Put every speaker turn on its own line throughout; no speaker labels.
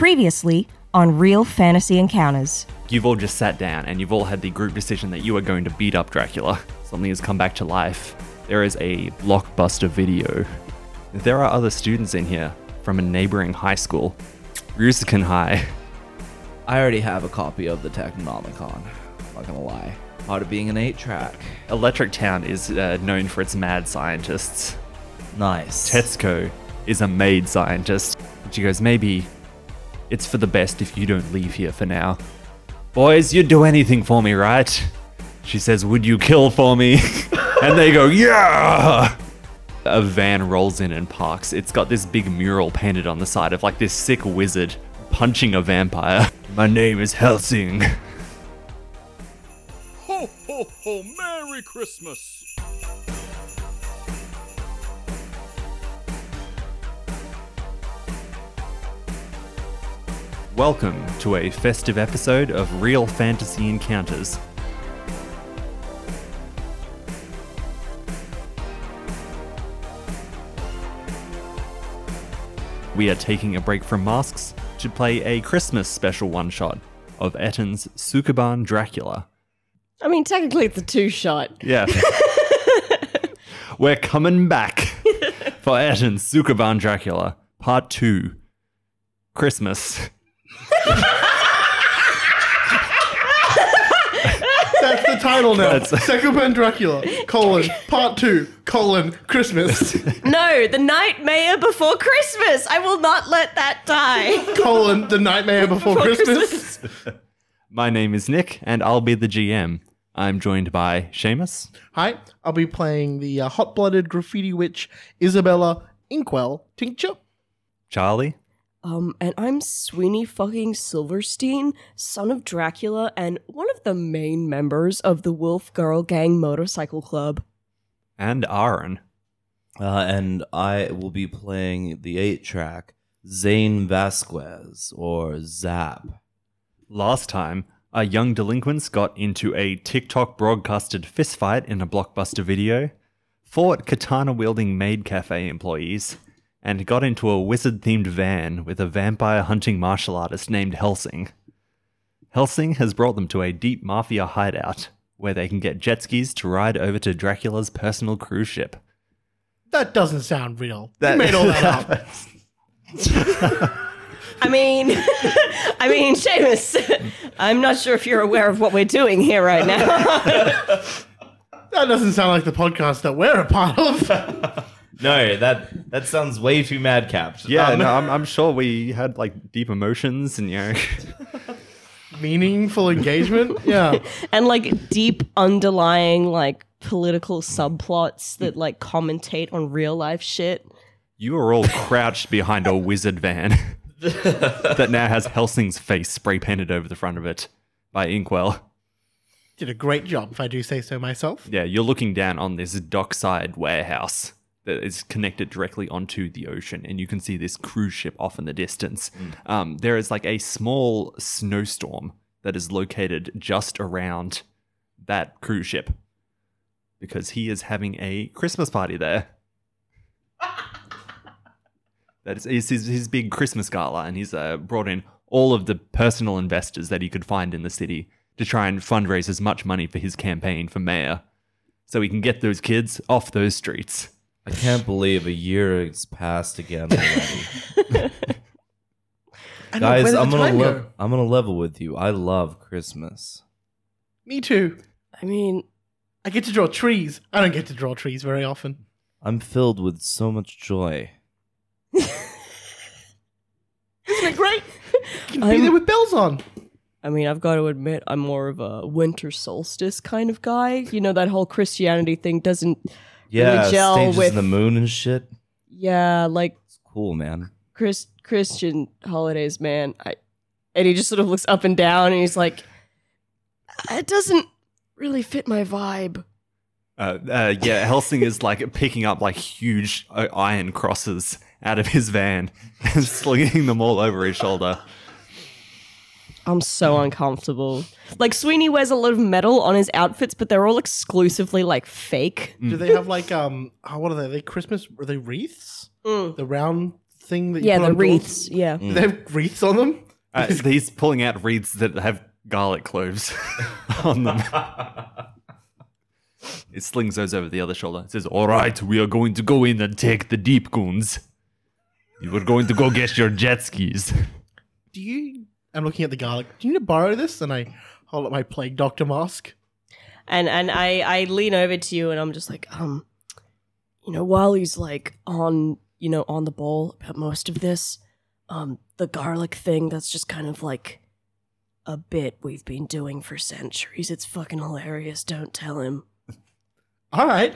Previously on Real Fantasy Encounters.
You've all just sat down and you've all had the group decision that you are going to beat up Dracula. Something has come back to life. There is a blockbuster video. There are other students in here from a neighboring high school, Rusican High.
I already have a copy of the Technomicon. Not gonna lie. Part of being an eight track.
Electric Town is uh, known for its mad scientists.
Nice.
Tetsuko is a maid scientist. She goes, maybe it's for the best if you don't leave here for now. Boys, you'd do anything for me, right? She says, would you kill for me? and they go, yeah! A van rolls in and parks. It's got this big mural painted on the side of like this sick wizard punching a vampire. My name is Helsing.
Ho, ho, ho, Merry Christmas!
Welcome to a festive episode of Real Fantasy Encounters. We are taking a break from masks to play a Christmas special one shot of Etten's Sukuban Dracula.
I mean, technically, it's a two shot.
Yeah. We're coming back for Etten's Sukuban Dracula, part two Christmas.
That's the title now.
That's-
Suckerburn Dracula, colon, part two, colon, Christmas,
No, the nightmare before Christmas. I will not let that die.
colon, the nightmare before, Christmas.
My name is Nick, and I'll be the GM. I'm joined by Seamus.
Hi, I'll be playing the uh, hot blooded graffiti witch Isabella Inkwell Tincture.
Charlie.
Um, and I'm Sweeney fucking Silverstein, son of Dracula, and one of the main members of the Wolf Girl Gang Motorcycle Club.
and Aaron.
Uh, and I will be playing the eight track Zane Vasquez or Zap.
Last time, our young delinquents got into a TikTok broadcasted fistfight in a blockbuster video, fought katana wielding maid cafe employees, and got into a wizard themed van with a vampire hunting martial artist named Helsing. Helsing has brought them to a deep mafia hideout where they can get jet skis to ride over to Dracula's personal cruise ship.
That doesn't sound real. you made all that up.
I mean, I mean, Seamus, I'm not sure if you're aware of what we're doing here right now.
That doesn't sound like the podcast that we're a part of.
No, that that sounds way too madcap.
Yeah,
Um,
no, I'm, I'm sure we had like deep emotions and you know.
Meaningful engagement? Yeah.
and like deep underlying, like, political subplots that, like, commentate on real life shit.
You are all crouched behind a wizard van that now has Helsing's face spray painted over the front of it by Inkwell.
Did a great job, if I do say so myself.
Yeah, you're looking down on this dockside warehouse that is connected directly onto the ocean, and you can see this cruise ship off in the distance. Um, there is like a small snowstorm that is located just around that cruise ship because he is having a Christmas party there. that is is his, his big Christmas gala, and he's uh, brought in all of the personal investors that he could find in the city to try and fundraise as much money for his campaign for mayor, so he can get those kids off those streets.
I can't believe a year has passed again. already.
And where
Guys,
did the
I'm gonna
time
le-
go?
I'm gonna level with you. I love Christmas.
Me too.
I mean,
I get to draw trees. I don't get to draw trees very often.
I'm filled with so much joy.
isn't it great?
Can be
I'm-
there with bells on.
I mean, I've got to admit, I'm more of a winter solstice kind of guy. You know, that whole Christianity thing doesn't,
Yeah,
gel
stages
with-
in the moon and shit.
yeah, like
It's cool, man.
Chris, Christian holidays, man. I, and he just sort of looks up and down and he's like, it doesn't really fit my vibe.
Uh, uh, yeah, Helsing is like picking up like huge uh, iron crosses out of his van and slinging them all over his shoulder.
I'm so uncomfortable. Like, Sweeney wears a lot of metal on his outfits, but they're all exclusively like fake.
Do they have like um? Oh, what are they? Are they Christmas? Are they wreaths?
Mm.
The round thing that you
Yeah,
put
the
on doors?
wreaths. Yeah.
Do They have wreaths on them.
Uh, he's pulling out reeds that have garlic cloves on them. He slings those over the other shoulder. Says, "All right, we are going to go in and take the deep goons. You were going to go get your jet skis."
Do you? I'm looking at the garlic. Do you need to borrow this? And I hold up my plague doctor mask.
And and I I lean over to you and I'm just like, um, you know, while he's like on you know on the ball about most of this, um, the garlic thing that's just kind of like a bit we've been doing for centuries. It's fucking hilarious. Don't tell him.
All right.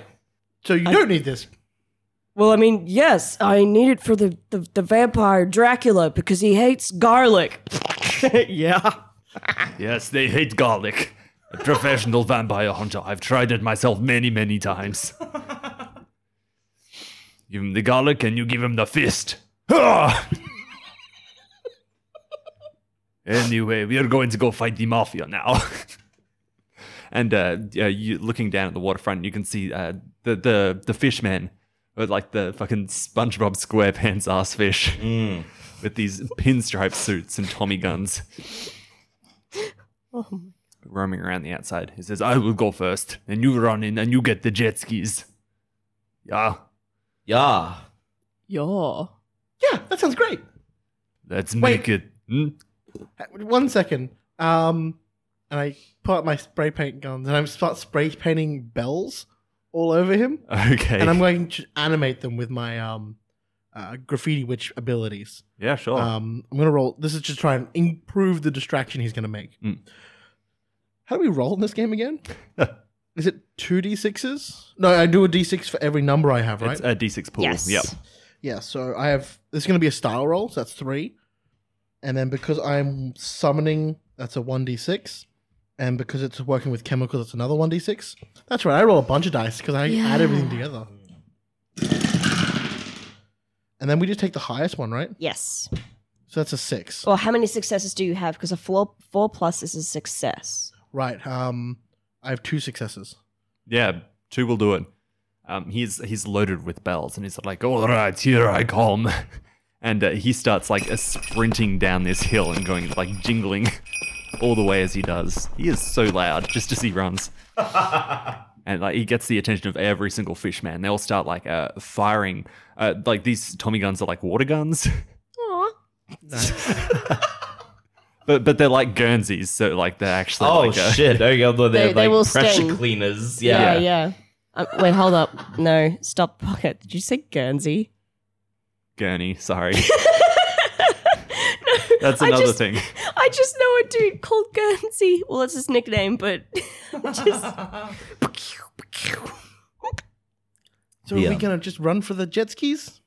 So you don't need this.
Well, I mean, yes, I need it for the the, the vampire Dracula because he hates garlic. yeah.
Yes, they hate garlic. A professional vampire hunter. I've tried it myself many, many times. give him the garlic and you give him the fist. Ah! anyway, we are going to go fight the mafia now. and uh, yeah, you, looking down at the waterfront, you can see uh, the, the, the fishman, with like the fucking SpongeBob SquarePants ass fish, with these pinstripe suits and Tommy guns roaming around the outside. He says, I will go first, and you run in and you get the jet skis. Yeah,
Yeah.
Yeah.
Yeah, that sounds great.
let's make it. Hmm?
Uh, One second. Um, and I pull out my spray paint guns and I start spray painting bells all over him.
Okay.
And I'm going to animate them with my um, uh, graffiti witch abilities.
yeah, sure.
Um, I'm gonna roll. This is to try and improve the distraction he's gonna make.
Mm.
How do we roll in this game again? is it two d sixes? No, I do a d six for every number I have,
It's
right?
a D6 pool.
Yes.
Yep.
yeah. So I have. This is gonna be a style roll. So that's three. And then because I'm summoning, that's a one d six. And because it's working with chemicals, it's another one d six. That's right. I roll a bunch of dice because I add everything together. And then we just take the highest one, right?
Yes.
So that's a six.
Well, how many successes do you have? Because a four four plus is a success.
Right. Um, I have two successes.
Yeah, two will do it. Um, he's he's loaded with bells, and he's like, "All right, here I come," and uh, he starts like a sprinting down this hill and going like jingling all the way as he does. He is so loud just as he runs, and like he gets the attention of every single fishman. They all start like uh, firing, uh, like these Tommy guns are like water guns. But, but they're like Guernseys, so like they're actually
Oh
like a-
shit! There you go. They're
They-
like
they will
pressure
sting.
cleaners. Yeah.
yeah. Uh, wait, hold up. No, stop pocket. Did you say Guernsey?
gurney. Sorry, that's
I
another
just-
thing.
I just know a dude called Guernsey. Well, that's his nickname, but just.
So are
Yeah.
we gonna just run for the jet skis?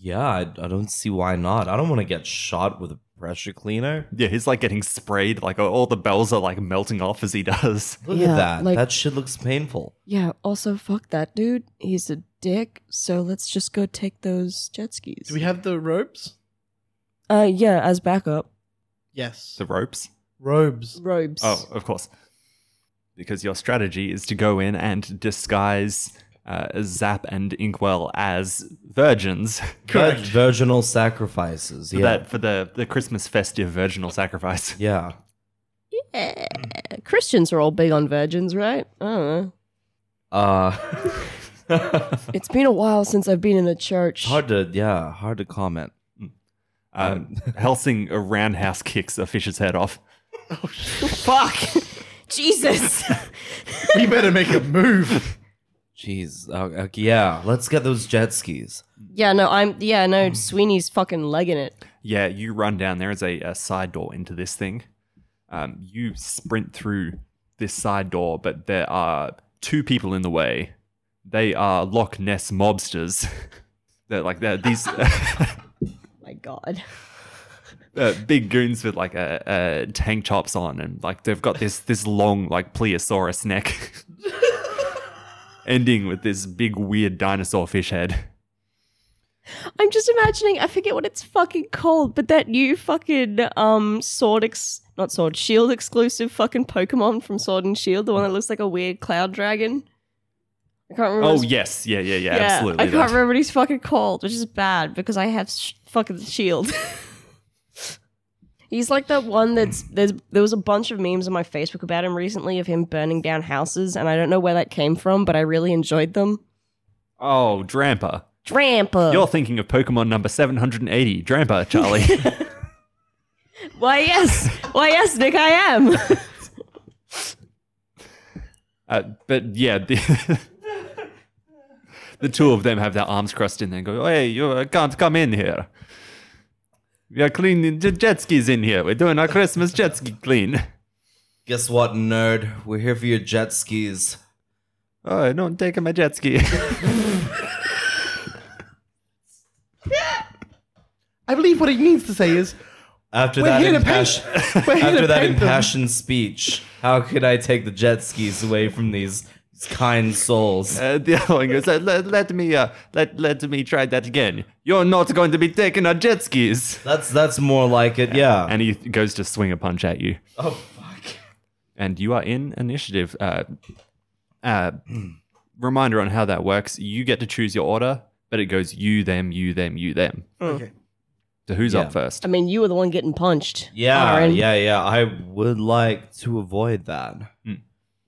Yeah, I, I don't see why not. I don't want to get shot with a pressure cleaner.
Yeah, he's like getting sprayed. Like all the bells are like melting off as he does.
Look
Yeah,
at that.
like-
that shit looks painful.
Yeah. Also, fuck that dude. He's a dick. So let's just go take those jet skis.
Do we have the robes?
uh, yeah, as backup
Yes.
The ropes.
robes.
robes.
Oh, of course. Because your strategy is to go in and disguise uh, Zap and Inkwell as virgins
Vir- virginal sacrifices.
for
Yeah.
that for the, the Christmas festive virginal sacrifice.
yeah.
Yeah. Eh, Christians are all big on virgins, right? I don't know.
Uh,
It's been a while since I've been in a church.
hard to yeah, hard to comment.
Um, Helsing a roundhouse kicks a fish's head off.
Fuck. Jesus.
we better make a move.
Jeez. Uh, okay, yeah, let's get those jet skis.
yeah, no, I'm. Yeah, no, Sweeney's fucking legging it.
Yeah, you run down. There is a, a side door into this thing. Um, you sprint through this side door, but there are two people in the way. They are Loch Ness mobsters. they're like they're these
My God.
uh, big goons with like uh, uh, tank tops on, and like they've got this this long like plesiosaurus neck, ending with this big weird dinosaur fish head.
I'm just imagining. I forget what it's fucking called, but that new fucking um sword ex not sword shield exclusive fucking Pokemon from Sword and Shield, the one that looks like a weird cloud dragon. I can't remember.
Oh
his-
yes, yeah, yeah, yeah,
yeah,
absolutely.
I
that.
can't remember what he's fucking called, which is bad because I have sh- fucking shield. He's like that one that's there's there was a bunch of memes on my Facebook about him recently of him burning down houses, and I don't know where that came from, but I really enjoyed them.
Oh, Drampa.
Drampa.
You're thinking of Pokemon number 780, Drampa, Charlie.
Why yes, why yes, Nick, I am.
uh, but yeah, the, the two of them have their arms crossed in there and go, hey, you uh, can't come in here. We are cleaning the jet skis in here. We're doing our Christmas jet ski clean.
Guess what, nerd? We're here for your jet skis.
Oh, no, I'm taking my jet ski.
I believe what he means to say is
After
We're
that,
here to
impass-
paint- we're here
after
to
that
paint them.
impassioned speech, how could I take the jet skis away from these, these kind souls?
Uh, the other one goes, let, let, let me, uh, let, let me try that again. You're not going to be taking our jet skis.
That's that's more like it, yeah.
And he goes to swing a punch at you. Oh, fuck. And you are in initiative. Uh, uh, reminder on how that works. You get to choose your order, but it goes you, them, you, them, you, them.
Okay.
So who's
Yeah.
up first?
I mean, you were the one getting punched.
yeah,
Aaron.
yeah, yeah. I would like to avoid that.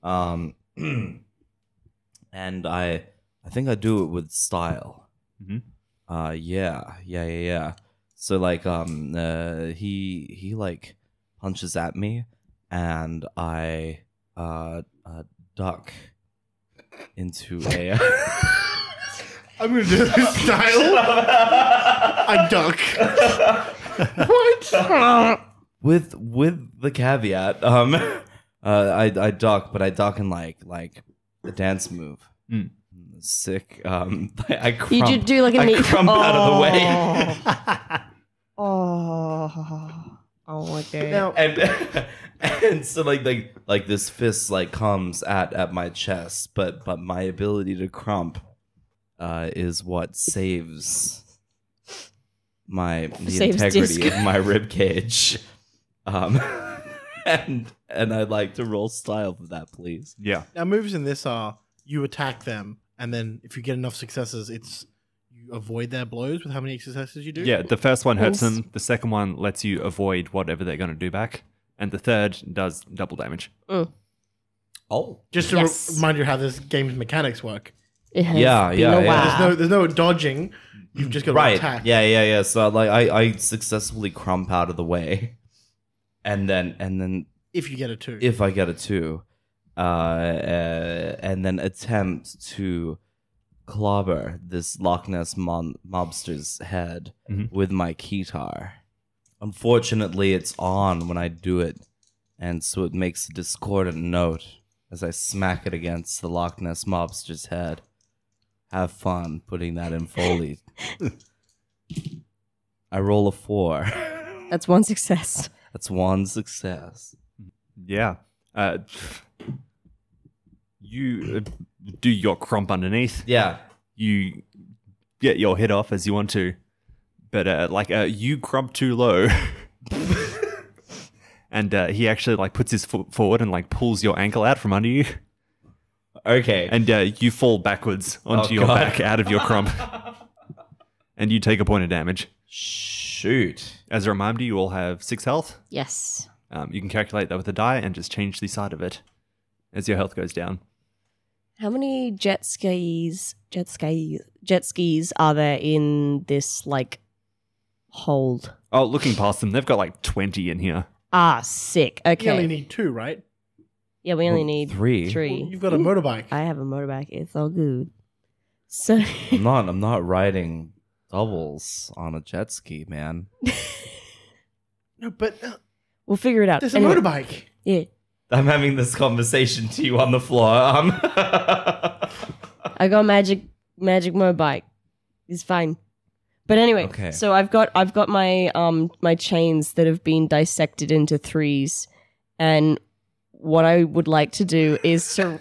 Um, and I, I think I do it with style.
Mhm.
Uh, yeah, yeah, yeah, yeah. So like, um, uh, he he like punches at me, and I uh, uh duck into a. uh,
I'm gonna do this style. I duck. what?
with with the caveat um uh, i i duck but i duck in like like a dance move
Mm.
sick um i, I crump,
You did do like a
I
neat
crump out of the way
Oh, oh my god.
Now,
and and so like like like this fist like comes at at my chest but but my ability to crump uh is what saves my the
Saves
integrity
disc.
of my rib cage um and and i'd like to roll style for that please
Yeah.
now moves in this are you attack them, and then if you get enough successes, it's you avoid their blows with how many successes you do.
Yeah. The first one hurts them. The second one lets you avoid whatever they're going to do back. And the third does double damage.
Mm.
oh
Just to
Yes.
re- remind you how this game's mechanics work.
It has
Yeah,
been
yeah,
a
yeah.
There's
while.
no, there's no dodging. You've just got to
right.
attack.
Yeah, yeah, yeah. So like I, I successfully crump out of the way. And then and then
If you get a two.
if I get a two, uh, uh and then attempt to clobber this Loch Ness mon- mobster's head
Mhm.
with my keytar. Unfortunately, it's on when I do it, and so it makes a discordant note as I smack it against the Loch Ness mobster's head. Have fun putting that in Foley. I roll a four.
That's one success.
That's one success.
Yeah. Uh, you uh, do your crump underneath.
Yeah.
you get your head off as you want to, but uh, like uh, you crump too low, and uh, he actually like puts his foot forward and like pulls your ankle out from under you,
Okay.
and uh, you fall backwards onto
Oh,
your
God.
back out of your crump, and you take a point of damage.
Shoot.
As a reminder, you all have six health.
Yes.
Um, you can calculate that with a die and just change the side of it as your health goes down.
How many jet skis, jet skis, jet skis are there in this like hold?
Oh, looking past them, they've got like twenty in here.
Ah, sick. Okay.
You only need two, right?
yeah, we only
Well,
need
three.
Well,
Three.
you've got a motorbike.
I have a motorbike. It's all good. So
I'm not I'm not riding doubles on a jet ski, man.
no, but uh,
we'll figure it out.
there's a
Anyway,
motorbike.
Yeah.
I'm having this conversation to you on the floor. Um
I got a magic magic motorbike. It's fine. But anyway,
Okay.
so I've got I've got my um my chains that have been dissected into threes, and what I would like to do is to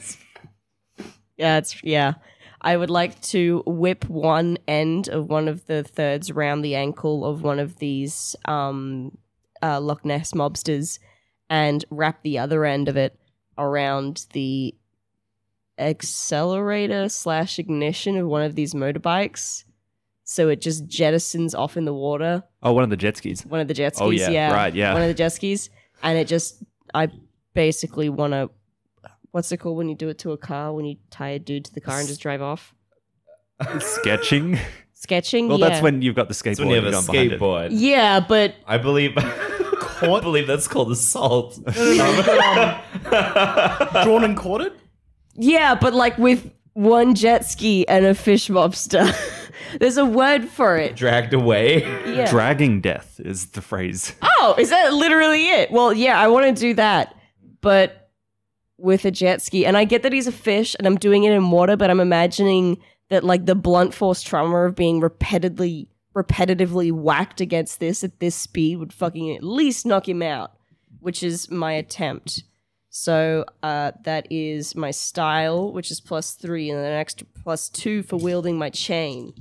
yeah it's yeah I would like to whip one end of one of the thirds around the ankle of one of these um uh, Loch Ness mobsters, and wrap the other end of it around the accelerator slash ignition of one of these motorbikes so it just jettisons off in the water.
Oh, one of the jet skis.
One of the jet skis,
Oh, yeah, right, yeah.
One of the jet skis, and it just I basically want to. What's it called when you do it to a car? When you tie a dude to the car and just drive off?
Sketching.
Sketching.
Well,
yeah.
that's when you've got the skateboard.
That's when you have
and
a
gone behind it.
skateboard.
Yeah, but
I believe. I believe that's called assault.
Drawn and quartered?
Yeah, but like with one jet ski and a fish mobster. There's a word for it.
Dragged away.
Yeah.
Dragging death is the phrase.
oh, is that literally it? Well, yeah, I want to do that, but with a jet ski. And I get that he's a fish and I'm doing it in water, but I'm imagining that like the blunt force trauma of being repeatedly repetitively whacked against this at this speed would fucking at least knock him out, which is my attempt. So uh, that is my style, which is plus three, and an extra plus two for wielding my chain.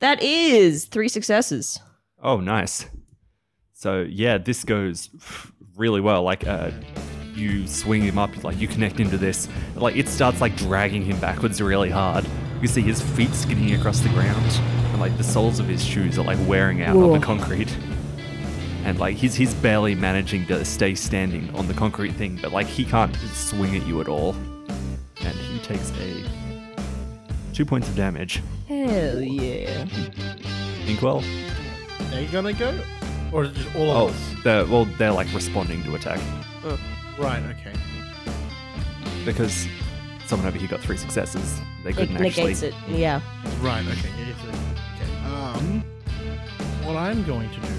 That is three successes.
Oh, nice. So yeah, this goes really well. Like, uh, you swing him up, like you connect him to this. Like it starts like dragging him backwards really hard. You see his feet skidding across the ground, and like the soles of his shoes are like wearing out on the concrete. And like he's he's barely managing to stay standing on the concrete thing, but like he can't swing at you at all. And he takes a two points of damage.
Hell yeah.
Inkwell.
They gonna go? Or is it just all
Oh,
of us?
they're, well, they're like responding to attack
Right, okay.
because someone over here got three successes. They
It
couldn't actually.
negates it. Yeah.
Right, okay. Yeah, yeah, so- okay. Um, what I'm going to do.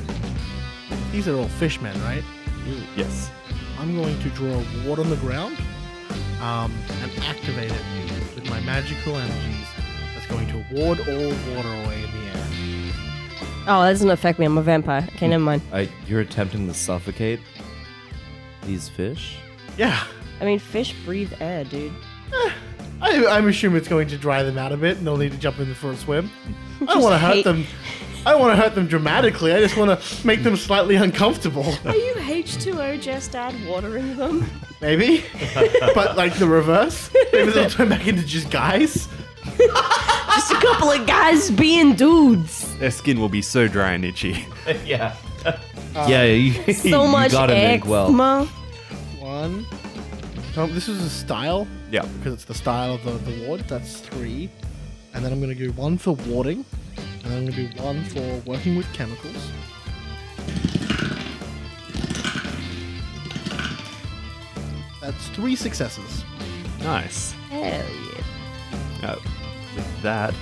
These are all fishmen, right?
Yes.
I'm going to draw a ward on the ground um, and activate it with my magical energies. That's going to ward all water away in the air.
Oh, that doesn't affect me. I'm a vampire. Okay, never mind.
I, you're attempting to suffocate these fish.
Yeah.
I mean, fish breathe air, dude.
I, I'm assuming it's going to dry them out a bit and they'll need to jump in for a swim. I don't want to hurt
hate-
them. I want to hurt them dramatically. I just want to make them slightly uncomfortable,
Are you H2O just add water in them?
maybe. but like the reverse. Maybe they'll turn back into just guys.
just a couple of guys being dudes.
Their skin will be so dry and itchy.
yeah. yeah, you,
So much
you got an ink well.
eczema.
One. So this is a style
yeah.
because it's the style of the, the ward. That's three. And then I'm going to do one for warding. And then I'm going to do one for working with chemicals. That's three successes.
Nice.
Hell yeah.
Uh, with that,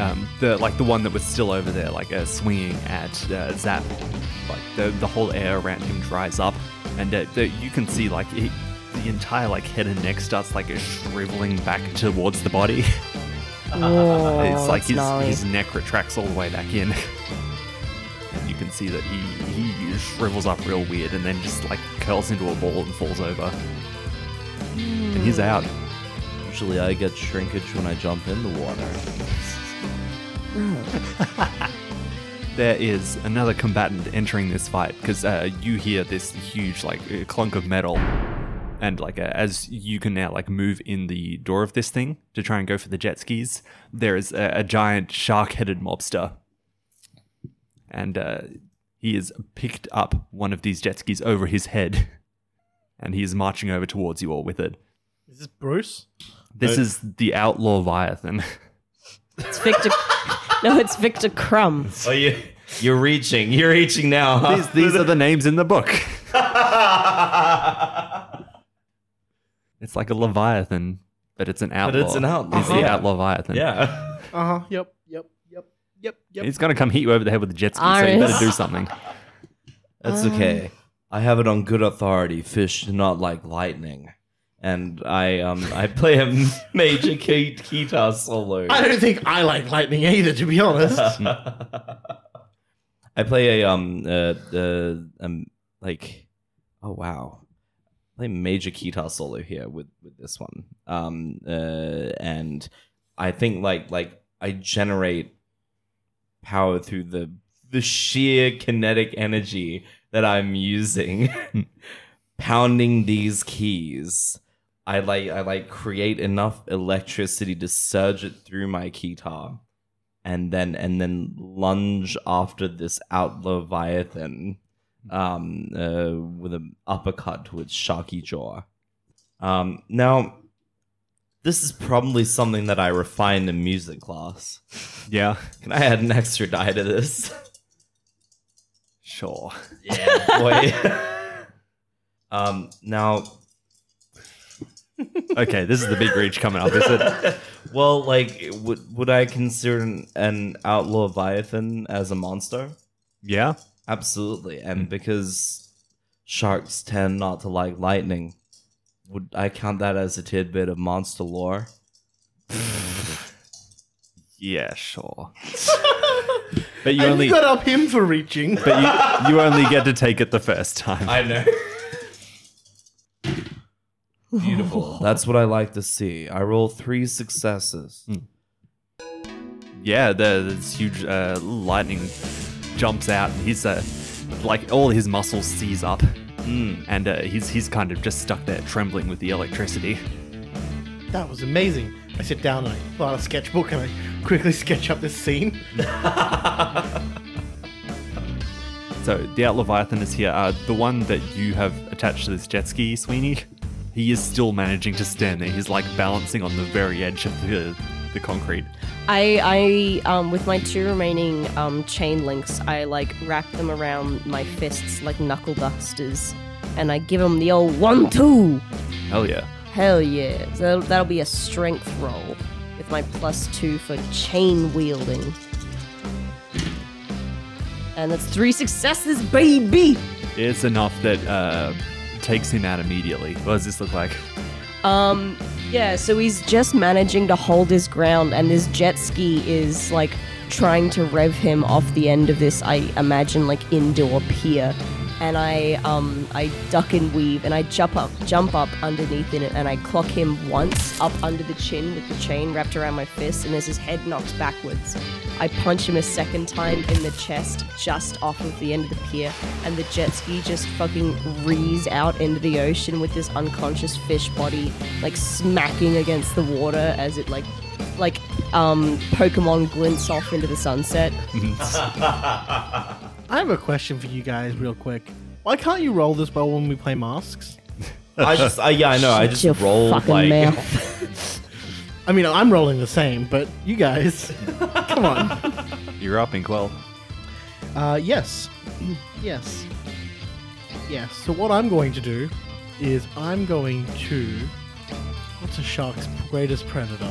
um, the like the one that was still over there, like uh, swinging at uh, Zap, like the the whole air around him dries up, and uh, the, you can see like he, the entire like head and neck starts like shriveling back towards the body.
Whoa,
it's like
Uh, that's
his,
Oh, gnarly.
his neck retracts all the way back in. and you can see that he, he shrivels up real weird and then just like curls into a ball and falls over. And he's
Hmm.
out.
Usually I get shrinkage when I jump in the water.
There is another combatant entering this fight because uh, you hear this huge like uh, clunk of metal, and like uh, as you can now like move in the door of this thing to try and go for the jet skis, there is a, a giant shark-headed mobster, and uh, he has picked up one of these jet skis over his head, and he is marching over towards you all with it.
Is this Bruce?
This is the outlaw Leviathan.
It's Victor. no, it's Victor Crumb.
Oh, you, you're reaching. You're reaching now. huh?
these, these are the names in the book. it's like a leviathan, but it's an outlaw.
it's an outlaw.
He's the
Uh-huh.
outlaw leviathan.
yeah.
Uh huh. Yep. Yep. Yep. Yep. Yep.
He's gonna come hit you over the head with a jet ski, so you
Iris.
better do something.
That's okay. I have it on good authority. Fish do not like lightning. And I um I play a major key guitar solo.
I don't think I like lightning either, to be honest.
I play a um uh, uh um like oh wow. I play major guitar solo here with with this one. Um uh and I think like like I generate power through the the sheer kinetic energy that I'm using pounding these keys. I like I like create enough electricity to surge it through my keytar, and then and then lunge after this out leviathan, um, uh, with an uppercut to its sharky jaw. Um, now, this is probably something that I refined in music class.
Yeah,
Can I add an extra die to this?
sure.
Boy. um, now,
Okay, this is the big reach coming up, is it?
well, like, would would I consider an, an outlaw leviathan as a monster?
Yeah.
Absolutely, and because sharks tend not to like lightning, would I count that as a tidbit of monster lore?
Yeah, sure. but you
And
only
you got up him for reaching.
but you, you only get to take it the first time.
I know. Beautiful. That's what I like to see. I roll three successes.
yeah, there, this huge uh, lightning jumps out. And he's uh, like all his muscles seize up, and uh, he's he's kind of just stuck there, trembling with the electricity.
That was amazing. I sit down and I pull out a sketchbook and I quickly sketch up this scene.
So the out leviathan is here. Uh, the one that you have attached to this jet ski, Sweeney. He is still managing to stand there. He's like balancing on the very edge of the the concrete.
I, I, um, with my two remaining um, chain links, I like wrap them around my fists like knuckle dusters, and I give them the old one two.
Hell yeah.
Hell yeah! So that'll, that'll be a strength roll with my plus two for chain wielding, and that's three successes, baby.
It's enough that uh, takes him out immediately. What does this look like?
Um, yeah, so he's just managing to hold his ground, and this jet ski is like trying to rev him off the end of this, I imagine, like indoor pier. And I, um, I duck and weave, and I jump up, jump up underneath it, and I clock him once up under the chin with the chain wrapped around my fist. And as his head knocks backwards, I punch him a second time in the chest, just off of the end of the pier, and the jet ski just fucking rees out into the ocean with this unconscious fish body, like smacking against the water as it like, like, um, Pokemon glints off into the sunset.
I have a question for you guys, real quick. Why can't you roll this well when we play masks?
I just, I, yeah, I know. I
Shut
just
your
rolled
fucking
like
mouth.
I mean, I'm rolling the same, but you guys, come on.
You're up in Quell.
Uh, yes, yes, yes. So what I'm going to do is I'm going to. What's a shark's greatest predator?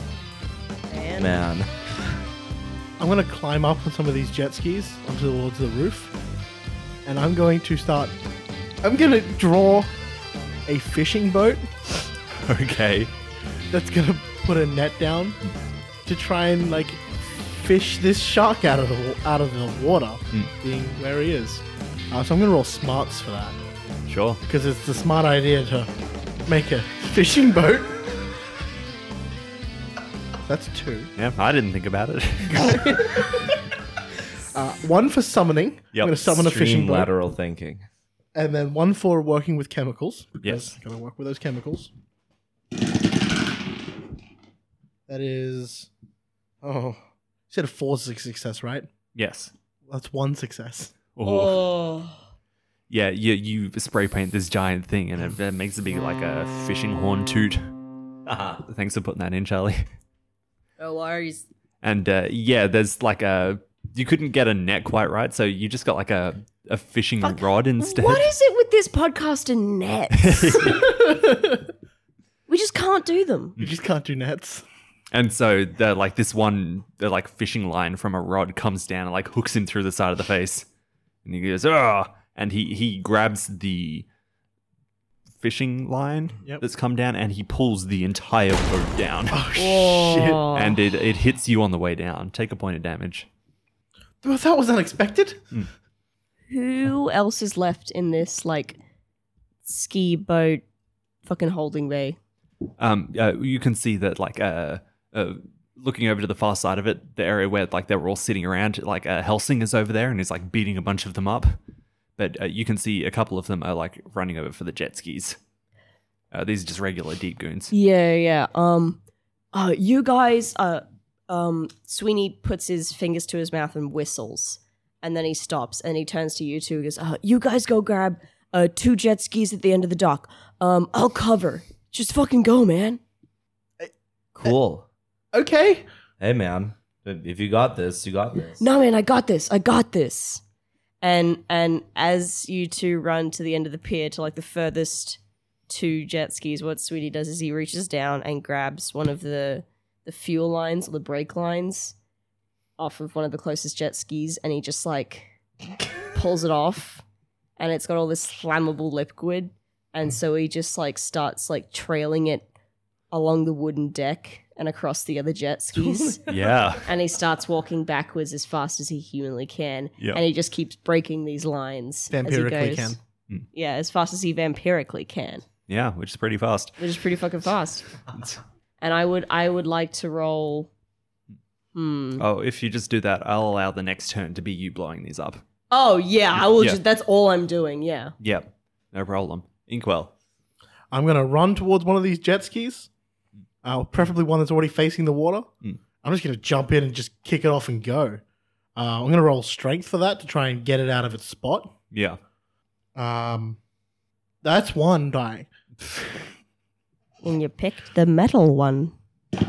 man.
I'm going to climb up on some of these jet skis onto towards the roof, and I'm going to start. I'm going to draw a fishing boat
Okay.
that's going to put a net down to try and like fish this shark out of the wa- out of the water, being where he is. Uh, so I'm going to roll smarts for that
Sure.
because it's the smart idea to make a fishing boat. That's two.
Yeah, I didn't think about it.
Uh, one for summoning.
Yep.
I'm going to summon a fishing
Extreme
boat.
lateral thinking.
and then one for working with chemicals.
Yes.
because I gotta work with those chemicals. That is, oh, you said a four is a success, right?
yes.
That's one success.
Oh. Yeah, you, you spray paint this giant thing and it, it makes a big, like, a fishing horn toot. Thanks for putting that in, Charlie.
No worries.
And uh, yeah, there's like a. You couldn't get a net quite right, so you just got like a, a fishing rod instead.
What is it with this podcast and nets? we just can't do them.
You just can't do nets.
And so, the, like this one, the like fishing line from a rod comes down and like hooks him through the side of the face, and he goes ah, and he he grabs the fishing line
Yep.
that's come down and he pulls the entire boat down,
Oh.
and it it hits you on the way down. Take a point of damage.
Well, that was unexpected.
Who else is left in this like ski boat fucking holding bay?
Um, uh, you can see that like uh, uh, looking over to the far side of it, the area where like they were all sitting around, like uh, Helsing is over there and is like beating a bunch of them up. But uh, you can see a couple of them are like running over for the jet skis. Uh, these are just regular deep goons.
Yeah, yeah. Um, uh, you guys, uh, um, Sweeney puts his fingers to his mouth and whistles, and then he stops and he turns to you two. He goes, uh, "You guys go grab uh two jet skis at the end of the dock. Um, I'll cover. Just fucking go, man."
Cool.
Okay.
Hey, man. If if you got this, you got this.
No, man, I got this. I got this. And and as you two run to the end of the pier to like the furthest two jet skis, what Sweetie does is he reaches down and grabs one of the the fuel lines or the brake lines off of one of the closest jet skis, and he just like pulls it off, and it's got all this flammable liquid, and so he just like starts like trailing it along the wooden deck and across the other jet skis
Yeah.
and he starts walking backwards as fast as he humanly can.
Yeah.
And he just keeps breaking these lines. as he
Vampirically
goes.
can.
Hmm.
Yeah, as fast as he vampirically can,
Yeah, which is pretty fast.
which is pretty fucking fast. and I would I would like to roll Hmm.
Oh, if you just do that, I'll allow the next turn to be you blowing these up.
Oh yeah, I will
Yeah.
just that's all I'm doing, yeah.
Yep. No problem. Inkwell.
I'm going to run towards one of these jet skis, uh, preferably one that's already facing the water.
Mm.
I'm just going to jump in and just kick it off and go. Uh, I'm going to roll strength for that to try and get it out of its spot.
Yeah.
Um, that's one die.
And you picked the metal one.
It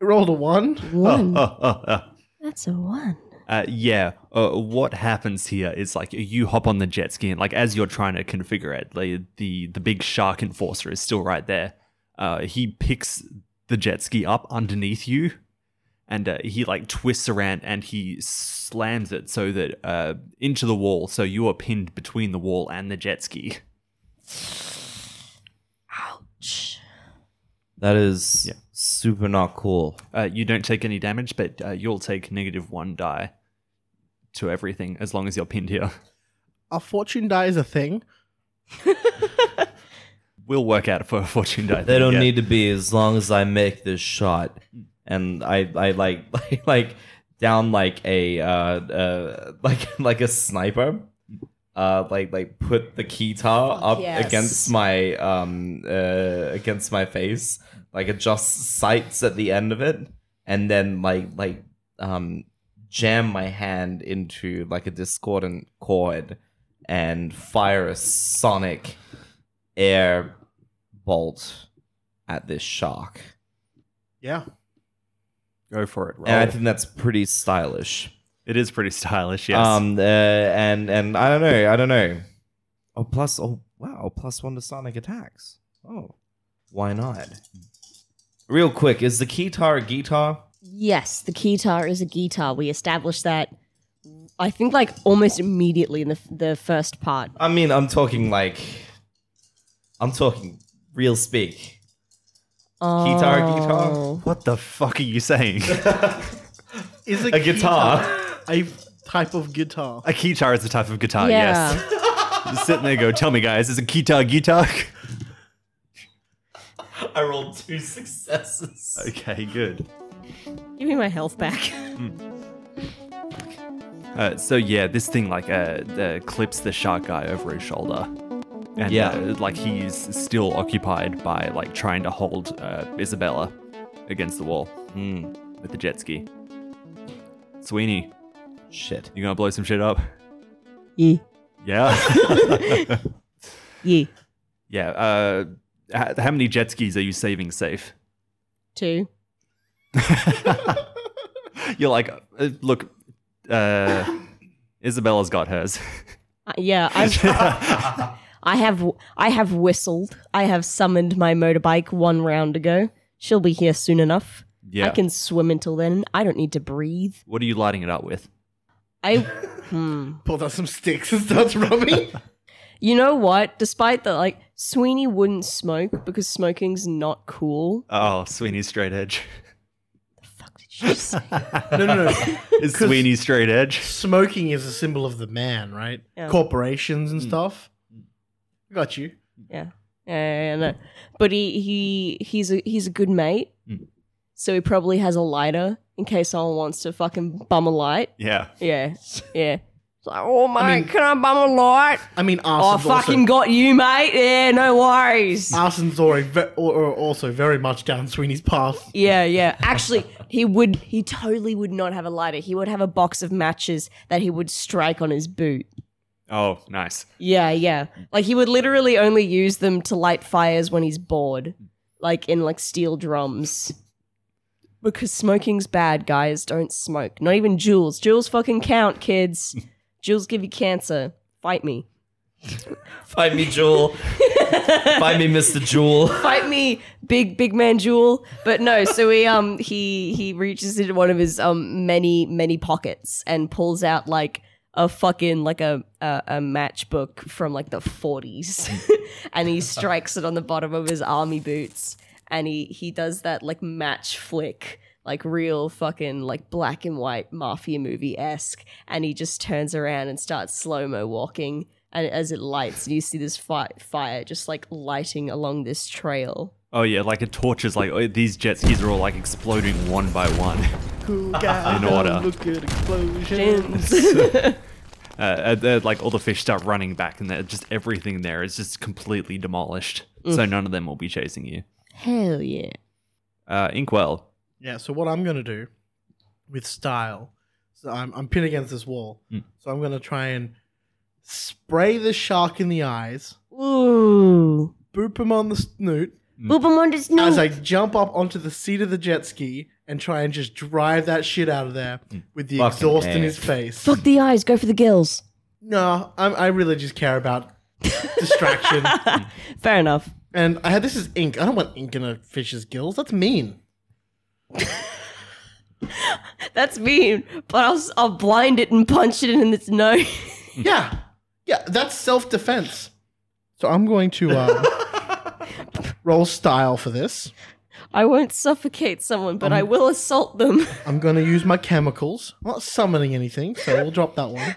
rolled a one.
One.
Oh, oh, oh.
That's a one.
Uh, yeah. Uh, what happens here is like you hop on the jet ski, and like as you're trying to configure it, the the, the big shark enforcer is still right there. Uh, he picks the jet ski up underneath you, and uh, he like twists around and he slams it so that uh, into the wall, so you are pinned between the wall and the jet ski.
Ouch.
That is
Yeah.
super not cool.
Uh, you don't take any damage, but uh, you'll take negative one die to everything as long as you're pinned here.
A fortune die is a thing.
We'll work out for a fortune die.
They
thing,
don't
yeah.
need to be as long as I make this shot. And I, I like, like, like down like a, uh, uh, like, like a sniper. Uh, like, like put the guitar up
yes.
against my, um, uh, against my face. Like adjust sights at the end of it, and then like, like, um, jam my hand into like a discordant chord, and fire a sonic air bolt at this shark.
Yeah.
Go for it. Roll.
And I think that's pretty stylish.
It is pretty stylish, yes.
Um uh, and and I don't know, I don't know. Oh plus oh wow, plus one to sonic attacks. Oh. Why not? Real quick, is the keytar a guitar?
Yes, the guitar is a guitar. We established that I think like almost immediately in the the first part.
I mean I'm talking like I'm talking real speak. Guitar, guitar.
Oh.
what the fuck are you saying?
Is
A guitar.
a type of guitar?
a guitar is a type of guitar,
yeah.
Ah, yes. Just sitting there and go, tell me guys, is a guitar guitar?
I rolled two successes.
okay, good.
Give me my health back.
Uh, so yeah, this thing like uh, uh, clips the shark guy over his shoulder. And
Yeah.
uh, like he's still occupied by like trying to hold uh, Isabella against the wall
Hmm.
with the jet ski. Sweeney,
Shit.
you gonna blow some shit up?
Ye.
Yeah.
Ye.
yeah. Uh, h- how many jet skis are you saving safe?
Two.
You're like, uh, look, uh, Isabella's got hers.
Uh, yeah, I've, I have I have whistled. I have summoned my motorbike one round ago. She'll be here soon enough.
yeah.
I can swim until then. I don't need to breathe.
What are you lighting it up with?
I hmm.
Pulls out some sticks and starts rubbing.
You know what? Despite the like Sweeney wouldn't smoke because smoking's not cool.
Oh, Sweeney's straight edge.
Fuck did you just say?
no, no, no.
Is Sweeney straight edge?
Smoking is a symbol of the man, right?
Yeah.
Corporations and stuff. Got you.
Yeah. Yeah, yeah, yeah, no. But he, he he's a he's a good mate.
Mm.
So he probably has a lighter in case someone wants to fucking bum a light.
Yeah.
Yeah. Yeah. It's like, oh mate, can I bum a light?
I mean,
I
Arson's
fucking
also,
got you, mate. Yeah, no worries.
Arson's already ve- or, or also very much down Sweeney's path.
Yeah, yeah. Actually, he would. He totally would not have a lighter. He would have a box of matches that he would strike on his boot.
Oh, nice.
Yeah, yeah. Like he would literally only use them to light fires when he's bored, like in like steel drums. Because smoking's bad, guys. Don't smoke. Not even jewels. Jewels fucking count, kids. Jewels give you cancer. Fight me.
Find me, Jewel. Find me, Mr. Jewel.
fight me, big big man Jewel. But no, so he um he he reaches into one of his um many many pockets and pulls out like a fucking like a a, a matchbook from like the forties, and he strikes it on the bottom of his army boots, and he he does that like match flick. Like real fucking like black and white mafia movie esque, and he just turns around and starts slow mo walking, and as it lights, you see this fi- fire just like lighting along this trail.
Oh yeah, like it torches. Like oh, these jet skis are all like exploding one by one.
Cool guy,
In order.
Look at explosion.
Jins.
Uh, uh, they're- like all the fish start running back, and they're just everything there is just completely demolished. So none of them will be chasing you.
Hell yeah.
Uh, Inkwell.
Yeah, so what I'm going to do with style, so I'm, I'm pinned against this wall. So I'm going to try and spray the shark in the eyes,
Ooh.
boop him on the snoot
Boop him on the snoot.
as I jump up onto the seat of the jet ski and try and just drive that shit out of there with the
Fucking
exhaust in
A.
his face.
Fuck the eyes, go for the gills.
No, I'm, I really just care about distraction.
Fair enough.
And I had this is ink. I don't want ink in a fish's gills. That's mean.
That's mean, but I'll, s- I'll blind it and punch it in its nose.
Yeah, yeah, that's self defense. So I'm going to um, roll style for this.
I won't suffocate someone, but I will assault them. Use
I'm going to use my chemicals. I'm not summoning anything, so we'll drop that one.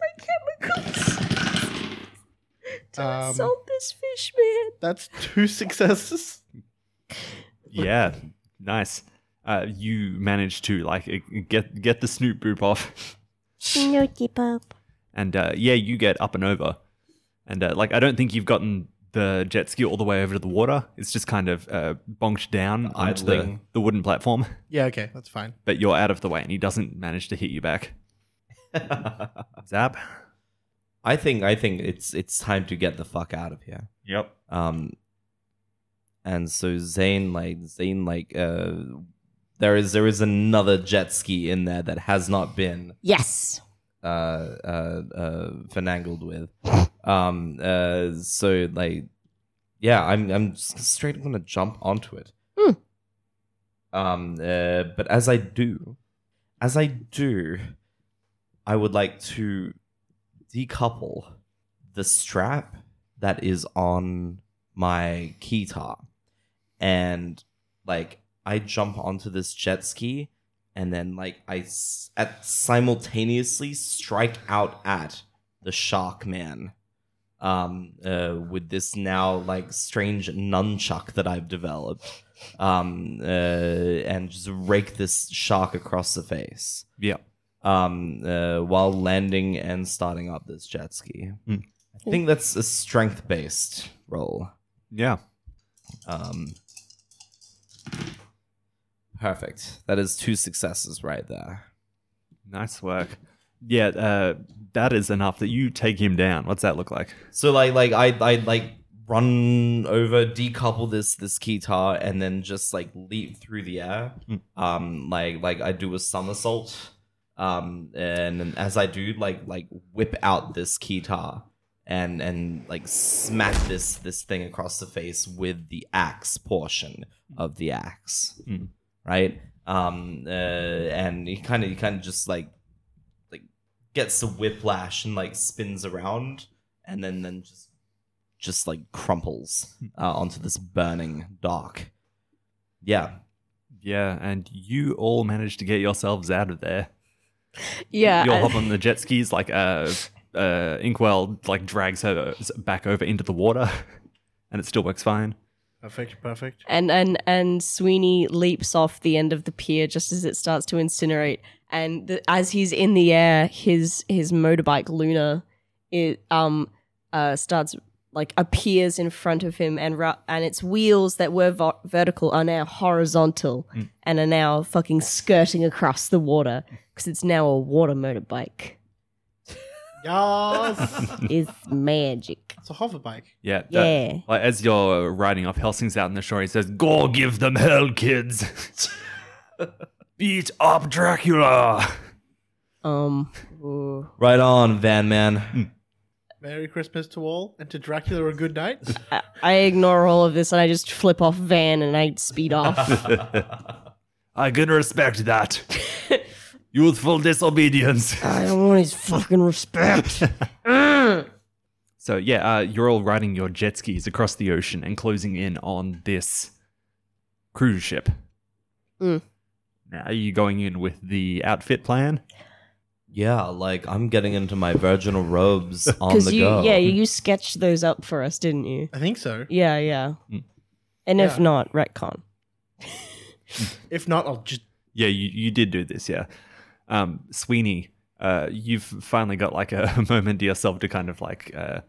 my chemicals. to
Um,
assault this fish, man.
That's two successes.
Yeah, nice. Uh, you managed to like e- get get the snoot boop off, and uh, yeah, you get up and over. And uh, like, I don't think you've gotten the jet ski all the way over to the water. It's just kind of uh, bonked down onto the,
Idling.
the wooden platform,
Yeah, okay, that's fine.
but you're out of the way, and he doesn't manage to hit you back. Zap.
I think I think it's it's time to get the fuck out of here.
Yep.
Um, and so Zane like Zane like uh, there is there is another jet ski in there that has not been
Yes.
uh, uh, uh, finangled with. Um, uh, so like, yeah, I'm I'm s- straight gonna jump onto it. Um, uh, but as I do, as I do, I would like to decouple the strap that is on my guitar, and like I jump onto this jet ski and then like I s- at simultaneously strike out at the shark man um uh with this now like strange nunchuck that I've developed um uh and just rake this shark across the face
Yep.
um uh, while landing and starting up this jet ski
Mm.
I think that's a strength based roll
Yeah.
um perfect that is two successes right there
Nice work. Yeah, uh, that is enough that you take him down. What's that look like?
So like like I I like run over, decouple this this guitar, and then just like leap through the air.
Mm.
Um, like like I do a somersault. Um, and then as I do, like like whip out this guitar and and like smack this this thing across the face with the axe portion of the axe,
Mm.
right? Um, uh, and he kind of he kind of just like like gets the whiplash and like spins around and then then just just like crumples uh, onto this burning dock. Yeah,
Yeah, and you all managed to get yourselves out of there.
Yeah.
You'll
and-
hop on the jet skis, like uh, uh, Inkwell like drags her back over into the water, and it still works fine.
Perfect, perfect.
and and and Sweeney leaps off the end of the pier just as it starts to incinerate, and the, as he's in the air, his his motorbike Luna, it um uh starts like appears in front of him, and ra- and its wheels that were vo- vertical are now horizontal, and are now fucking skirting across the water because it's now a water motorbike.
Yes.
It's magic.
it's a hover bike.
Yeah. that-
Yeah.
Like as you're riding off, Helsing's out on the shore. He says, "Go give them hell, kids. Beat up Dracula."
Um. ooh.
Right on, Van
Hmm.
Man.
Merry Christmas to all, and to Dracula a good night.
I, I ignore all of this and I just flip off van and I speed off.
I can respect that. Youthful disobedience.
I don't want his fucking respect.
So yeah, uh, you're all riding your jet skis across the ocean and closing in on this cruise ship.
Mm.
Now, are you going in with the outfit plan?
yeah, like I'm getting into my virginal robes on
Because
the
you,
go.
yeah, you sketched those up for us, didn't you?
I think so.
Yeah, yeah.
Hmm.
Mm.
And if
Yeah.
not, retcon.
If not, I'll just
Yeah, you, you did do this. Yeah, um, Sweeney, uh, you've finally got like a moment to yourself to kind of like uh,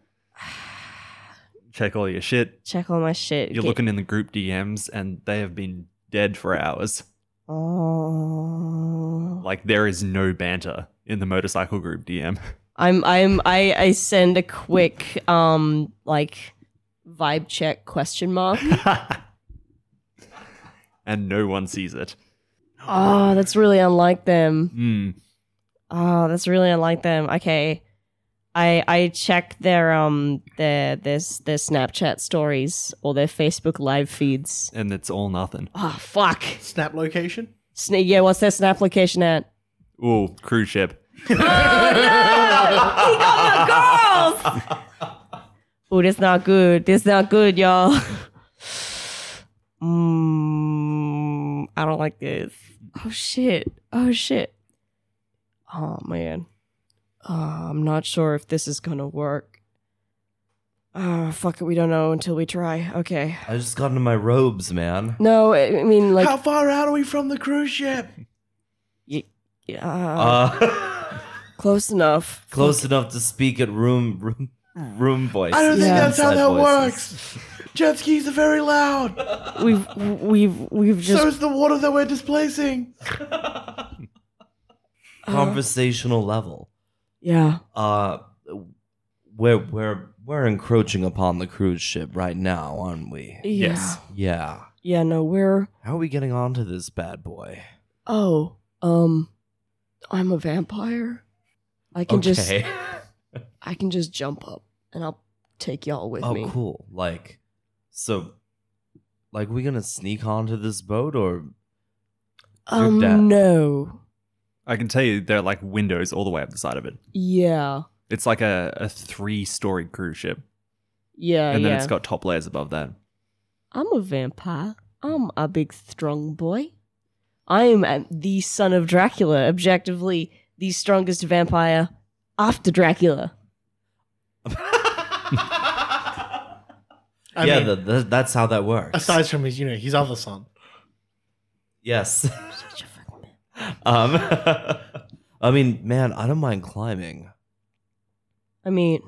check all your shit.
Check all my shit.
You're
Get-
looking in the group DMs, and they have been dead for hours.
Oh.
Like there is no banter in the motorcycle group DM.
I'm. I'm. I. I send a quick, um, like, vibe check question mark.
and no one sees it.
oh, that's really unlike them.
Hmm.
Oh, that's really unlike them. Okay. I I check their um their their their Snapchat stories or their Facebook live feeds.
and it's all nothing.
Oh fuck.
snap location.
Sna- yeah, what's their Snap location at?
Ooh, cruise ship.
Oh, that's not good. That's not good, y'all. mm, I don't like this. Oh shit. Oh shit. Oh man. Uh, I'm not sure if this is gonna work. Oh fuck it, we don't know until we try. Okay.
I just got into my robes, man.
No, I I mean like
How far out are we from the cruise ship?
uh,
Uh,
close enough.
close enough to speak at room room room voice.
I don't think
Yeah.
that's how that works. Jet skis are very loud.
We've we've we've just
so is the water that we're displacing.
Uh-huh. Conversational level.
yeah.
Uh, we're we're we're encroaching upon the cruise ship right now, aren't
yeah.
we?
Yes.
Yeah.
Yeah, no, we're
How are we getting onto this bad boy?
oh, um I'm a vampire. I can just
okay.
I can just jump up and I'll take y'all with
oh,
me.
cool. Like, so, like, we gonna sneak onto this boat or?
Um
Your dad.
no.
I can tell you there are like windows all the way up the side of it.
Yeah.
It's like a, a three story cruise ship.
Yeah,
and then
Uh, yeah.
it's got top layers above that.
I'm a vampire. I'm a big strong boy. I am uh, the son of Dracula, objectively the strongest vampire after Dracula.
I
yeah,
mean,
the, the, that's how that works.
aside from his, you know, his other son.
yes. um, I mean, man, I don't mind climbing.
I mean,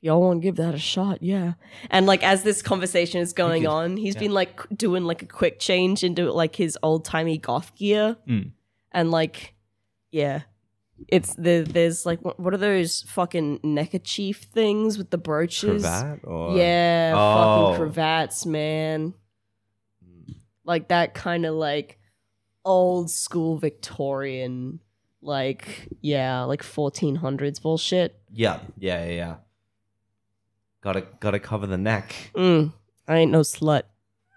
y'all want to give that a shot, yeah. And like as this conversation is going
could-
on, he's
yeah.
been like qu- doing like a quick change into like his old timey goth gear,
Hmm.
Mm.
and like, yeah, it's the there's like wh- what are those fucking neckerchief things with the brooches?
Cravat or
Yeah,
Oh. Hmm.
fucking cravats, man. Like that kind of like old school Victorian, like yeah, like fourteen hundreds bullshit.
yeah, yeah, yeah. yeah. Gotta gotta cover the neck.
Mm, I ain't no slut.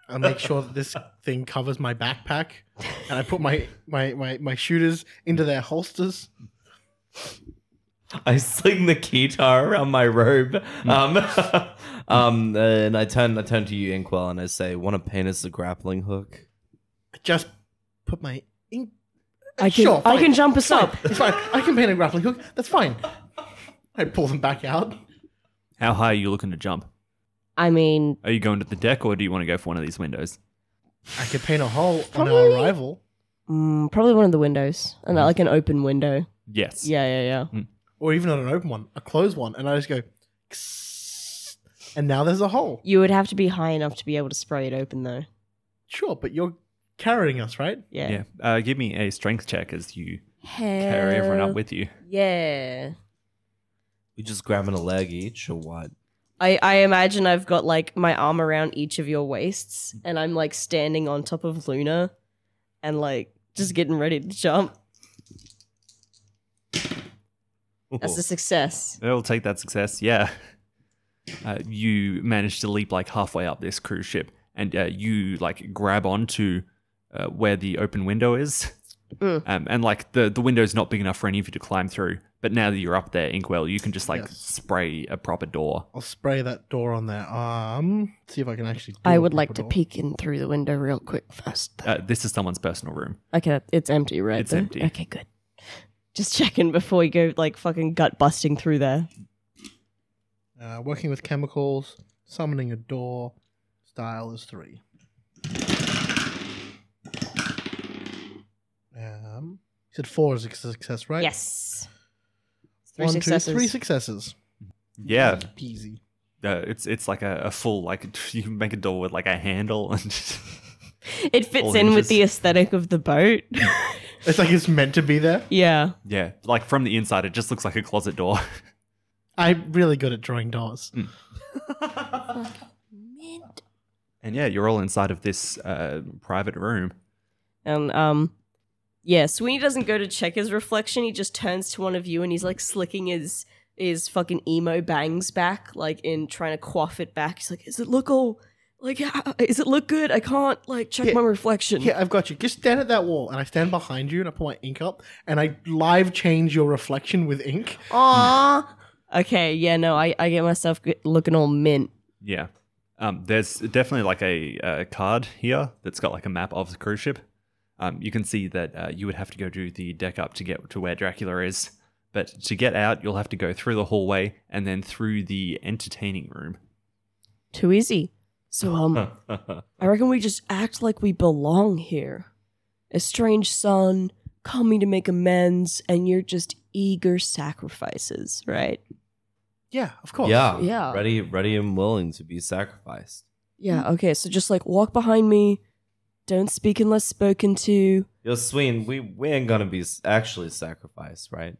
I make sure that this thing covers my backpack, and I put my my my, my shooters into their holsters.
I sling the guitar around my robe. Um, um, and I turn I turn to you, Inkwell, and I say, "Want to paint us a grappling hook?"
I just put my ink.
I can
Sure,
I
fine.
can jump us up.
It's fine. I can paint a grappling hook. That's fine. I pull them back out.
How high are you looking to jump?
I mean,
Are you going to the deck or do you want to go for one of these windows?
I could paint a hole on
Probably-
our arrival.
Mm, probably one of the windows, and like an open window.
Yes.
Mm-hmm. Yeah, yeah, yeah.
or even not an open one, a closed one, and I just go, and now there's a hole.
You would have to be high enough to be able to spray it open, though.
Sure, but you're carrying us, right?
Yeah.
Yeah. Uh, give me a strength check as you
Hell
carry everyone up with you.
Yeah.
We just grabbing a leg each or what?
I, I imagine I've got like my arm around each of your waists, and I'm like standing on top of Luna, and like just getting ready to jump. That's a success.
It'll take that success. Yeah. Uh, you manage to leap like halfway up this cruise ship, and uh, you like grab onto uh, where the open window is,
Mm.
um, and like the the window's not big enough for any of you to climb through. But now that you're up there, Inkwell, you can just like
Yes.
spray a proper door.
I'll spray that door on their arm. See if I can actually. Do
I
a
would
proper
like to
door.
peek in through the window real quick first.
Uh, this is someone's personal room.
Okay, that- it's empty, right?
It's
though?
empty.
Okay, good. Just checking before we go like fucking gut busting through there.
Uh, working with chemicals, summoning a door. Style is three. Um, you said four is a success, right?
Yes. Three
One, two,
successes.
three successes.
Yeah,
Easy.
uh, it's it's like a, a full like you can make a door with like a handle and
it fits
All
in
hinges.
with the aesthetic of the boat.
It's like it's meant to be there.
yeah.
yeah, like from the inside, it just looks like a closet door.
I'm really good at drawing doors.
And yeah, you're all inside of this uh, private room.
And um yeah, Sweeney doesn't go to check his reflection. He just turns to one of you and he's like slicking his his fucking emo bangs back, like in trying to quaff it back. He's like, "Is it look all like? how- Is it look good? I can't like check
Yeah.
my reflection."
Yeah, I've got you. Just stand at that wall, and I stand behind you, and I put my ink up, and I live change your reflection with ink.
Aww. Okay, yeah, no, I, I get myself g- looking all mint.
Yeah. Um, there's definitely like a, uh card here that's got like a map of the cruise ship. Um, you can see that uh, you would have to go to the deck up to get to where Dracula is. But to get out, you'll have to go through the hallway and then through the entertaining room.
Too easy. So, um, I reckon we just act like we belong here. Estranged son, coming to make amends, and you're just eager sacrifices, right?
Yeah, of course.
Yeah.
Yeah.
Ready, ready and willing to be sacrificed.
Yeah, Mm. okay, so just like walk behind me, don't speak unless spoken to.
Yo, Sween, we, we ain't gonna be s- actually sacrificed, right?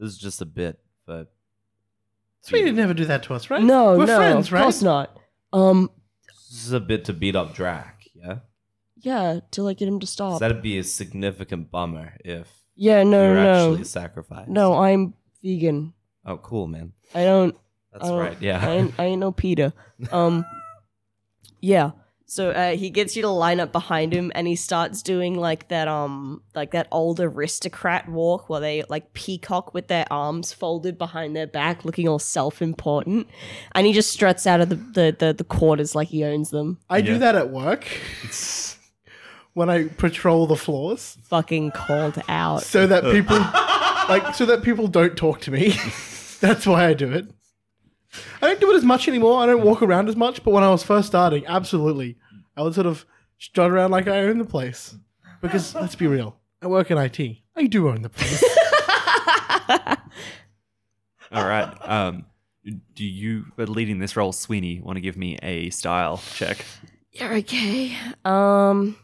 This is just a bit, but
Sweetie would never do that to us, right?
No,
We're
no,
friends,
of
right?
course not. Um,
this is a bit to beat up Drac, yeah?
yeah, till I get him to stop.
That'd be a significant bummer if
yeah,
we
Oh. no,
were
no,
actually
no.
sacrificed.
No, I'm vegan.
Oh, cool, man.
I don't
That's
I don't-
right, yeah.
I ain't, I ain't no Peter. Um, yeah. So uh, he gets you to line up behind him, and he starts doing like that, um, like that old aristocrat walk where they like peacock with their arms folded behind their back, looking all self-important, and he just struts out of the the, the, the quarters like he owns them.
I
Yeah.
do that at work when I patrol the floors,
Fucking called out.
so that people, like, so that people don't talk to me. That's why I do it. I don't do it as much anymore. I don't walk around as much. But when I was first starting, absolutely, I would sort of strut around like I own the place. Because let's be real, I work in IT. I do own the place.
All right. Um, do you, but leading this role, Sweeney, want to give me a style check?
You're okay. Um,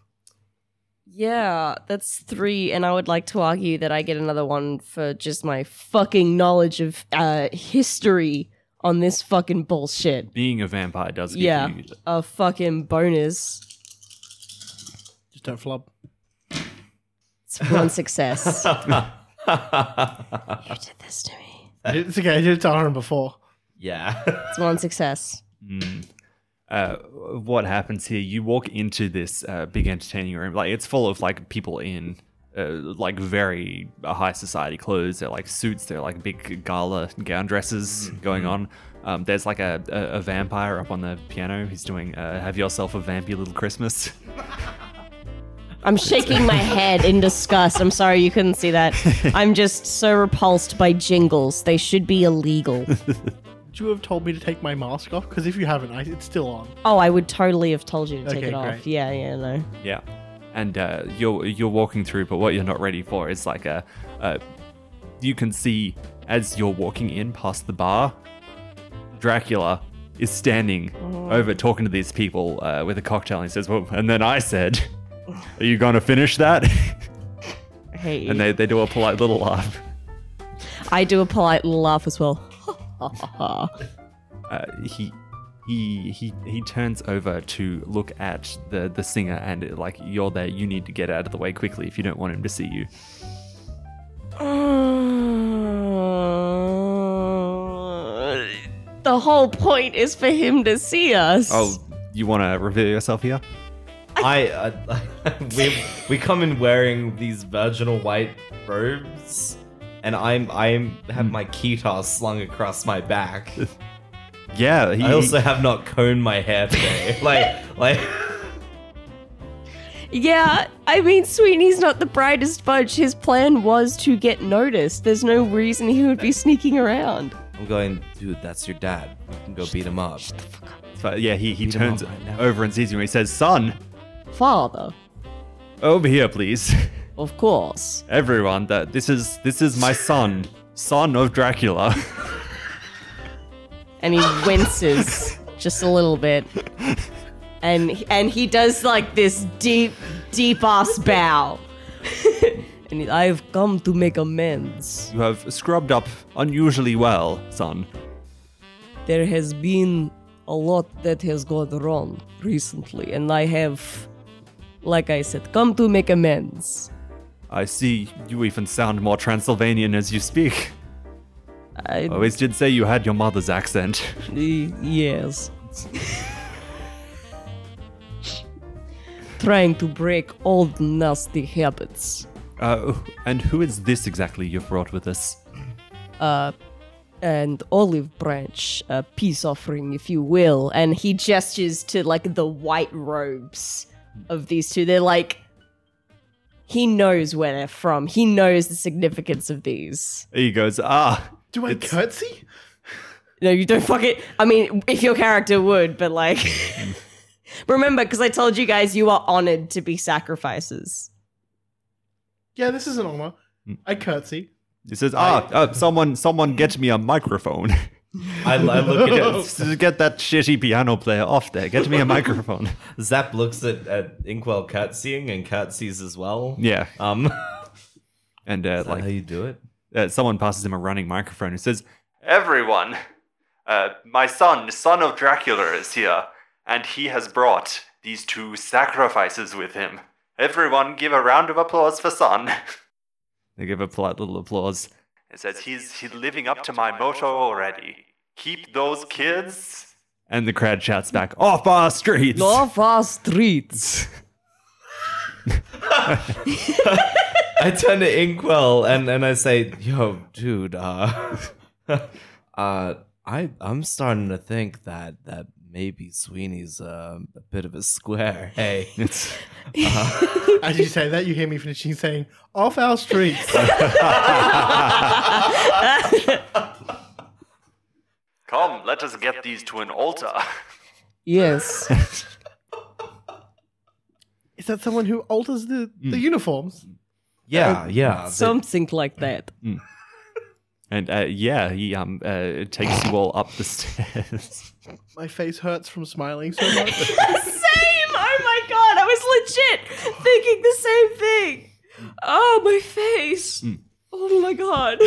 yeah, that's three, and I would like to argue that I get another one for just my fucking knowledge of uh, history on this fucking bullshit.
Being a vampire does give
Yeah,
you.
a fucking bonus.
Just don't flub.
It's one success. you did this to me.
It's okay. I did it to Aaron before.
yeah.
It's one success.
uh, what happens here. You walk into this uh, big entertaining room, like it's full of like people in uh, like very high society clothes. They're like suits. They're like big gala gown dresses going on. Um, there's like a, a, a vampire up on the piano. He's doing uh, "Have Yourself a Vampy Little Christmas."
I'm shaking my head in disgust. I'm sorry you couldn't see that. I'm just so repulsed by jingles. They should be illegal.
Would you have told me to take my mask off? Because if you haven't, I, it's still on.
Oh, I would totally have told you to take
Okay,
it off.
great.
Yeah, yeah, no.
yeah, and uh, you're you're walking through, but what you're not ready for is like a, a you can see as you're walking in past the bar, Dracula is standing over talking to these people uh, with a cocktail. And he says, "Well," and then I said, "Are you going to finish that?"
I hate you.
and they, they do a polite little laugh.
I do a polite little laugh as well.
Uh, he he he he turns over to look at the the singer and uh, like you're there. You need to get out of the way quickly if you don't want him to see you.
the whole point is for him to see us.
Oh, you want to reveal yourself here?
I, I, we we come in wearing these virginal white robes, and I'm I'm have my keytar slung across my back.
Yeah. He,
I also have not combed my hair today. like like
Yeah, I mean, Sweeney's not the brightest bunch. His plan was to get noticed. There's no reason he would be sneaking around.
I'm going, dude. That's your dad. You can go beat him up.
but yeah, he, he
him up
turns
right now.
over and sees you and he says, "Son,
Father,
over here, please."
of course.
Everyone, that this is this is my son, son of Dracula.
And he winces just a little bit. And and he does like this deep, deep ass bow. and he, I've come to make amends.
you have scrubbed up unusually well, son.
There has been a lot that has gone wrong recently, and I have, like I said, come to make amends.
I see you even sound more Transylvanian as you speak.
I,
I always did say you had your mother's accent.
Y- Yes. Trying to break old nasty habits.
Uh, and who is this exactly you've brought with us?
And olive branch, a peace offering, if you will. And he gestures to like the white robes of these two. They're like. He knows where they're from. He knows the significance of these.
He goes, ah,
Do I curtsy?
No, you don't fuck it. I mean, if your character would, but like. remember, because I told you guys you are honored to be sacrifices.
Yeah, this is an honor. I curtsy.
he says, ah, uh, someone, someone, get me a microphone.
I, I look at it.
get that shitty piano player off there. Get me a microphone.
Zap looks at, at Inkwell curtsying and curtsies as well.
yeah,
Um,
and uh,
like how
like
you do it?
uh, someone passes him a running microphone and says, Everyone, uh, my son, son of Dracula, is here, and he has brought these two sacrifices with him. Everyone, give a round of applause for son. they give a polite little applause. It says, He's, he's living up to my motto already. Keep those kids. And the crowd shouts back, Off our streets!
Off our streets.
I turn to Inkwell and, and I say, "Yo, dude, uh, uh, I I'm starting to think that that maybe Sweeney's uh, a bit of a square. Hey,
As you say that, you hear me finishing saying, off our streets.
Come, let us get these to an altar.
Yes.
is that someone who alters the, the uniforms?
yeah, yeah.
Something like that.
And uh, yeah, he um uh, takes you all up the stairs.
My face hurts from smiling so much.
same! Oh my god, I was legit thinking the same thing. Oh, my face. Oh my god.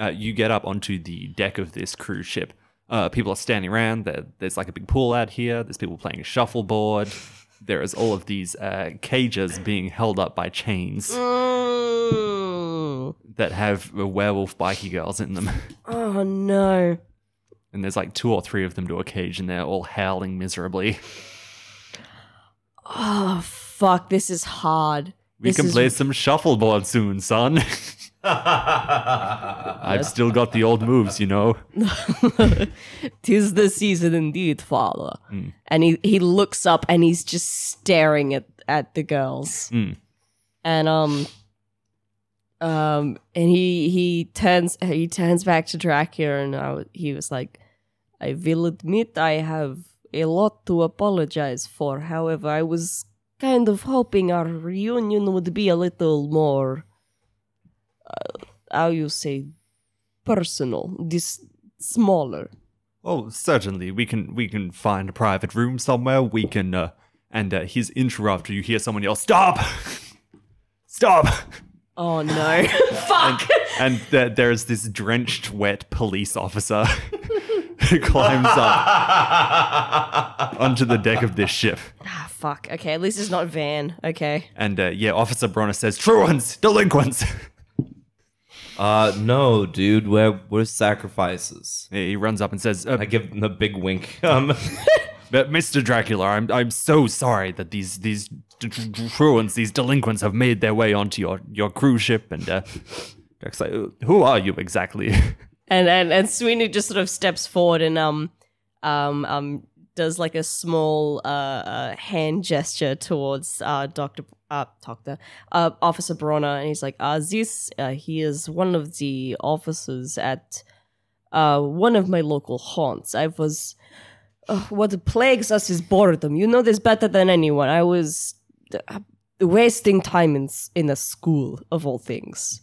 uh, you get up onto the deck of this cruise ship. Uh, people are standing around. There, there's like a big pool out here. There's people playing shuffleboard. There is all of these uh, cages being held up by chains
Mm.
that have werewolf bikie girls in them.
Oh no.
And there's like two or three of them to a cage, and they're all howling miserably.
Oh fuck, this is hard.
We
This
can
is-
play some shuffleboard soon, son. I've still got the old moves, you know.
Tis the season indeed, father. And he, he looks up and he's just staring at, at the girls.
Mm.
And um um and he he turns he turns back to Dracula and I, w- he was like I will admit I have a lot to apologize for. However, I was kind of hoping our reunion would be a little more, uh, how you say, personal, this smaller.
Oh, certainly. We can we can find a private room somewhere. We can uh, and uh, he's interrupted. You hear someone yell, "Stop! Stop!"
Oh no! Fuck!
And there, there is this drenched, wet police officer who climbs up onto the deck of this ship.
ah, fuck. Okay, at least it's not Van. Okay.
And uh, yeah, Officer Bronner says, "Truants, delinquents."
Uh, no, dude, we're we're sacrifices.
He runs up and says, uh,
I give them the big wink. Um,
But Mr. Dracula, I'm I'm so sorry that these these d- d- d- truants, these delinquents, have made their way onto your your cruise ship. And uh, Jack's like, who are you exactly?
and and and Sweeney just sort of steps forward and um um um does like a small uh, uh hand gesture towards uh Doctor uh Doctor uh Officer Bronner and he's like uh this uh, he is one of the officers at uh one of my local haunts I was uh, what plagues us is boredom you know this better than anyone I was uh, wasting time in s- in a school of all things.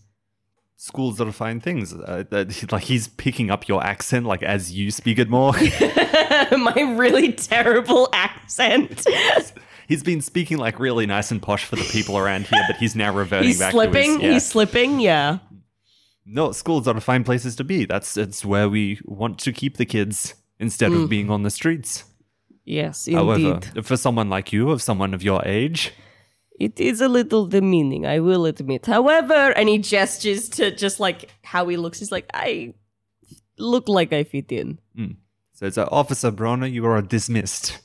Schools are fine things. Uh, that, like he's picking up your accent, like as you speak it more.
my really terrible accent.
he's been speaking like really nice and posh for the people around here, but he's now reverting
he's
back
slipping.
to his. yeah.
He's slipping. Yeah.
no, schools are fine places to be. That's it's where we want to keep the kids instead of being on the streets.
Yes,
However,
Mm. indeed.
for someone like you, of someone of your age.
It is a little demeaning, I will admit. However, and he gestures to just like how he looks. He's like, I look like I fit in.
So it's like, Officer Bronner, you are dismissed.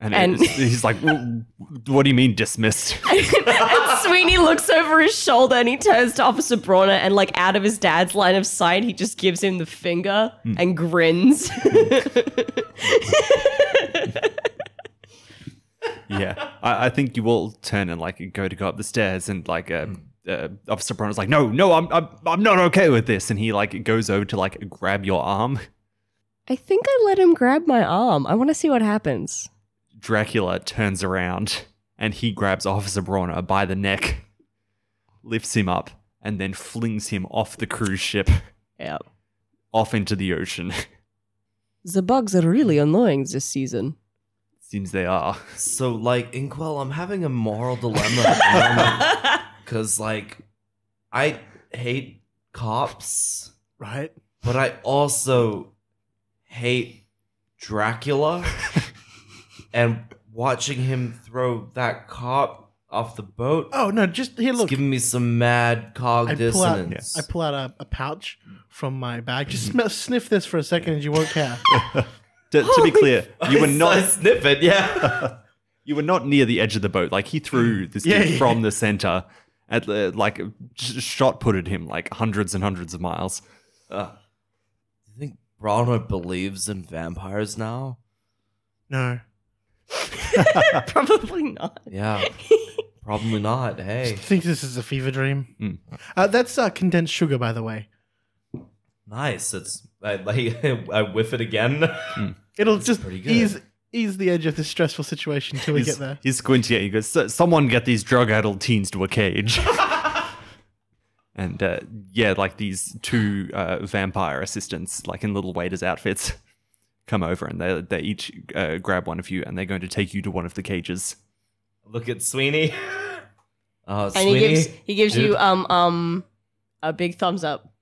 And,
And-
it's- he's like, "Wh- what do you mean dismissed?
and Sweeney looks over his shoulder and he turns to Officer Brawner and like out of his dad's line of sight, he just gives him the finger
Hmm.
and grins.
yeah. I, I think you all turn and like go to go up the stairs and like uh, uh, Officer Bronner's like, no, no, I'm, I'm, I'm not okay with this. And he like goes over to like grab your arm.
I think I let him grab my arm. I want to see what happens.
Dracula turns around and he grabs Officer Bronner by the neck, lifts him up, and then flings him off the cruise ship,
Yeah.
off into the ocean.
The bugs are really annoying this season.
Seems they are.
so, like, Inkwell, I'm having a moral dilemma because, like, I hate cops,
right?
but I also hate Dracula, and watching him throw that cop off the boat.
Oh no, just here.
It's
Look,
giving me some mad cog
I pull out.
dissonance.
I pull out a, a pouch from my bag. Just sm- sniff this for a second, and you won't care.
To, to be clear, you were
I
not
sniff it, yeah.
you were not near the edge of the boat. Like he threw this
Yeah,
thing
yeah.
from the center at the, like sh- shot putted him like hundreds and hundreds of miles.
you think Bronner believes in vampires now?
no,
Probably not.
Yeah. Probably not. Hey,
think this is a fever dream.
Mm.
Uh, that's uh, condensed sugar, by the way.
nice. It's I, I, I whiff it again.
It'll just
pretty good.
ease ease the edge of this stressful situation till we
He's,
get there.
he's squinting at you. He goes, "So- "Someone get these drug-addled teens to a cage." and uh, yeah, like these two uh, vampire assistants, like in little waiters outfits, come over and they they each uh, grab one of you and they're going to take you to one of the cages.
Look at Sweeney. Uh,
And
Sweeney.
he gives he gives you
dude.
um um a big thumbs up.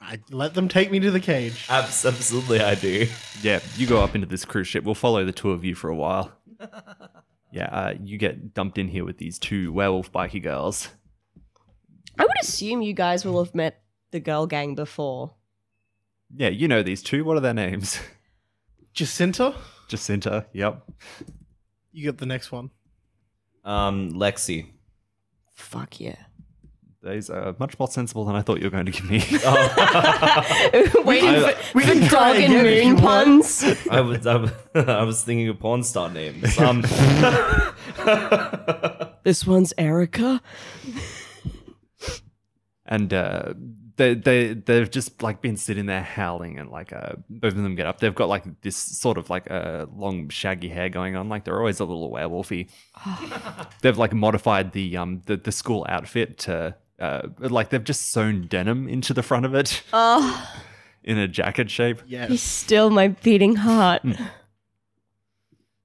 I let them take me to the cage.
Abs- absolutely, I do.
Yeah, you go up into this cruise ship. We'll follow the two of you for a while. Yeah, uh, you get dumped in here with these two werewolf bikie girls.
I would assume you guys will have met the girl gang before.
Yeah, you know these two. What are their names?
Jacinta,
Jacinta. Yep.
you get the next one.
Um, Lexi.
Fuck yeah.
These are much more sensible than I thought you were going to give me.
Waiting
I-
for,
we
for
can try
dog and
again if you
moon
want.
puns.
I was I was, I was thinking of porn star names. Um,
This one's Erica.
and uh, they they they've just like been sitting there howling and like uh both of them get up. They've got like this sort of like a uh, long shaggy hair going on. Like they're always a little werewolfy. they've like modified the um the, the school outfit to uh like they've just sewn denim into the front of it
Oh,
in a jacket shape.
he's
Yes.
still my beating heart.
Mm.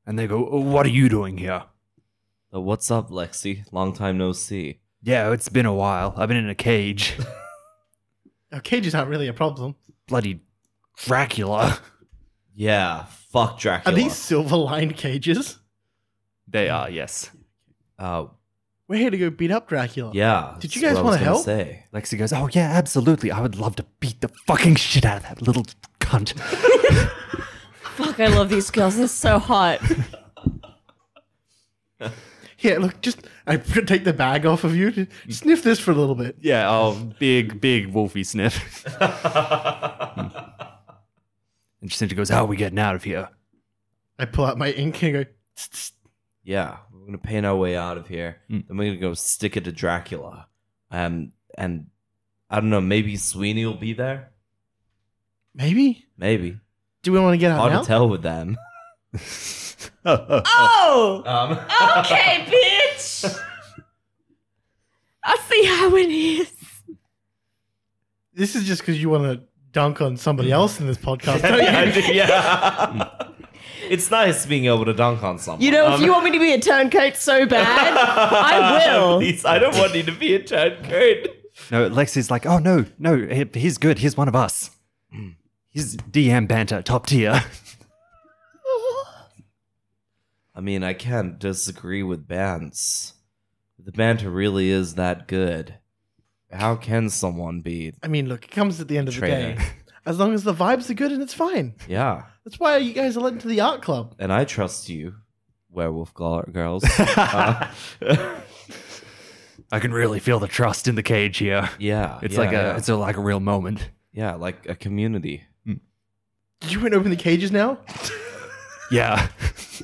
And they go, oh, "What are you doing here?"
Uh, what's up, Lexi? Long time no see.
Yeah, it's been a while. I've been in a cage.
Now, cages aren't really a problem.
Bloody Dracula.
Yeah, fuck
Are
Dracula.
these silver lined cages?
They are, yes.
Uh,
We're here to go beat up Dracula.
yeah.
Did you
that's
guys
what I
wanna
was gonna
help?
Say.
Lexi goes, Oh, yeah, absolutely. I would love to beat the fucking shit out of that little cunt.
Fuck, I love these girls. They're so hot.
Yeah, look, just I take the bag off of you. Just Sniff this for a little bit.
yeah, oh, big, big wolfy sniff. and Jacinta goes, How are we getting out of here?
I pull out my ink and I go, "Tss, tss."
Yeah, we're gonna paint our way out of here.
Hmm.
Mm.
Then we're gonna go stick it to Dracula. Um, and I don't know. Maybe Sweeney will be there.
maybe.
Maybe.
Do we want to get out
Hard
now?
to tell with them.
Oh!
Um,
Okay, bitch! I see how it is.
This is just because you want to dunk on
Mm.
somebody else in this podcast, don't you?
yeah, I do, yeah. it's nice being able to dunk on someone.
You
Um,
know, if you want me to be a turncoat so bad, I will.
Please, I don't want you to be a turncoat.
No, Lexi's like, Oh, no, no, he- he's good. He's one of us. Hmm. He's DM banter, top tier.
I mean, I can't disagree with bands. The banter really is that good. How can someone be?
I mean, look, it comes at the end of
Traitor.
the day. As long as the vibes are good and it's fine.
Yeah,
That's why you guys are let into the art club.
and I trust you, werewolf gol- girls.
Uh-huh.
Uh,
I can really feel the trust in the cage here.
yeah,
It's
yeah,
like a,
yeah.
it's a, like a real moment.
yeah, like a community.
Did you want to open the cages now?
Yeah.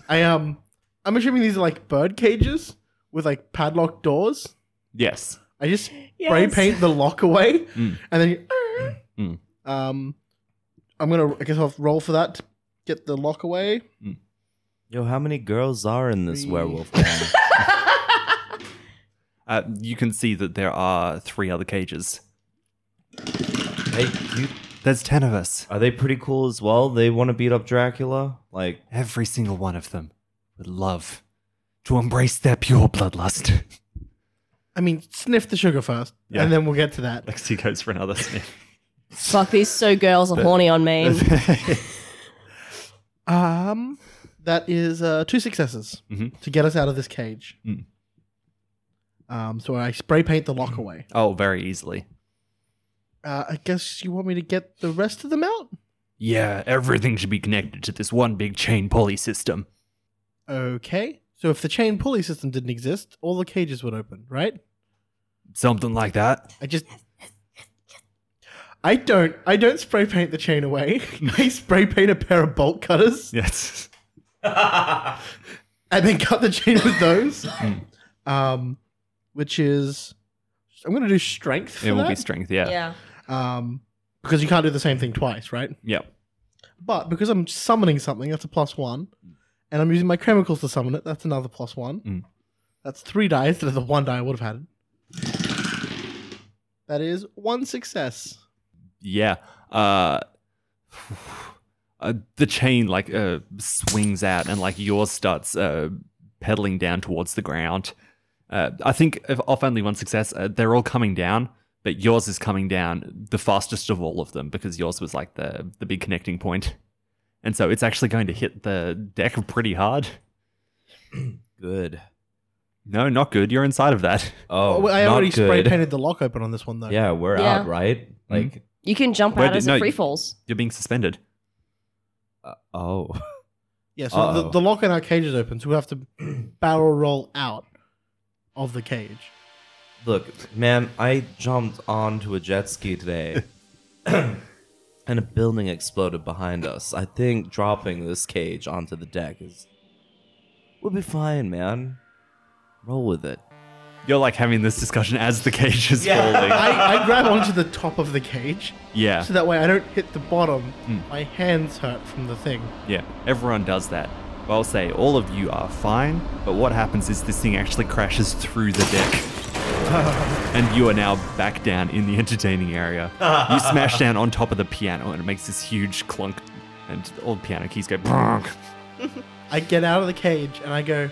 I um, I'm assuming these are like bird cages with like padlocked doors.
yes.
I just spray paint the lock away, and then you,
Mm.
um, I'm gonna I guess I'll roll for that to get the lock away.
Yo, how many girls are in this
Three.
werewolf band?
Uh, you can see that there are three other cages.
hey, you,
There's 10 of us.
are they pretty cool as well? They want to beat up Dracula. Like,
Every single one of them would love to embrace their pure bloodlust.
I mean, sniff the sugar first,
Yeah.
and then we'll get to that.
Lexi goes for another sniff.
Fuck, these so girls are horny on me.
Um, that is uh, two successes
Mhm.
to get us out of this cage.
Mm.
Um, so I spray paint the lock away.
oh, very easily.
Uh, I guess you want me to get the rest of them out.
Yeah, everything should be connected to this one big chain pulley system.
Okay. So if the chain pulley system didn't exist, all the cages would open, right?
Something like that.
I just I don't I don't spray paint the chain away. I spray paint a pair of bolt cutters
Yes.
and then cut the chain with those.
Hmm.
um which is I'm gonna do strength for
It will
that.
be strength, yeah.
Yeah.
um because you can't do the same thing twice, right?
Yep.
But because I'm summoning something, that's a plus one. And I'm using my chemicals to summon it, that's another plus one.
Mm.
That's three die instead of the one die I would have had. That is one success.
yeah uh, uh the chain like uh swings out and like yours starts uh pedaling down towards the ground uh i think if off only one success uh, they're all coming down but yours is coming down the fastest of all of them because yours was like the the big connecting point and so it's actually going to hit the deck pretty hard
good.
no not good you're inside of that
Oh,
Well, I
not
already
good.
spray painted the lock open on this one though.
Yeah, we're
Yeah.
out, right? Like,
You can jump
Where
out
did-
as
no,
it free
you-
falls.
you're being suspended
oh,
Yeah, so the,
Uh-oh.
the lock in our cage is open, so we have to barrel roll out of the cage.
look, man, I jumped onto a jet ski today, and a building exploded behind us. I think dropping this cage onto the deck is, we'll be fine, man. Roll with it.
You're like having this discussion as the cage is falling.
I, I grab onto the top of the cage
Yeah.
so that way I don't hit the bottom.
Mm.
My hands hurt from the thing.
Yeah, everyone does that. Well, I'll say all of you are fine, but what happens is this thing actually crashes through the deck. and you are now back down in the entertaining area. you smash down on top of the piano and it makes this huge clunk, and all the piano keys go. "Bronk."
I get out of the cage and I go,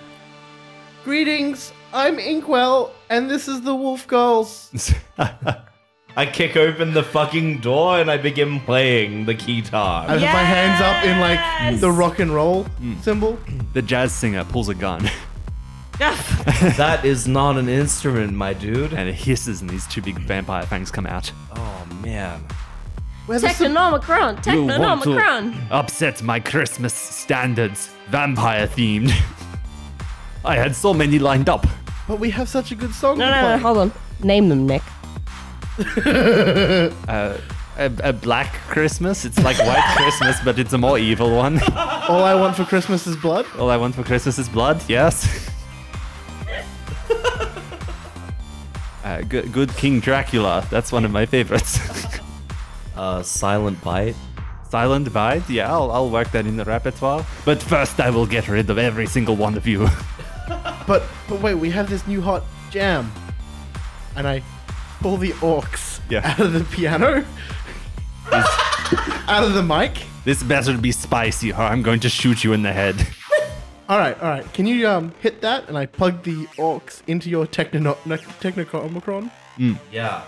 Greetings, I'm Inkwell, and this is the Wolf Girls.
I kick open the fucking door and I begin playing the
I
guitar.
put my hands up in like the rock and roll symbol.
the jazz singer pulls a gun
that is not an instrument, my dude.
and it hisses, and these two big vampire fangs come out.
Oh man.
Where the sub-
Technonomicron, Technonomicron.
upset my Christmas standards, vampire themed. I had so many lined up.
but we have such a good song.
No,
to
no, no,
play.
hold on. Name them, Nick.
a, a black Christmas. It's like white Christmas, but it's a more evil one.
All I want for Christmas is blood.
All I want for Christmas is blood. Yes. uh, good, good King Dracula. That's one of my favorites.
Uh, silent bite.
Silent Bite. Yeah, I'll, I'll work that in the repertoire. But first, I will get rid of every single one of you.
But but wait, we have this new hot jam. And I pull the orcs
Yeah.
out of the piano. out of the mic.
this better be spicy, or I'm going to shoot you in the head.
Alright, alright. Can you um hit that? And I plug the orcs into your techno technocomicron.
Yeah.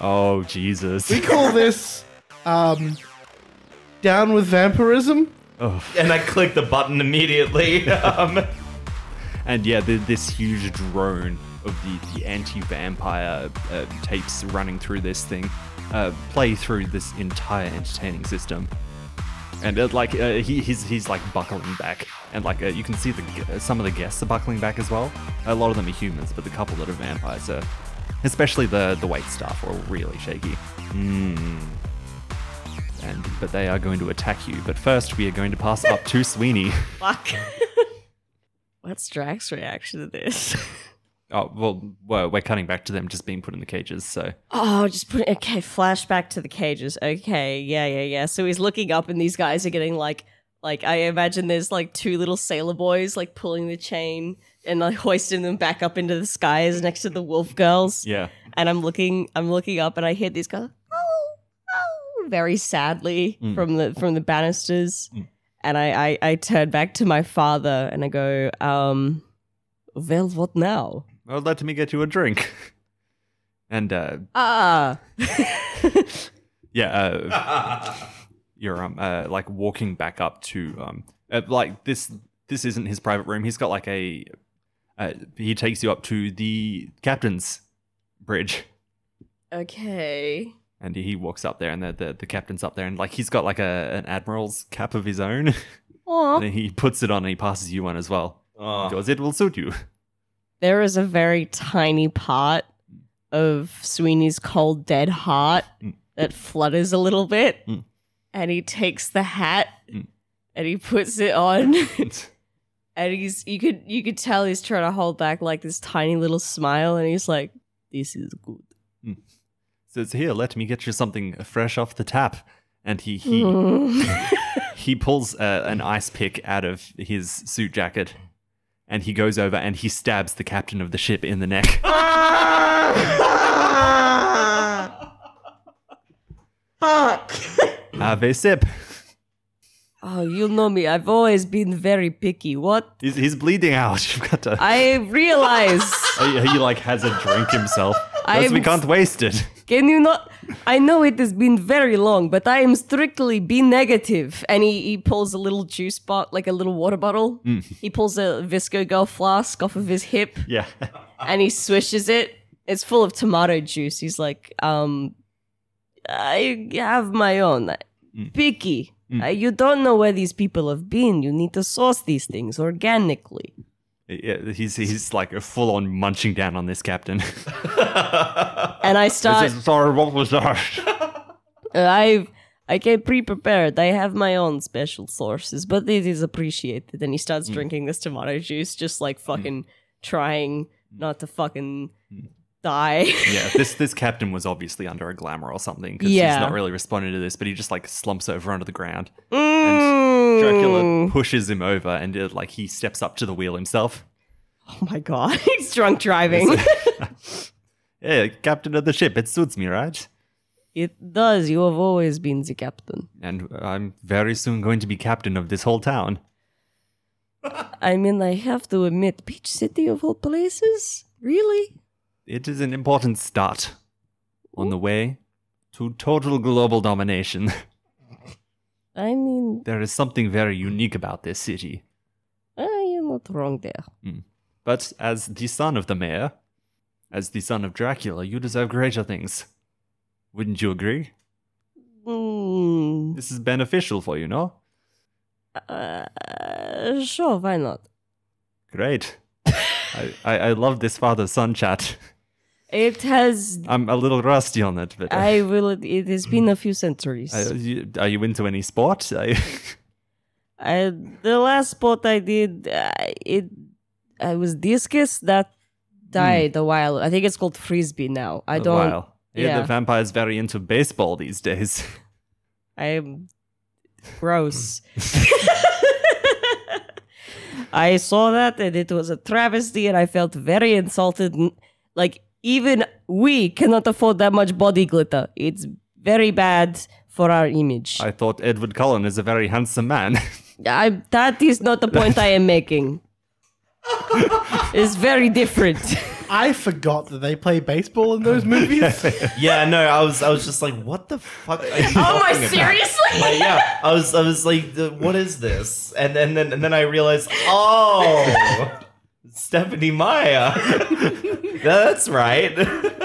Oh Jesus!
We call this um Down with Vampirism.
And I click the button immediately. um,
And yeah, the, this huge drone of the, the anti vampire uh, tapes running through this thing uh, play through this entire entertaining system. And it, like uh, he, he's he's like buckling back, and like uh, you can see the gu- some of the guests are buckling back as well. A lot of them are humans, but the couple that are vampires are, especially the the wait staff, are really shaky. Mm. And but they are going to attack you. But first, we are going to pass up to Sweeney.
Fuck. What's Drax's reaction to this?
Oh well, well, we're cutting back to them just being put in the cages. So
Oh, just put okay. Flashback to the cages. Okay, yeah, yeah, yeah. So he's looking up, and these guys are getting like, like I imagine there's like two little sailor boys like pulling the chain and like hoisting them back up into the skies next to the wolf girls.
yeah,
And I'm looking, I'm looking up, and I hear these guys, oh, oh, very sadly
Mm.
from the from the banisters.
Mm.
And I, I I turn back to my father, and I go, um, well, what now?
well, let me get you a drink. And uh,
Ah.
yeah, uh, you're um uh, like walking back up to um uh, like this. This isn't his private room. He's got like a. Uh, he takes you up to the captain's bridge,
okay.
and he walks up there, and the the, the captain's up there, and like he's got like a an admiral's cap of his own,
Aw.
and he puts it on, and he passes you one as well.
oh.
Because it will suit you.
there is a very tiny part of Sweeney's cold dead heart
Mm.
that flutters a little bit,
Mm.
and he takes the hat
Mm.
and he puts it on, and he's you could you could tell he's trying to hold back like this tiny little smile, and he's like, "This is good."
says, "Here, let me get you something fresh off the tap." And he he he pulls uh, an ice pick out of his suit jacket, and he goes over and he stabs the captain of the ship in the neck. Have a sip.
oh, you know me. I've always been very picky. What
He's, he's bleeding out. You've got to.
I realize.
he, he, like has a drink himself. Because
I'm-
we can't waste it.
Can you not? I know it has been very long, but I am strictly B negative. And he, he pulls a little juice bot, like a little water bottle. He pulls a Visco Girl flask off of his hip
Yeah.
and he swishes it. It's full of tomato juice. He's like, um, I have my own. Picky. Uh, you don't know where these people have been. You need to source these things organically.
Yeah, he's he's like full on munching down on this captain.
And I start.
This is- sorry, what was that?
Uh, I I came pre-prepared. I have my own special sources,
Hmm.
but it is appreciated. And he starts drinking this tomato juice, just like fucking trying not to fucking
Hmm.
die.
Yeah, this this captain was obviously under a glamour or something because
Yeah.
he's not really responding to this, but he just like slumps over onto the ground.
Mm.
Dracula pushes him over and uh, like he steps up to the wheel himself.
Oh my god, he's drunk driving.
Yeah, captain of the ship, it suits me, right?
it does. You have always been the captain.
And I'm very soon going to be captain of this whole town.
I mean, I have to admit, Peach City of all places, really?
It is an important start on the way to total global domination.
I mean,
there is something very unique about this city.
uh, you're not wrong there.
But as the son of the mayor, as the son of Dracula, you deserve greater things. Wouldn't you agree?
Mm,
This is beneficial for you, no?
uh, sure, why not?
Great. I, I, I love this father son chat.
It has.
I'm a little rusty on it, but.
I will. It has been a few centuries.
I- you- are you into any sport? I,
I, the last spot I did, I, it, I was discus that died a while. I think it's called frisbee now. I
Hmm. a
don't.
while. Yeah,
yeah.
the vampire's very into baseball these days.
I'm gross. I saw that and it was a travesty, and I felt very insulted. N- Like even we cannot afford that much body glitter. It's very bad for our image.
I thought Edward Cullen is a very handsome man. Uh,
I, that is not the point I am making. it's very different.
I forgot that they play baseball in those movies.
Yeah, no, I was I was just like, what the fuck? Are you
oh my,
talking about?
seriously?
Like, yeah, I was I was like, the- what is this? And then then and then I realized, oh, Stephanie Maya. That's right.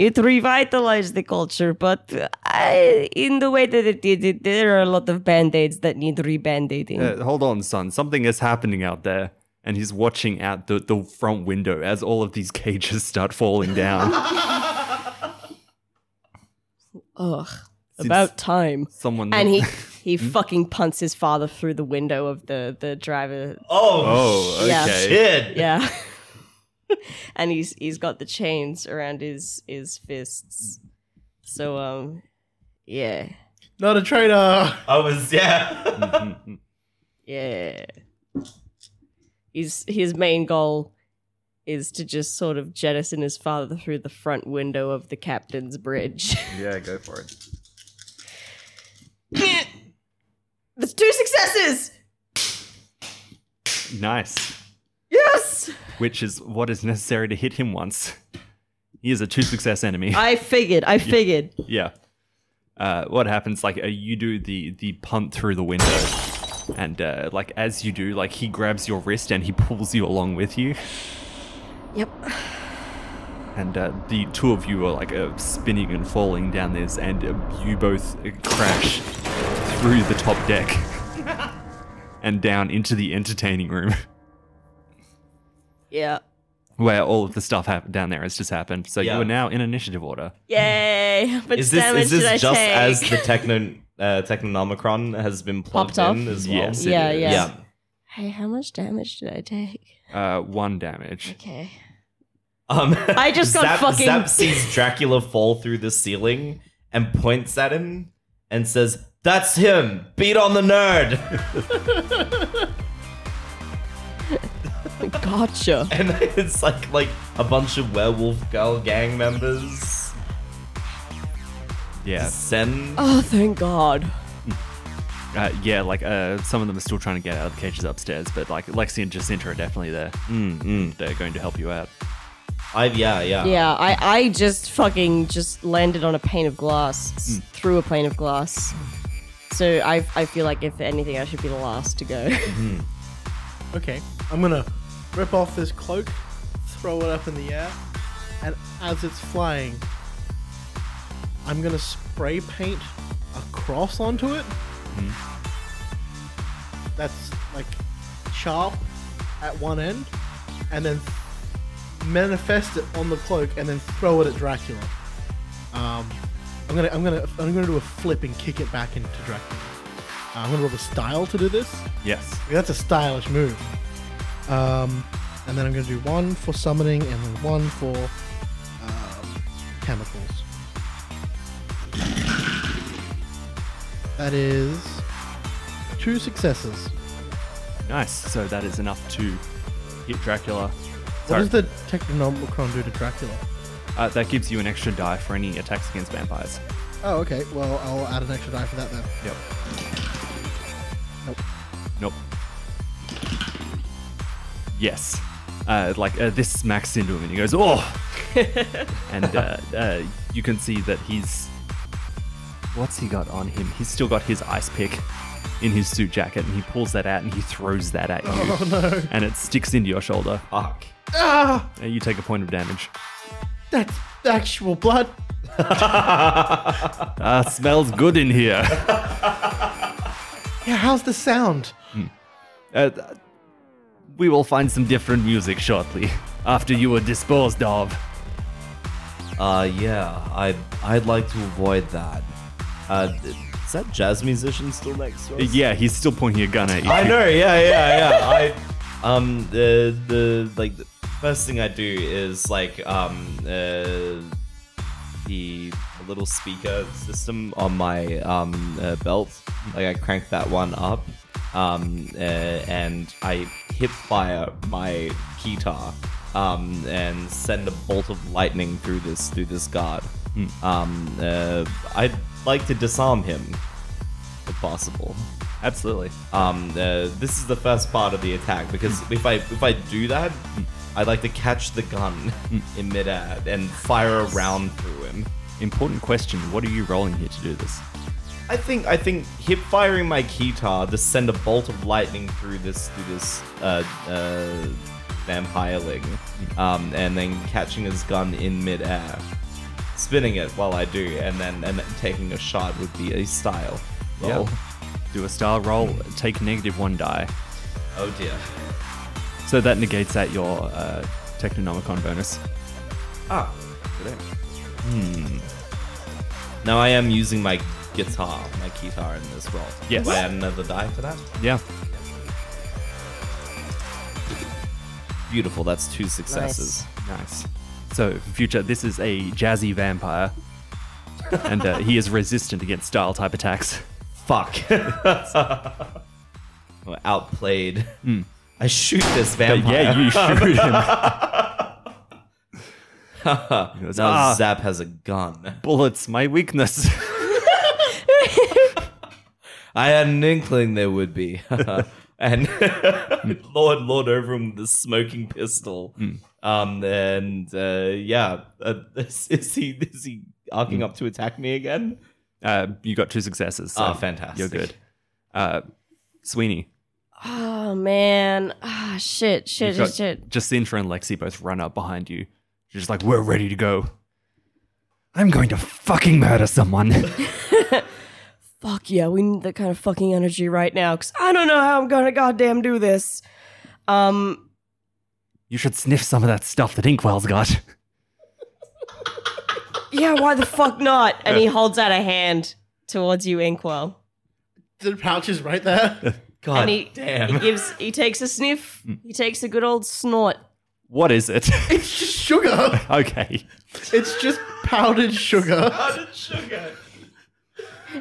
It revitalized the culture, but I, in the way that it did it, there are a lot of band aids that need reband-aiding.
Uh, hold on, son. Something is happening out there. And he's watching out the, the front window as all of these cages start falling down.
Ugh. About time.
Someone
And he he
Hmm?
fucking punts his father through the window of the, the driver.
Oh,
Oh, okay.
Yeah.
shit.
Yeah. and he's he's got the chains around his his fists. So um yeah.
Not a traitor.
I was yeah.
Yeah. His his main goal is to just sort of jettison his father through the front window of the captain's bridge.
Yeah, go for it.
That's two successes.
Nice.
Yes.
Which is what is necessary to hit him once. He is a two success enemy.
I figured. I figured.
yeah. Uh, what happens? Like uh, you do the the punt through the window, and uh, like as you do, like he grabs your wrist and he pulls you along with you,
Yep.
and uh, the two of you are like uh, spinning and falling down this, and uh, you both uh, crash through the top deck and down into the entertaining room
Yeah.
where all of the stuff hap- down there has just happened. So
Yeah.
you are now in initiative order.
Yay! But
Is this
damage
is this
did I
just
take?
as the techno uh, Technonomicron has been plugged
Popped off?
in as well?
Yes, it
Yeah,
is.
yeah.
Yeah.
Hey, how much damage did I take?
Uh, one damage.
Okay.
Um,
I just got
Zap,
fucking-
Zap sees Dracula fall through the ceiling and points at him and says, "That's him. Beat on the nerd."
Gotcha.
And it's like like a bunch of werewolf girl gang members
Yeah.
send.
oh, thank God.
Uh, yeah, like uh, some of them are still trying to get out of the cages upstairs, but like Lexi and Jacinta are definitely there. Mm, mm. They're going to help you out.
I yeah yeah.
Yeah, I, I just fucking just landed on a pane of glass
Hmm.
s through a pane of glass. So I I feel like if anything, I should be the last to go.
Mm-hmm.
Okay, I'm gonna rip off this cloak, throw it up in the air, and as it's flying, I'm gonna spray paint a cross onto it. That's like sharp at one end, and then manifest it on the cloak, and then throw it at Dracula. Um, I'm gonna I'm gonna I'm gonna do a flip and kick it back into Dracula. Uh, I'm gonna roll a style to do this.
Yes.
That's a stylish move. Um, and then I'm going to do one for summoning and then one for um, chemicals. That is two successes.
Nice. So that is enough to hit Dracula.
What
Sorry,
does the Technomicron do to Dracula?
uh, that gives you an extra die for any attacks against vampires.
Oh, okay. Well, I'll add an extra die for that then.
Yep.
Nope.
Nope. Yes. Uh, like uh, this smacks into him and he goes, oh! and uh, uh, you can see that he's. What's he got on him? He's still got his ice pick in his suit jacket and he pulls that out and he throws that at you. Oh no. And it sticks into your shoulder.
Fuck.
And you take a point of damage.
That's actual blood.
Uh, smells good in here.
Yeah, how's the sound?
Uh, th- we will find some different music shortly after you are disposed of.
Uh, yeah, I'd, I'd like to avoid that. Uh, d- is that jazz musician still next to us?
Yeah, he's still pointing a gun at you.
I know. Yeah, yeah, yeah. I um the the like the first thing I do is like um uh, the little speaker system on my um uh, belt. Like I crank that one up. Um uh, and I hip fire my guitar. Um and send a bolt of lightning through this through this guard. Um uh, I'd like to disarm him if possible
Absolutely.
um, uh, this is the first part of the attack because if I if I do that, I'd like to catch the gun in midair and fire a round through him.
Important question. What are you rolling here to do this?
I think I think hip firing my guitar to send a bolt of lightning through this through this uh, uh, vampire ling, um, and then catching his gun in midair, spinning it while I do, and then and then taking a shot would be a style. Oh, Roll.
Do a star roll, take negative one die.
Oh dear.
So that negates out your uh, Technonomicon bonus.
Ah. Hmm. Now I am using my guitar, my guitar in this role.
Yes.
Do I add another die for that?
Yeah.
Beautiful. That's two successes.
Nice. So, for future, this is a jazzy vampire. and uh, he is resistant against style type attacks.
Fuck. We're outplayed. I shoot this
But
vampire.
Hmm. yeah, you shoot him. He goes,
now
"Ah,
Zap has a gun.
bullets, my weakness.
I had an inkling there would be. and
Hmm.
Lord, Lord over him with the smoking pistol. Um, and uh, yeah, uh, is, is he is he
Hmm.
arcing up to attack me again?
Uh, you got two successes. So
Oh, fantastic.
You're good. Uh, Sweeney.
Oh man. Ah shit, shit,
you've
shit, shit.
got Jacinta and Lexi both run up behind you. She's just like, we're ready to go. I'm going to fucking murder someone.
Fuck yeah, we need that kind of fucking energy right now, cause I don't know how I'm gonna goddamn do this. Um
you should sniff some of that stuff that Inkwell's got.
yeah, why the fuck not? And he holds out a hand towards you, Inkwell.
The pouch is right there.
God
and he, he
damn. Hmm.
gives he takes a sniff, he takes a good old snort.
What is it?
it's just sugar.
okay.
It's just powdered sugar.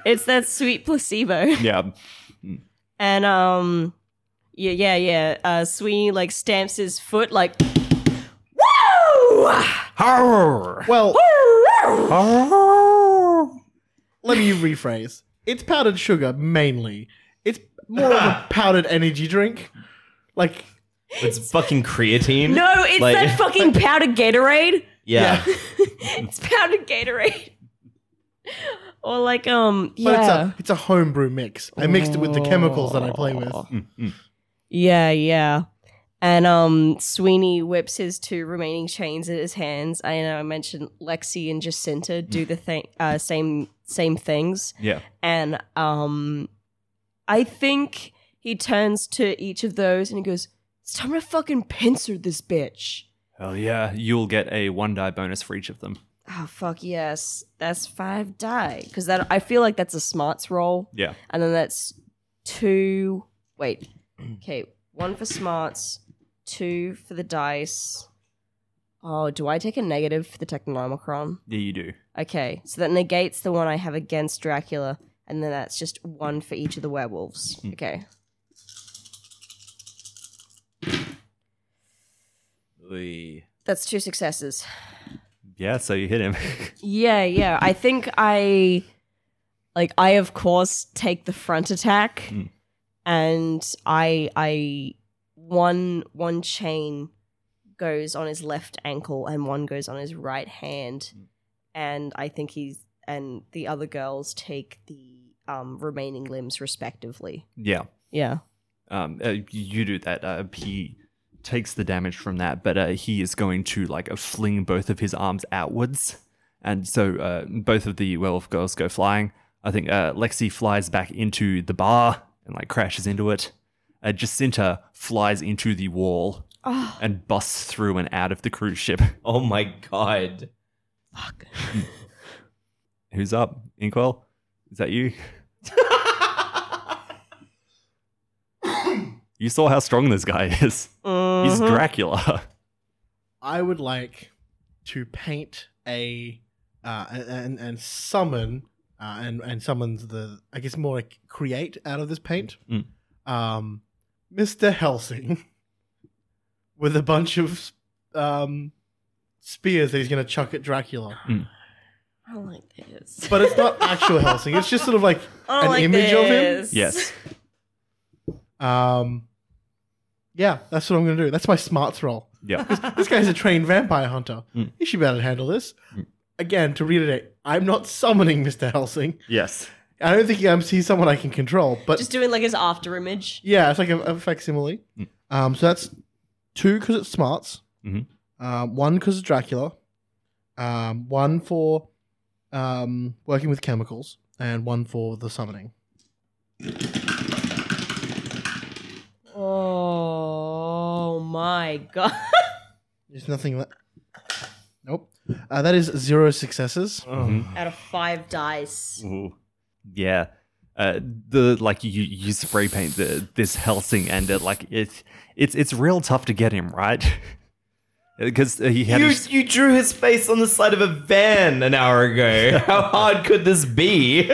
It's that sweet placebo.
Yeah.
And um yeah, yeah, yeah. Uh Sweeney like stamps his foot like Woo!
Arr!
Well, let me rephrase. It's powdered sugar mainly. It's more of a powdered energy drink. Like,
It's fucking creatine.
No, it's
Like-
that fucking powdered Gatorade.
Yeah.
It's powdered Gatorade. Or like um
but
yeah.
it's a it's a homebrew mix. I mixed it with the chemicals that I play with.
Mm,
yeah, yeah. And um Sweeney whips his two remaining chains in his hands. I know I mentioned Lexi and Jacinta do the thing uh same same things.
Yeah.
And um I think he turns to each of those and he goes, It's time to fucking pincer this bitch.
Hell yeah. You'll get a one die bonus for each of them.
Oh fuck yes. That's five die. Cause that I feel like that's a smarts roll.
Yeah.
And then that's two wait. Okay, one for smarts, two for the dice. Oh, do I take a negative for the Technomicron?
Yeah, you do.
Okay, so that negates the one I have against Dracula, and then that's just one for each of the werewolves. Okay.
Oy.
That's two successes.
Yeah, so you hit him.
Yeah, yeah. I think I like I of course take the front attack
Hmm.
Mm.
and I I one one chain goes on his left ankle and one goes on his right hand
Hmm.
and I think he's and the other girls take the um remaining limbs respectively.
yeah.
Yeah.
um, uh, you do that. Uh, he takes the damage from that, but uh, he is going to like uh, fling both of his arms outwards, and so uh, both of the werewolf girls go flying. I think uh, Lexi flies back into the bar and like crashes into it. Uh, Jacinta flies into the wall and busts through and out of the cruise ship.
Oh my god.
Fuck.
Who's up? Inkwell? Is that you? you saw how strong this guy is. He's
Mhm.
Dracula.
I would like to paint a uh, and and summon uh, and and summons the I guess more like create out of this paint,
Mm.
um, Mister Helsing, with a bunch of um, spears that he's going to chuck at Dracula.
I don't like this.
But it's not actual Helsing; it's just sort of like
I don't
an
like
image of him?
this.
Yes.
um, yeah, that's what I'm going to do. That's my smarts roll.
Yeah.
this guy's a trained vampire hunter.
Mm.
He should be able to handle this. Again, to reiterate, I'm not summoning Mr. Helsing.
yes.
I don't think I'm, he's someone I can control, but
Just doing like his after image.
yeah, it's like a, a facsimile.
Mm.
Um, so that's two because it's smarts,
Mhm.
um, one because it's Dracula, um, one for um, working with chemicals, and one for the summoning.
Oh my god.
There's nothing left. Nope. Oh. Uh, that is zero successes.
Out of five dice.
Ooh. Yeah. Uh, the like you you spray paint the this Helsing and it like it it's it's real tough to get him right because he had
You,
his-
you drew his face on the side of a van an hour ago. How hard could this be?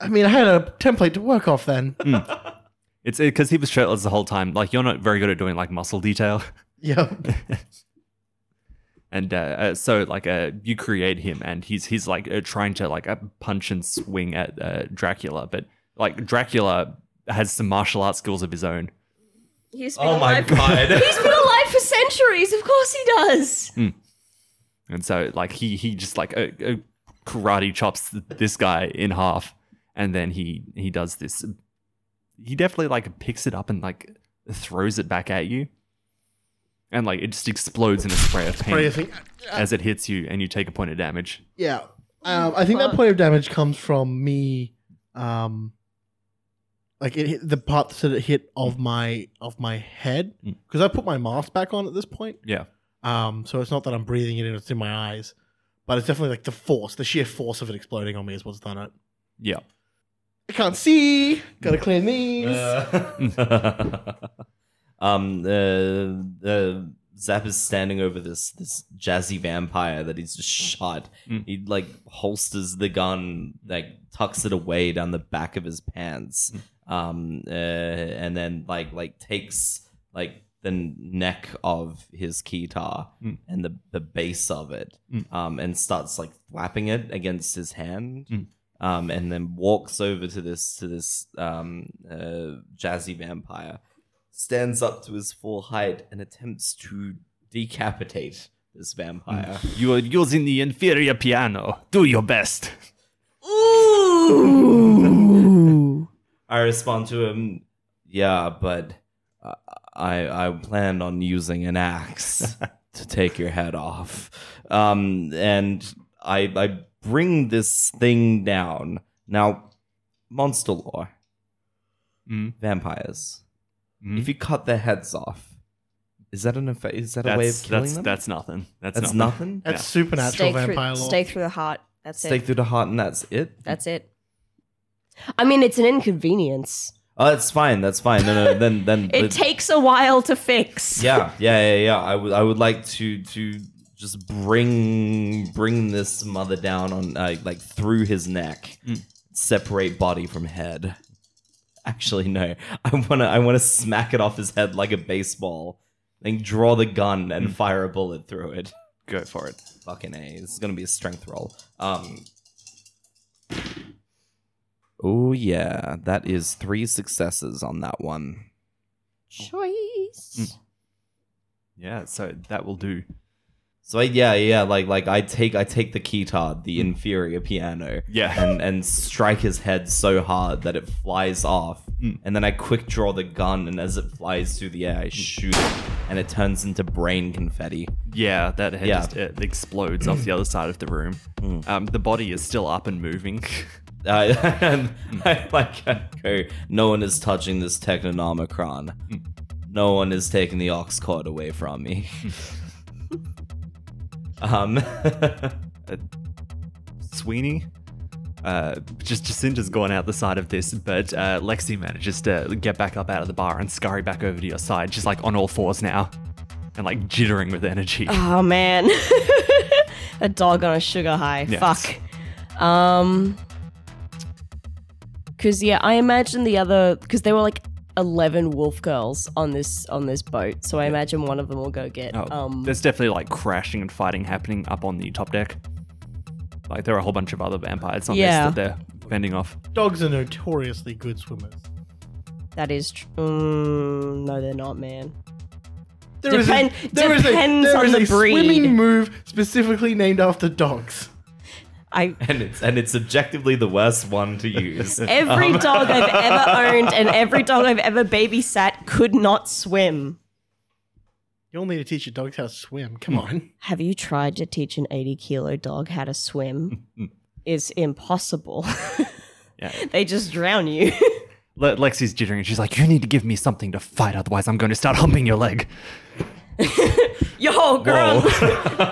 I mean, I had a template to work off then.
it's because he was shirtless the whole time. Like you're not very good at doing like muscle detail,
yeah.
and uh, uh, so like uh, you create him and he's he's like uh, trying to like uh, punch and swing at uh, Dracula, but like Dracula has some martial arts skills of his own.
He's been
Oh my
alive.
god.
He's been alive for centuries. Of course he does.
And so like he he just like uh, uh, karate chops th- this guy in half, and then he he does this. He definitely like picks it up and like throws it back at you, and like it just explodes in a spray of
What do you
paint
think?
as it hits you, and you take a point of damage.
Yeah. Um, I think that point of damage comes from me, um, like it hit the part that it hit of my of my head
Mm.
because I put my mask back on at this point.
Yeah,
Um, so it's not that I'm breathing it in; it's in my eyes, but it's definitely like the force, the sheer force of it exploding on me is what's done it.
yeah.
I can't see. Gotta clean these.
Uh, um, uh, uh, Zap is standing over this this jazzy vampire that he's just shot.
Mm.
He like holsters the gun, like tucks it away down the back of his pants, um, uh, and then like like takes like the neck of his guitar
Mm.
and the the base of it,
Mm.
um, and starts like flapping it against his hand
Mm.
um, and then walks over to this to this um, uh, jazzy vampire, stands up to his full height and attempts to decapitate this vampire.
You are using the inferior piano. Do your best.
I respond to him, "Yeah, but uh, I I planned on using an axe to take your head off, um, and I I bring this thing down now." Monster lore,
Mm.
vampires.
Mm.
If you cut their heads off, is that an effa- is that a way of killing
that's
them?
that's nothing. That's,
That's
nothing.
nothing.
That's
Yeah.
supernatural
stake through,
vampire lore.
stake through the heart. That's
Stake
it.
through the heart and that's it.
That's it. I mean, it's an inconvenience.
Oh, that's fine. That's fine. No, no. Then, then.
It takes a while to fix.
yeah, yeah, yeah, yeah. I would, I would like to, to just bring, bring this mother down on, uh, like through his neck,
Mm.
separate body from head. Actually, no. I wanna, I wanna smack it off his head like a baseball, then draw the gun and fire a bullet through it.
Mm. Go for it.
Fucking A. This is gonna be a strength roll. Um Oh yeah, that is three successes on that one.
Choice.
Yeah, so that will do.
So I, yeah, yeah, like like I take I take the keytar, the inferior piano,
Mm. Yeah.
and and strike his head so hard that it flies off,
Mm.
and then I quick draw the gun, and as it flies through the air, I shoot it, and it turns into brain confetti.
Yeah, that head
Yeah.
just it explodes off the other side of the room. Um, the body is still up and moving.
I,
Mm.
and I like I go, no one is touching this Technonomicron.
Mm.
No one is taking the ox cord away from me. um
Sweeney, uh, just Jacinda's gone out the side of this, but uh, Lexi manages to get back up out of the bar and scurry back over to your side. She's like on all fours now, and like jittering with energy.
Oh man. a dog on a sugar high.
Yes.
Fuck. Um Cause yeah, I imagine the other because there were like eleven wolf girls on this on this boat, so I imagine one of them will go get
Oh,
um
there's definitely like crashing and fighting happening up on the top deck. Like there are a whole bunch of other vampires on
Yeah.
this that they're fending off.
Dogs are notoriously good swimmers.
that is tr- mm, no, they're not, man.
There is
Depend-
a, there is
depends
a, there
on
is
the
a
breed.
swimming move specifically named after dogs.
I
and it's and it's objectively the worst one to use.
every dog I've ever owned and every dog I've ever babysat could not swim.
You'll need to teach your dogs how to swim. Come on.
Have you tried to teach an 80 kilo dog how to swim? it's impossible.
Yeah.
they just drown you.
Le- Lexi's jittering. and She's like, "You need to give me something to fight, otherwise I'm going to start humping your leg."
Yo, girl,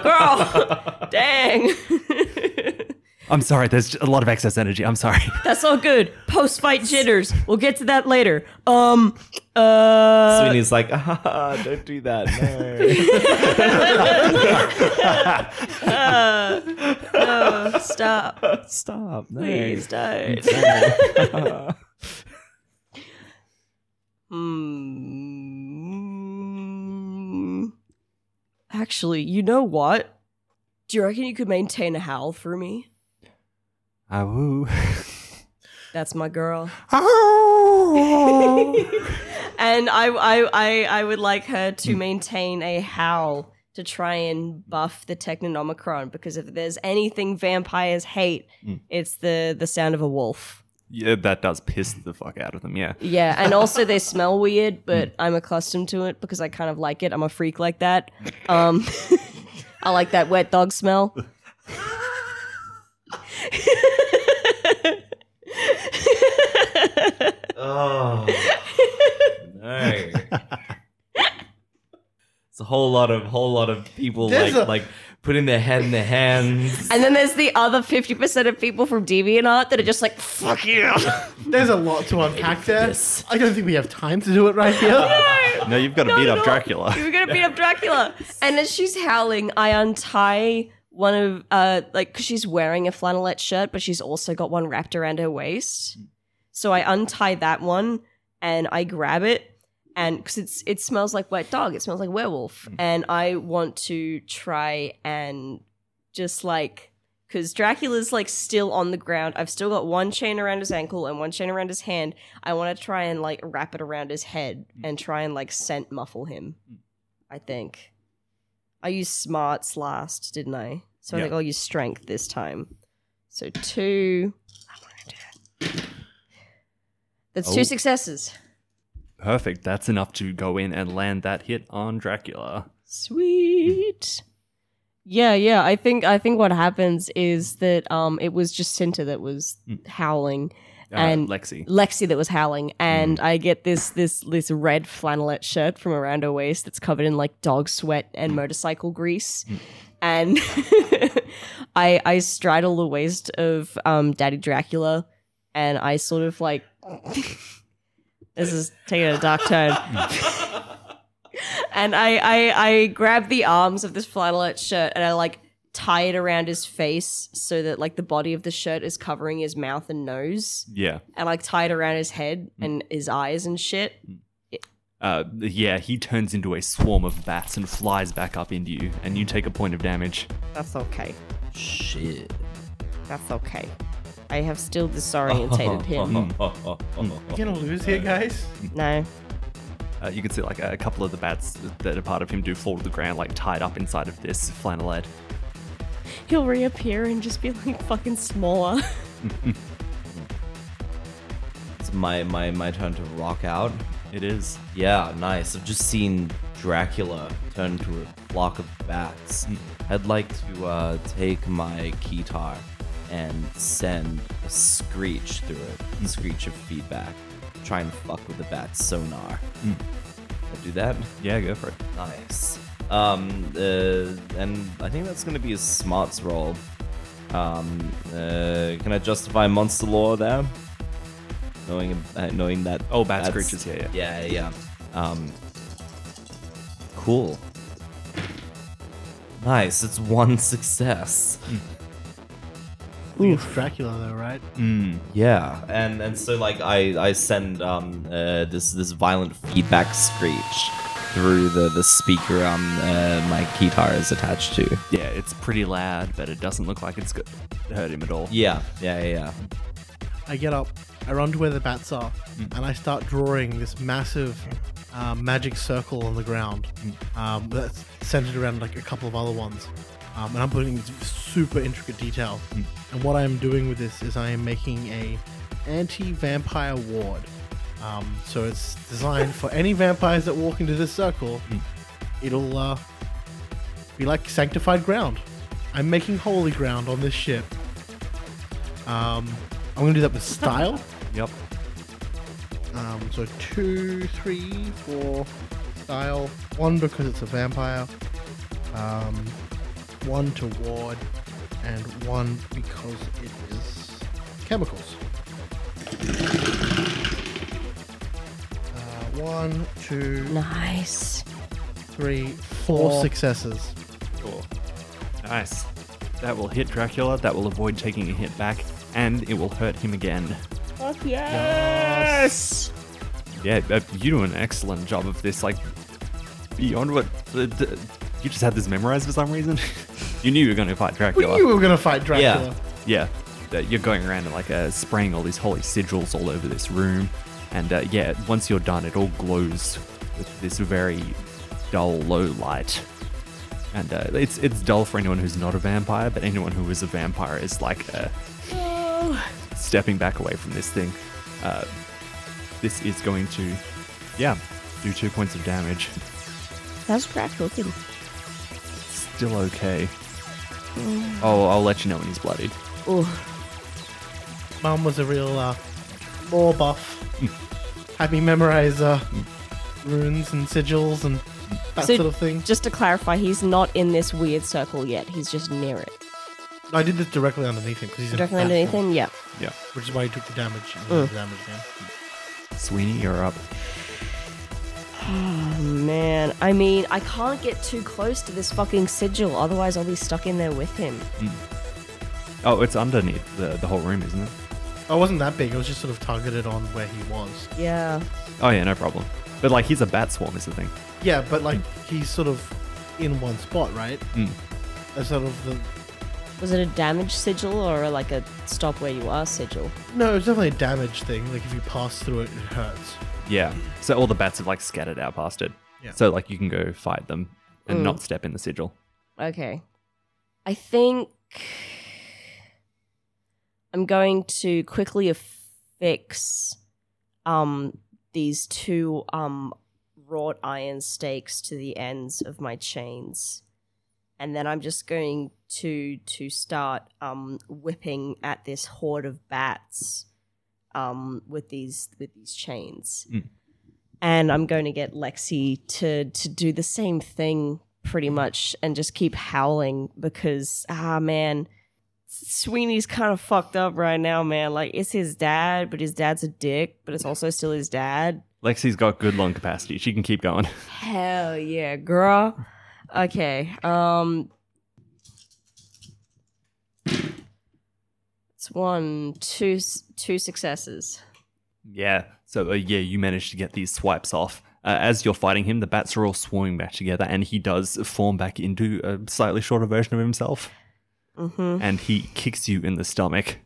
girl, dang.
I'm sorry. There's a lot of excess energy. I'm sorry.
That's all good. Post fight jitters. We'll get to that later. Um, uh,
Sweeney's like, ah, don't do that. No.
no, stop.
Stop. No.
Please don't. Hmm. Actually, you know what? Do you reckon you could maintain a howl for me?
Ah, woo.
That's my girl.
Ah.
And I, I, I, I would like her to maintain a howl to try and buff the Technonomicron because if there's anything vampires hate, it's the, the sound of a wolf.
yeah, that does piss the fuck out of them. Yeah.
Yeah, and also they smell weird, but I'm accustomed to it because I kind of like it. I'm a freak like that. Um, I like that wet dog smell.
Oh no. It's a whole lot of whole lot of people
There's
like
a-
like putting their head in their hands.
And then there's the other 50% of people from DeviantArt that are just like, fuck you.
There's a lot to unpack there. I don't think we have time to do it right here.
No, you've got to
No,
beat
no,
up
no.
Dracula.
You were gonna beat up Dracula. And as she's howling, I untie one of uh like because she's wearing a flannelette shirt, but she's also got one wrapped around her waist. So I untie that one and I grab it, and because it's it smells like wet dog, it smells like werewolf, and I want to try and just like. Because Dracula's like still on the ground. I've still got one chain around his ankle and one chain around his hand. I want to try and like wrap it around his head and try and like scent muffle him. I think. I used smarts last, didn't I? So I
Yeah.
think I'll use strength this time. So two. I'm not gonna do it. That's two successes.
Perfect. That's enough to go in and land that hit on Dracula.
Sweet. Yeah, yeah. I think I think what happens is that um it was just Cinta that was howling
Hmm. Uh,
and
Lexi. Hmm.
Lexi that was howling, and I get this this this red flannelette shirt from around her waist that's covered in like dog sweat
Hmm.
and motorcycle grease, and I I straddle the waist of um Daddy Dracula, and I sort of like This is taking a dark turn. and I, I, I grab the arms of this flannelette shirt and I like tie it around his face so that like the body of the shirt is covering his mouth and nose,
Yeah.
and like tie it around his head and his eyes and shit.
Uh, yeah, he turns into a swarm of bats and flies back up into you, and you take a point of damage.
That's okay.
Shit.
That's okay. I have still disorientated him.
We're gonna lose here, guys.
No.
Uh, you can see like a couple of the bats that are part of him do fall to the ground, like tied up inside of this flannelette.
He'll reappear and just be like fucking smaller.
It's my, my, my turn to rock out.
It is.
Yeah, nice. I've just seen Dracula turn to a flock of bats.
Hmm.
I'd like to uh, take my keytar and send a screech through
Hmm.
it, a screech of feedback. Try and fuck with the bat's sonar. I do that?
Yeah, go for it.
Nice. Um, uh, and I think that's going to be a smarts roll. Um, uh, can I justify monster law there? Knowing, uh, knowing that.
Oh, bats,
that's-
creatures, yeah,
yeah, yeah. Um, cool. Nice. It's one success.
I think It's Dracula, though, right?
Yeah, and and so like I I send um uh, this this violent feedback screech through the the speaker um uh, my guitar is attached to.
Yeah, it's pretty loud, but it doesn't look like it's good. hurt him at all.
Yeah, yeah, yeah.
I get up, I run to where the bats are, and I start drawing this massive uh, magic circle on the ground um, that's centered around like a couple of other ones. Um, and I'm putting this super intricate detail. And what I am doing with this is I am making a anti-vampire ward. Um, so it's designed for any vampires that walk into this circle. It'll uh, be like sanctified ground. I'm making holy ground on this ship. Um, I'm gonna do that with style.
Yep.
Um, so two, three, four, style. One because it's a vampire. Um, one to ward, and one because it is chemicals. Uh, one, two,
Nice.
three, four
Four.
successes.
Nice. That will hit Dracula. That will avoid taking a hit back, and it will hurt him again.
Yes.
Yeah, uh, you do an excellent job of this. Like beyond what the, the- you just had this memorized for some reason. you knew you were going to fight
We
Dracula.
knew we were gonna fight Dracula.
Yeah.
yeah, uh, you're going around and like uh, spraying all these holy sigils all over this room, and uh, yeah, once you're done, it all glows with this very dull low light, and uh, it's it's dull for anyone who's not a vampire, but anyone who is a vampire is like uh, stepping back away from this thing. Uh, this is going to, yeah, do two points of damage.
That's practical. too.
Still okay. Oh, I'll let you know when he's bloodied.
Mum was a real uh, lore buff. Had me memorize uh, runes and sigils and that
So-
sort of thing.
Just to clarify, he's not in this weird circle yet. He's just near it.
I did this directly underneath him because he's in
Directly
back
underneath
room,
him? Mm. Yeah.
Yeah.
which is why he took the damage. he took the damage yeah.
Sweeney, you're up.
Man, I mean, I can't get too close to this fucking sigil, otherwise I'll be stuck in there with him.
Oh, it's underneath the, the whole room, isn't it?
Oh, it wasn't that big. It was just sort of targeted on where he was.
Yeah.
Oh yeah, no problem. But like, he's a bat swarm, is the thing.
Yeah, but like he's sort of in one spot, right?
Mm.
That's sort of the
Was it a damage sigil or like a stop where you are sigil?
no. It's definitely a damage thing. Like if you pass through it, it hurts.
Yeah. So all the bats have like scattered out past it.
Yeah.
So like, you can go fight them and not step in the sigil.
Okay. I think I'm going to quickly affix um these two um wrought iron stakes to the ends of my chains. And then I'm just going to to start um whipping at this horde of bats um with these with these chains. And I'm going to get Lexi to to do the same thing pretty much and just keep howling because ah man Sweeney's kind of fucked up right now, man. Like it's his dad, but his dad's a dick, but it's also still his dad.
Lexi's got good lung capacity. She can keep going.
Hell yeah, girl. Okay. Um It's one, two s- two successes.
Yeah. So uh, yeah, you manage to get these swipes off. Uh, as you're fighting him, the bats are all swarming back together, and he does form back into a slightly shorter version of himself.
Mhm.
And he kicks you in the stomach,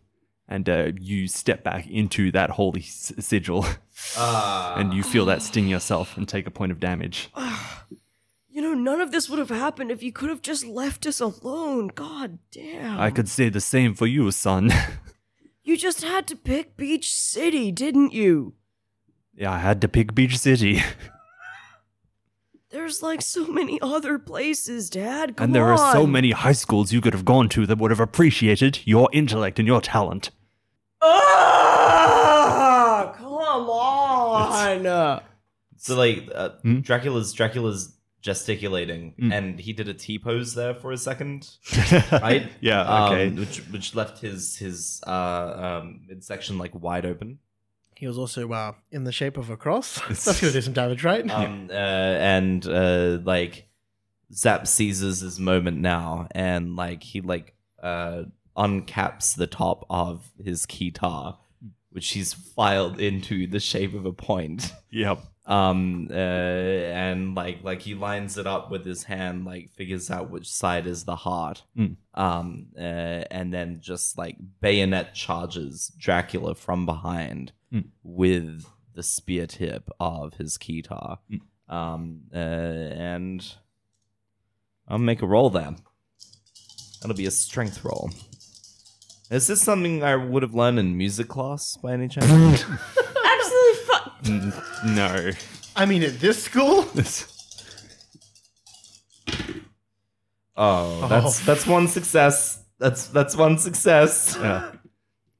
and uh, you step back into that holy s- sigil, and you feel that sting yourself and take a point of damage.
Oh. You know, none of this would have happened if you could have just left us alone. God damn.
I could say the same for you, son.
You just had to pick Beach City, didn't you?
yeah, I had to pick Beach City,
There's like so many other places, Dad. Come
and there are so
on.
many high schools you could have gone to that would have appreciated your intellect and your talent.
Ah, come on.
So like uh,
Hmm?
Dracula's Dracula's gesticulating, and he did a T pose there for a second, right?
Yeah, okay.
Um, which which left his his uh, um, midsection like wide open,
He was also uh, in the shape of a cross. That's going to do some damage, right?
um, uh, and uh, like Zap seizes his moment now, and like he like uh, uncaps the top of his guitar, which he's filed into the shape of a point.
Yep.
um uh, and like like he lines it up with his hand like figures out which side is the heart
Mm.
um uh, and then just like bayonet charges dracula from behind
Mm.
with the spear tip of his keytar um uh, and i'll make a roll there that'll be a strength roll is this something i would have learned in music class by any chance
Absolutely fuck.
No.
I mean, at this school?
Oh, that's that's one success. That's that's one success.
Uh,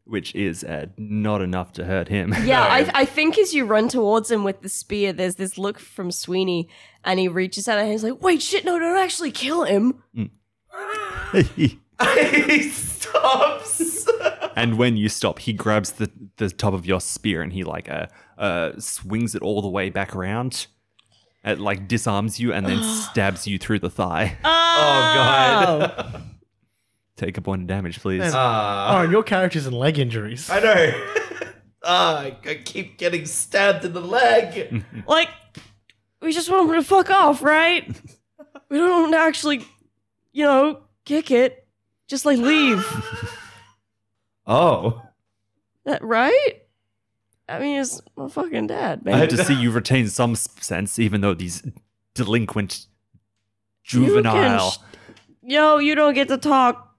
which is uh, not enough to hurt him.
Yeah, I, I think as you run towards him with the spear, there's this look from Sweeney, and he reaches out and he's like, "Wait, shit, no, don't actually kill him."
he stops.
and when you stop, he grabs the, the top of your spear and he like uh, uh, swings it all the way back around. It like disarms you and then stabs you through the thigh.
Oh, God.
Take a point of damage, please.
Man. oh, and your character's in leg injuries.
uh, I know. Ah, I, I keep getting stabbed in the leg.
Like, we just want him to fuck off, right? We don't want him to actually, you know, kick it. Just like leave,
oh,
That- right? I mean, it's my fucking dad, man.
I had to see you retain some s- sense, even though these delinquent juvenile.
sh- Yo, you don't get to talk.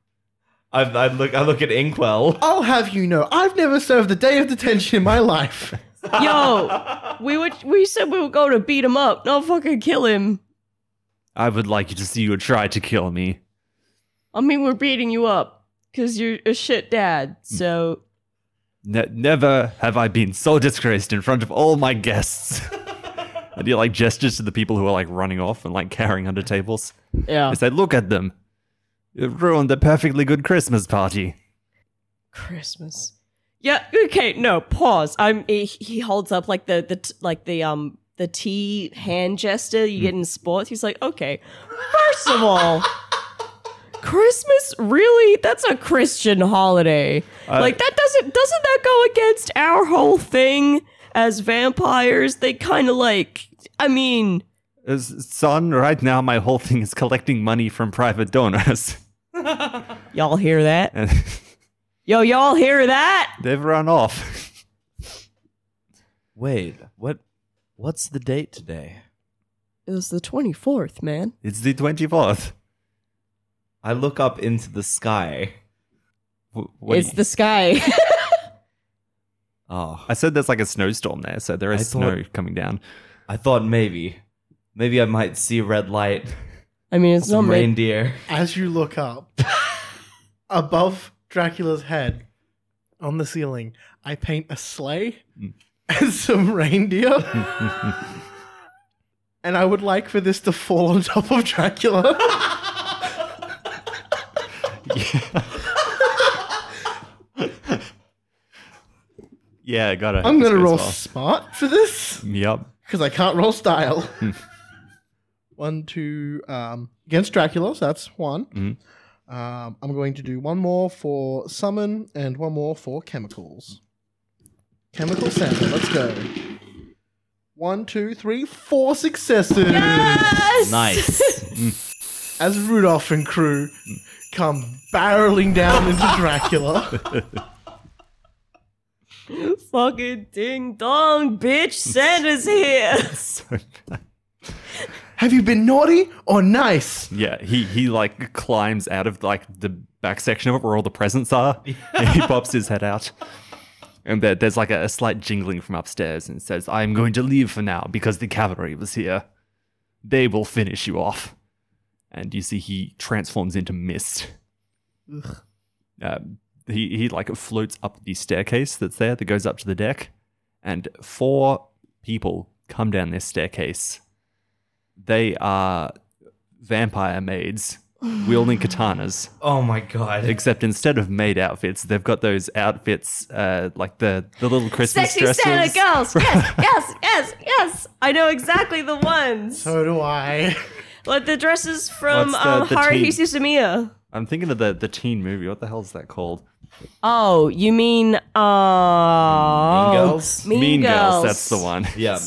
I, I look. I look at Inkwell.
I'll have you know, I've never served a day of detention in my life.
Yo, we would we said we would go to beat him up, not fucking kill him.
I would like to see you try to kill me.
I mean, we're beating you up because you're a shit dad. So
Ne- never have I been so disgraced in front of all my guests. and he like gestures to the people who are like running off and like carrying under tables.
yeah,
I said, "Look at them! You've ruined a perfectly good Christmas party."
Christmas. Yeah. Okay. No. Pause. I'm. He, he holds up like the the t- like the um the T hand gesture you get in sports. He's like, okay. First of all, Christmas really? That's a Christian holiday. like that doesn't doesn't that go against our whole thing as vampires? They kind of like. I mean,
As son, right now my whole thing is collecting money from private donors,
y'all hear that?
and
Yo, y'all hear that?
they've run off.
Wait, what? What's the date today?
It was the twenty fourth, man.
It's the twenty fourth.
I look up into the sky.
it's the sky.
Oh,
I said there's like a snowstorm there, so there is
I
snow
thought-
coming down.
I thought maybe, maybe I might see a red light,
I mean, it's not
some
made
reindeer.
As you look up, above Dracula's head on the ceiling, I paint a sleigh and some reindeer. and I would like for this to fall on top of Dracula.
Yeah, got it.
I'm going to roll smart for this
Yep.
because I can't roll style. one, two, um, against Dracula, so that's one.
Mhm.
Um, I'm going to do one more for summon and one more for chemicals. Chemical sample, let's go. One, two, three, four successes
Nice.
as Rudolph and crew come barreling down into Dracula.
Fucking ding dong, bitch. Santa's here.
Have you been naughty or nice?
Yeah, he he like climbs out of like the back section of it where all the presents are. and he pops his head out. And there, there's like a, a slight jingling from upstairs and says, I am going to leave for now because the cavalry was here. They will finish you off. And you see he transforms into mist. Um, he, he like floats up the staircase that's there that goes up to the deck. And four people come down this staircase. They are vampire maids wielding katanas.
oh my god.
Except instead of maid outfits, they've got those outfits uh, like the, the little Christmas
Sexy
dresses.
Santa girls. Yes, yes, yes, yes. I know exactly the ones.
So do I.
Like the dresses from
What's the-
um,
the
Haruhi
teen?
Suzumiya.
I'm thinking of the, the teen movie. What the hell's that called?
Oh, you mean uh
Girls?
Mean,
Girls. That's the one.
Yeah.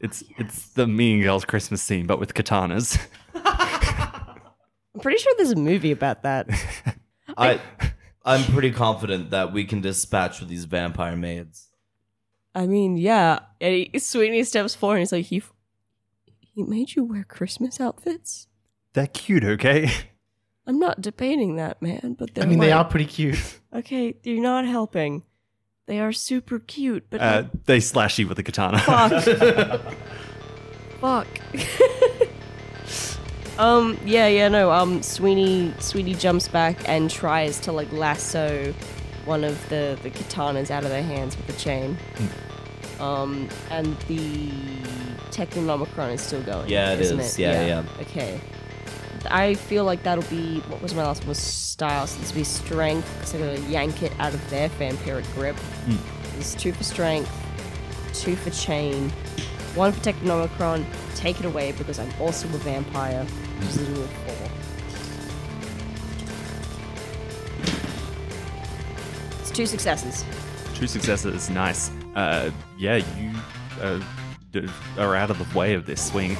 It's it's the Mean Girls Christmas scene, but with katanas.
I'm pretty sure there's a movie about that.
I I'm pretty confident that we can dispatch with these vampire maids.
I mean, yeah. And he, Sweeney steps forward and he's like, he, f- he made you wear Christmas outfits?
They're cute, okay?
I'm not debating that, man, but they're
I mean, they
like-
are pretty cute.
Okay, you're not helping. They are super cute, but
Uh, they slash you with a katana.
fuck. fuck. um, yeah, yeah, no. Um, Sweeney, Sweeney jumps back and tries to like lasso one of the the katanas out of their hands with a chain.
Hmm.
Um, and the Technomicron is still going.
Yeah, it
isn't
is. Yeah,
Okay. I feel like that'll be what was my last one was style, so this will be strength. So I'm gonna yank it out of their vampiric grip.
Hmm.
It's two for strength, two for chain, one for Technomicron. Take it away because I'm also a vampire. Which is a rule of four. It's two successes.
Two successes, nice. Uh, yeah, you uh, d- are out of the way of this swing.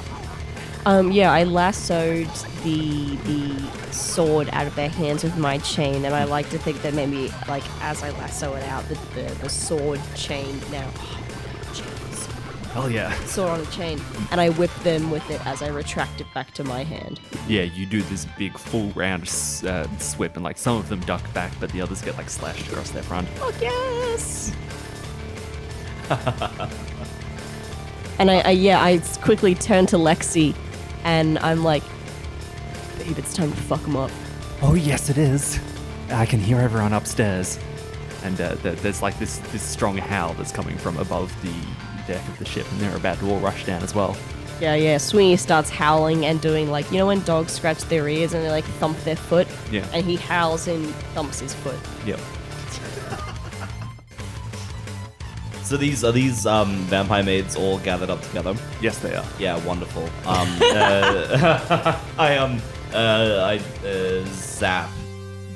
Um, yeah, I lassoed the the sword out of their hands with my chain, and I like to think that maybe, like, as I lasso it out, the, the, the sword chain now. Chains.
Hell yeah.
Sword on the chain, and I whip them with it as I retract it back to my hand.
Yeah, you do this big full round s- uh, swip, and like some of them duck back, but the others get like slashed across their front.
Oh,
Fuck yes! and I, I, yeah, I s- quickly turn to Lexi, and I'm like, babe, it's time to fuck them up.
Oh yes, it is. I can hear everyone upstairs, and uh, th- there's like this this strong howl that's coming from above the deck of the ship, and they're about to all rush down as well.
Yeah, yeah. Sweeney starts howling and doing like you know when dogs scratch their ears and they like thump their foot.
Yeah.
And he howls and thumps his foot.
Yep.
So these are these um, vampire maids all gathered up together.
Yes, they are.
Yeah, wonderful. Um, uh, I um uh, I uh, zap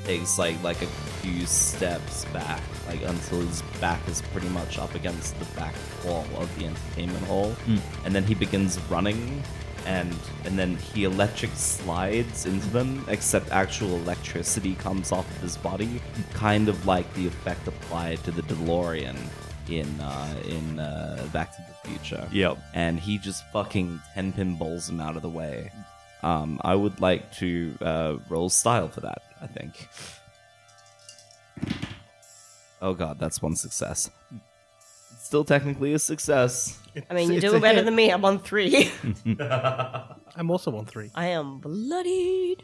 takes like like a few steps back, like until his back is pretty much up against the back wall of the entertainment hall, and then he begins running, and and then he electric slides into them. Except actual electricity comes off of his body, kind of like the effect applied to the DeLorean in uh, in uh, Back to the Future
Yep.
and he just fucking ten pin bowls him out of the way. Um, I would like to uh, roll style for that. I think. Oh god, that's one success. Still technically a success.
I mean,
It's-
you're
it's a
doing better
hit.
than me. I'm on three.
I'm also on three.
I am bloodied.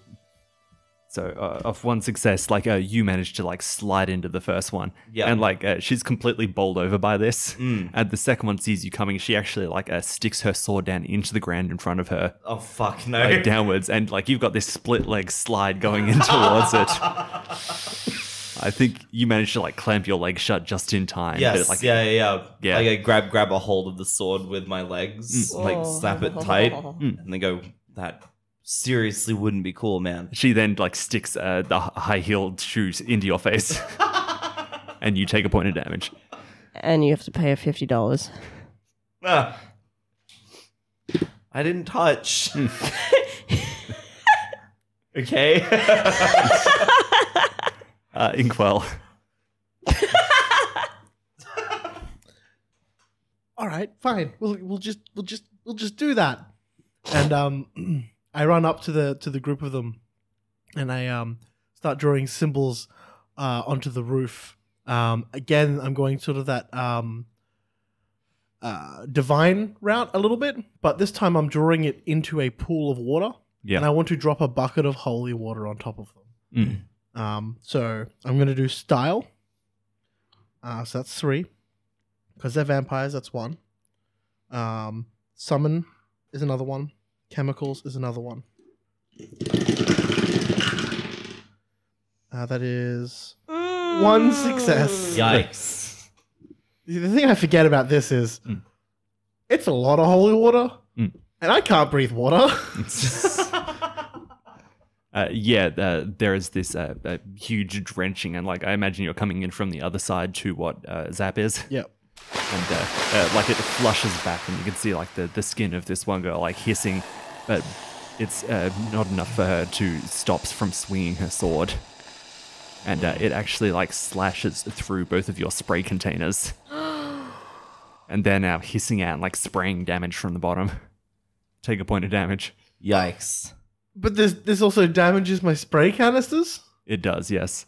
So uh, of one success, like uh, you managed to like slide into the first one,
Yeah.
and like uh, she's completely bowled over by this. And the second one sees you coming. She actually like uh, sticks her sword down into the ground in front of her,
Oh fuck no!
like downwards, and like you've got this split leg slide going in towards it. I think you managed to like clamp your leg shut just in time. but it,
Yes,
like,
yeah, yeah, yeah. Mm.
Yeah.
Like I grab grab a hold of the sword with my legs, like snap it tight, and then go. That seriously wouldn't be cool, man.
She then like sticks uh, the high heeled shoes into your face, and you take a point of damage.
and you have to pay her fifty dollars.
Ah. I didn't touch. okay.
Uh, Inkwell,
all right, fine. We'll we'll just we'll just we'll just do that. And um, I run up to the to the group of them, and I um start drawing symbols uh, onto the roof. Um, again, I'm going sort of that um uh, divine route a little bit, but this time I'm drawing it into a pool of water.
Yeah.
And I want to drop a bucket of holy water on top of
Hmm.
them. Um, so I'm going to do style. Uh, so that's three. Because they're vampires, that's one. Um, summon is another one. Chemicals is another one. Uh, that is one success.
Yikes.
The thing I forget about this is it's a lot of holy water,
Mm.
and I can't breathe water.
uh, yeah, uh, there is this uh, uh, huge drenching, and like I imagine you're coming in from the other side to what uh, Zap is.
yep.
and uh, uh, like it flushes back, and you can see like the, the skin of this one girl like hissing, but it's uh, not enough for her to stops from swinging her sword, and uh, it actually like slashes through both of your spray containers, and they're now hissing out and like spraying damage from the bottom. Take a point of damage.
Yikes.
But this this also damages my spray canisters.
It does, yes.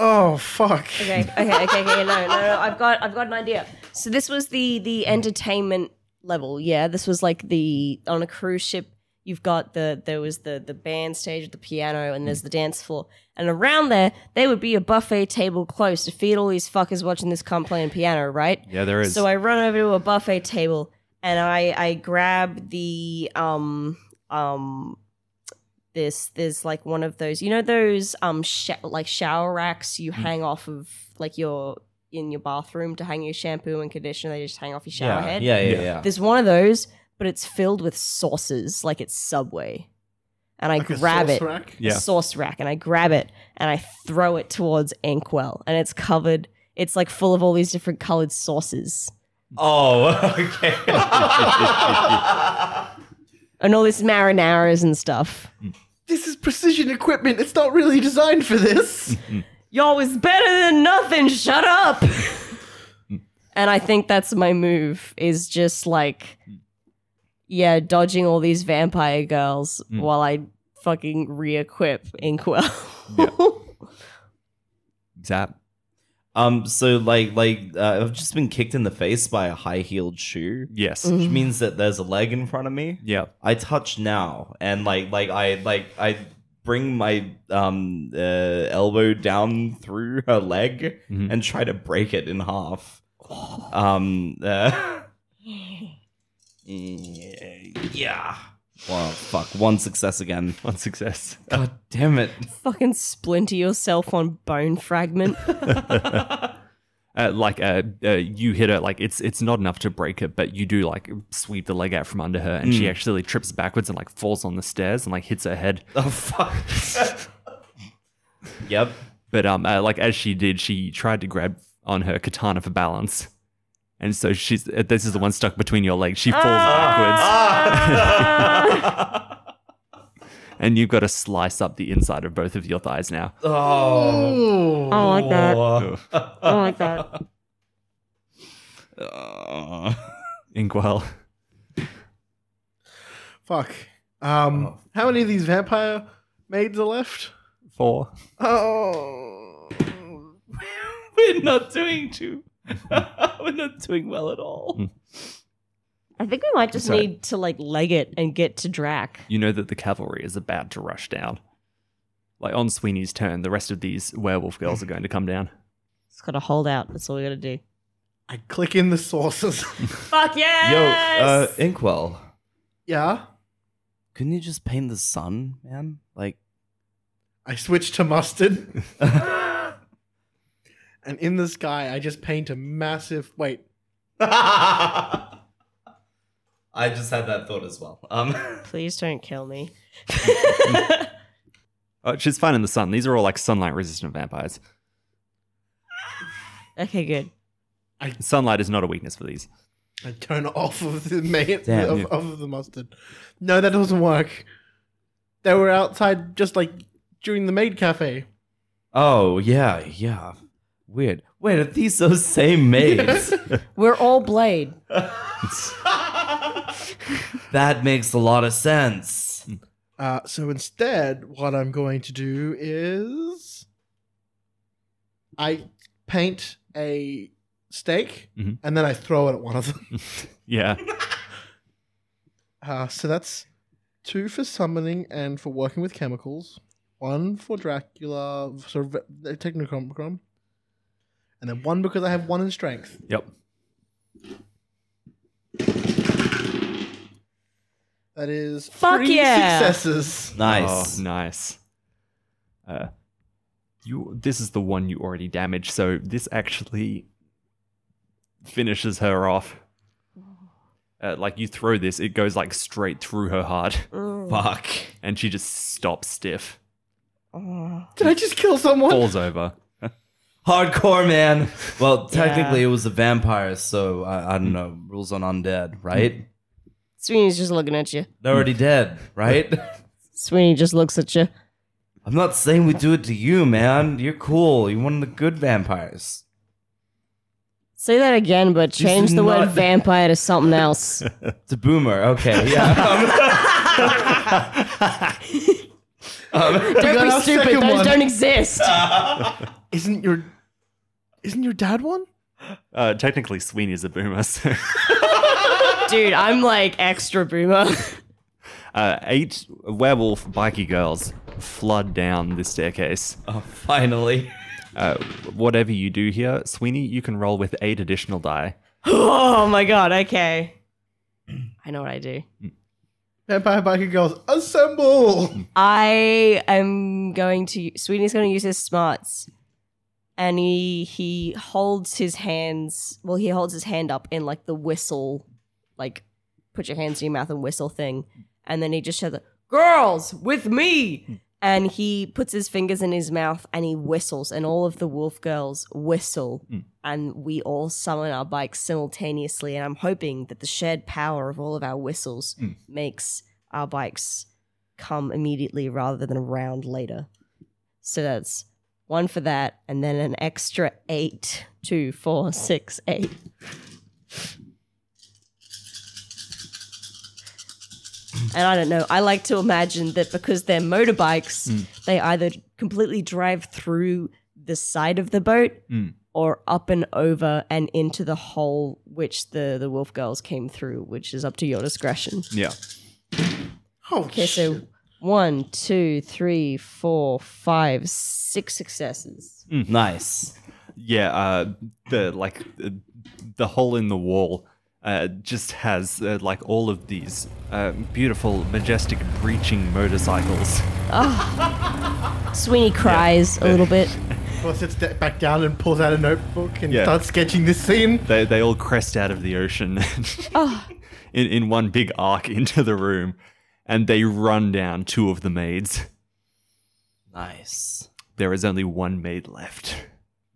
Oh fuck!
Okay, okay, okay, okay. No, no, no. I've got, I've got an idea. So this was the the entertainment level. Yeah, this was like the on a cruise ship. You've got the there was the the band stage with the piano, and there's the dance floor, and around there there would be a buffet table close to feed all these fuckers watching this cunt playing piano, right?
Yeah, there is.
So I run over to a buffet table and I I grab the um um this there's like one of those you know those um sh- like shower racks
Mm.
you hang off of like your in your bathroom to hang your shampoo and conditioner they just hang off your shower
Yeah,
head.
yeah, yeah,
Yeah.
yeah.
There's one of those, but it's filled with sauces like it's Subway, and I
Like a
grab
sauce
it
rack?
Yeah.
a sauce rack and I grab it and I throw it towards Inkwell and it's covered. It's like full of all these different colored sauces
Oh, okay.
and all this marinaras and stuff.
This is precision equipment. It's not really designed for this.
Yo, it's better than nothing. Shut up. and I think that's my move is just like, yeah, dodging all these vampire girls while I fucking re-equip Inkwell.
Zap.
um, so like, like, uh, I've just been kicked in the face by a high heeled shoe,
Yes.
which means that there's a leg in front of me.
Yeah.
I touch now, and like, like I, like I bring my um uh, elbow down through her leg
Mhm.
and try to break it in half. Um. Uh, yeah. Well, fuck. One success again.
One success.
God damn it.
fucking splinter yourself on bone fragment.
uh, like uh, uh, you hit her like it's it's not enough to break it but you do like sweep the leg out from under her and she actually trips backwards and like falls on the stairs and like hits her head
Oh fuck. yep.
but um uh, like as she did she tried to grab on her katana for balance and so she's uh, this is the one stuck between your legs she falls backwards and you've got to slice up the inside of both of your thighs now
Oh.
Ooh.
I like that.
Oh.
I like that.
inkwell
Fuck. Um,
Oh.
how many of these vampire maids are left?
four
Oh.
We're not doing too. We're not doing well at all.
I think we might just
Sorry.
need to like leg it and get to Drac.
you know that the cavalry is about to rush down. Like on Sweeney's turn, the rest of these werewolf girls are going to come down.
It's got to hold out. That's all we got to do.
I click in the sources.
Fuck
Yo, uh,
yes!
Inkwell,
yeah.
couldn't you just paint the sun, man? Like,
I switch to mustard. and in the sky, I just paint a massive. Wait,
I just had that thought as well. Um,
Please don't kill me.
Oh, she's fine in the sun. These are all like sunlight resistant vampires.
Okay, good.
Sunlight is not a weakness for these.
I turn off of the man-
Damn,
of,
yeah.
of the mustard. No, that doesn't work. They were outside just like during the maid cafe.
oh yeah, yeah. Weird. Wait, are these those same maids?
We're all Blade.
that makes a lot of sense.
Uh, so instead, what I'm going to do is I paint a steak
Mhm.
and then I throw it at one of them.
Yeah.
Uh, so that's two for summoning and for working with chemicals. One for Dracula, so v- the Technicomicron. And then one because I have one in strength.
Yep.
That is
Fuck
three
yeah.
successes.
Nice.
Oh, nice. Uh, you. This is the one you already damaged, so this actually finishes her off. Uh, like you throw this, it goes like straight through her heart,
Mm. Fuck.
and she just stops stiff,
Did I just kill someone?
falls over.
Hardcore man. Well, technically
Yeah.
it was a vampire, so I, I don't know. Rules on undead, right?
Sweeney's just looking at you.
They're already dead, right?
Sweeney just looks at you.
I'm not saying we do it to you, man. You're cool. You're one of the good vampires.
Say that again, but
This
change
is
the word
not-
vampire to something else.
It's a boomer. Okay, yeah.
don't
got
be
our
stupid.
second
Those
one.
don't exist.
Isn't your isn't your dad one?
Uh, technically, Sweeney's a boomer, so.
Dude, I'm like extra boomer.
Uh, eight werewolf bikie girls flood down the staircase.
oh, finally.
Uh, whatever you do here, Sweeney, you can roll with eight additional die.
oh my god, okay. I know what I do.
Vampire Biker Girls, assemble!
I am going to Sweeney's going to use his smarts, and he he holds his hands. Well, he holds his hand up in like the whistle, like put your hands in your mouth and whistle thing, and then he just shouts, "Girls, with me!" And he puts his fingers in his mouth and he whistles, and all of the wolf girls whistle, and we all summon our bikes simultaneously. And I'm hoping that the shared power of all of our whistles makes our bikes come immediately rather than round later. So that's one for that, and then an extra eight, two, four, six, eight. And I don't know. I like to imagine that because they're motorbikes, they either completely drive through the side of the boat
Mm.
or up and over and into the hole which the, the wolf girls came through, which is up to your discretion.
Yeah.
Oh,
Okay, so one, two, three, four, five, six successes.
Nice.
Yeah, uh, the like uh, the hole in the wall uh, just has uh, like all of these uh, beautiful, majestic, breaching motorcycles.
Sweeney cries a little bit.
Well, sits da- back down and pulls out a notebook and
Yeah.
starts sketching this scene.
They they all crest out of the ocean, in in one big arc into the room, and they run down two of the maids.
Nice.
There is only one maid left.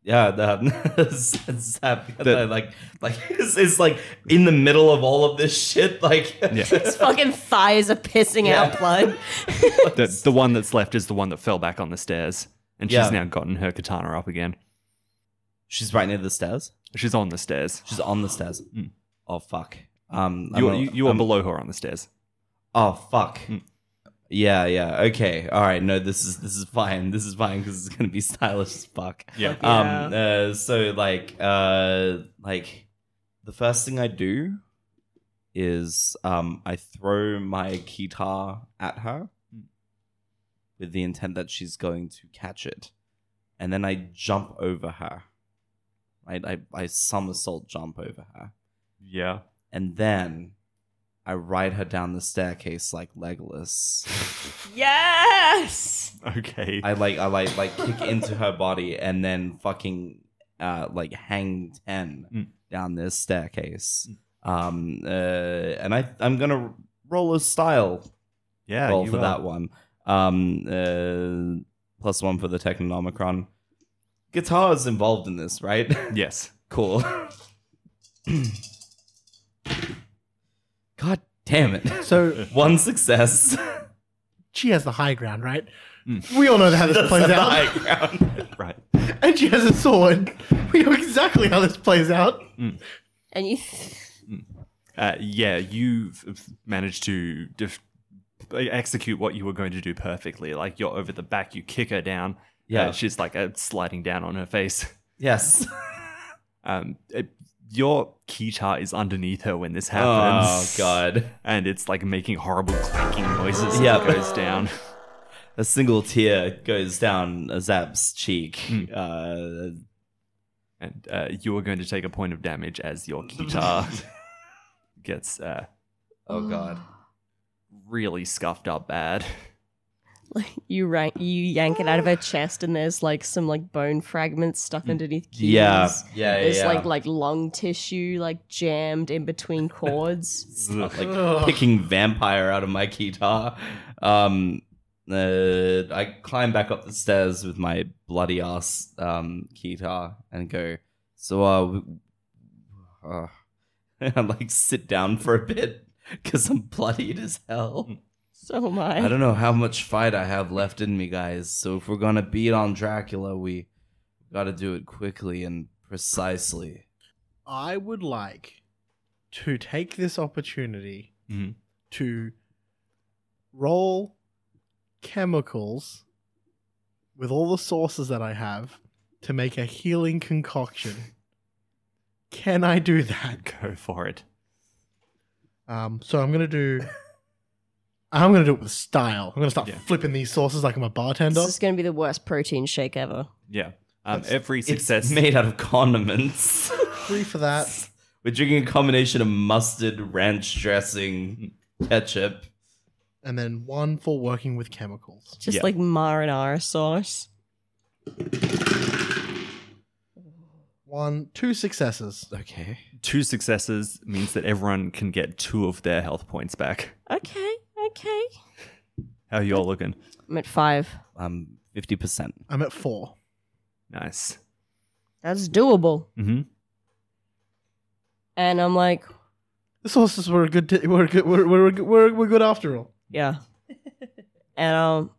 Yeah, that, it's, it's happy.
That-
I like, like it's, it's like in the middle of all of this shit. Like,
His fucking thighs are pissing out
Yeah.
blood.
The, the one that's left is the one that fell back on the stairs, and she's
Yeah.
now gotten her katana up again.
she's right near the stairs.
She's on the stairs.
She's on the stairs. Oh fuck. Um, I'm
Mm. You,
a-
you, you are
I'm-
below her on the stairs.
Oh fuck. Yeah, yeah. Okay. All right. No, this is this is fine. This is fine because it's gonna be stylish as fuck.
Yeah.
Um. Uh, so like, uh, like, the first thing I do is um I throw my guitar at her with the intent that she's going to catch it, and then I jump over her. I I, I somersault jump over her
Yeah.
and then I ride her down the staircase like Legolas.
Yes!
Okay.
I like I like like kick into her body and then fucking uh like hang ten
Mm.
down this staircase. Um uh and I I'm gonna roll a style
yeah.
roll
you
for
are.
that one. Um uh plus one for the Technomicron. Guitar is involved in this, right?
Yes.
cool. God damn it.
So
One success.
she has the high ground, right?
Mm.
We all know how this plays out.
High ground.
Right.
And she has a sword. We know exactly how this plays out.
Hmm.
And you,
Uh, yeah, you've f- managed to def- execute what you were going to do perfectly. Like you're over the back, you kick her down.
Yeah.
Uh, she's like uh, sliding down on her face.
Yes.
Um, it, your guitar is underneath her when this
Oh
happens.
god.
And it's like making horrible clanking noises
Yep.
as it goes down.
A single tear goes down Zab's cheek. Uh,
And uh, you are going to take a point of damage as your guitar gets uh,
oh god.
really scuffed up bad.
like, you rank, you yank it out of her chest, and there's like some like bone fragments stuck underneath. Keys.
Mm. Yeah. Yeah, yeah.
There's
yeah.
like like lung tissue like jammed in between chords.
Stop, like picking vampire out of my guitar. Um, uh, I climb back up the stairs with my bloody ass um, guitar and go. So uh, w- uh," and I like sit down for a bit because I'm bloodied as hell.
so am
I
I.
don't know how much fight I have left in me, guys. So if we're gonna beat on Dracula, we gotta do it quickly and precisely.
I would like to take this opportunity
Mhm.
to roll chemicals with all the sources that I have to make a healing concoction. Can I do that?
Go for it.
Um, so I'm gonna do. I'm gonna do it with style. I'm gonna start
Yeah.
flipping these sources like I'm a bartender.
This is going to be the worst protein shake ever.
Yeah. Um,
That's-
every
It's
success.
made out of condiments.
Three for that.
We're drinking a combination of mustard, ranch dressing, ketchup.
and then one for working with chemicals.
Just
Yeah.
like marinara sauce.
One, two successes.
Okay.
two successes means that everyone can get two of their health points back.
Okay, okay.
How you all looking?
I'm at five.
Um, fifty percent.
I'm at four.
Nice.
That's doable.
Mm-hmm.
And I'm like,
The sources were a good. T- were good. Were, were, were, were, were good after all.
yeah. and um,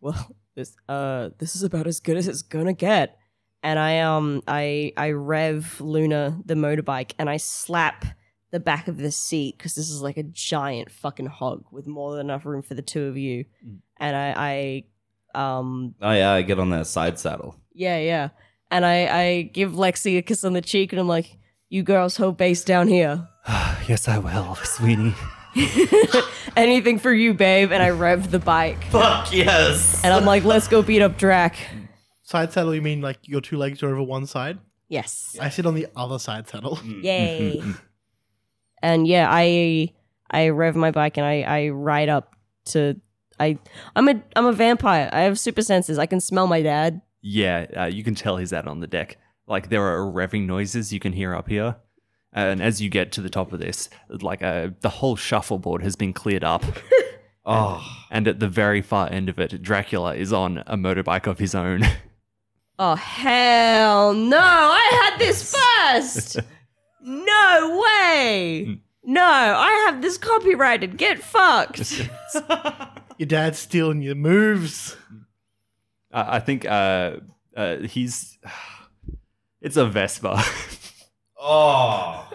well, this uh, this is about as good as it's gonna get. And I um, I I rev Luna the motorbike, and I slap the back of the seat because this is like a giant fucking hog with more than enough room for the two of you.
Mm.
And I I um,
Oh yeah, I get on their side saddle.
yeah, yeah. And I I give Lexi a kiss on the cheek, and I'm like, you girls hold base down here.
yes, I will, Sweeney.
Anything for you, babe. And I rev the bike.
Fuck yes.
And I'm like, let's go beat up Drac.
Side saddle. You mean like your two legs are over one side?
Yes.
I sit on the other side saddle.
Mm.
Yay. and yeah, I I rev my bike and I, I ride up to I I'm a I'm a vampire. I have super senses. I can smell my dad.
Yeah, uh, you can tell he's out on the deck. Like there are revving noises you can hear up here, and as you get to the top of this, like uh, the whole shuffleboard has been cleared up,
Oh,
and at the very far end of it, Dracula is on a motorbike of his own.
Oh hell no! I had this first. no way. No, I have this copyrighted. Get fucked.
Your dad's stealing your moves.
I I think uh, uh, he's. It's a Vespa.
oh,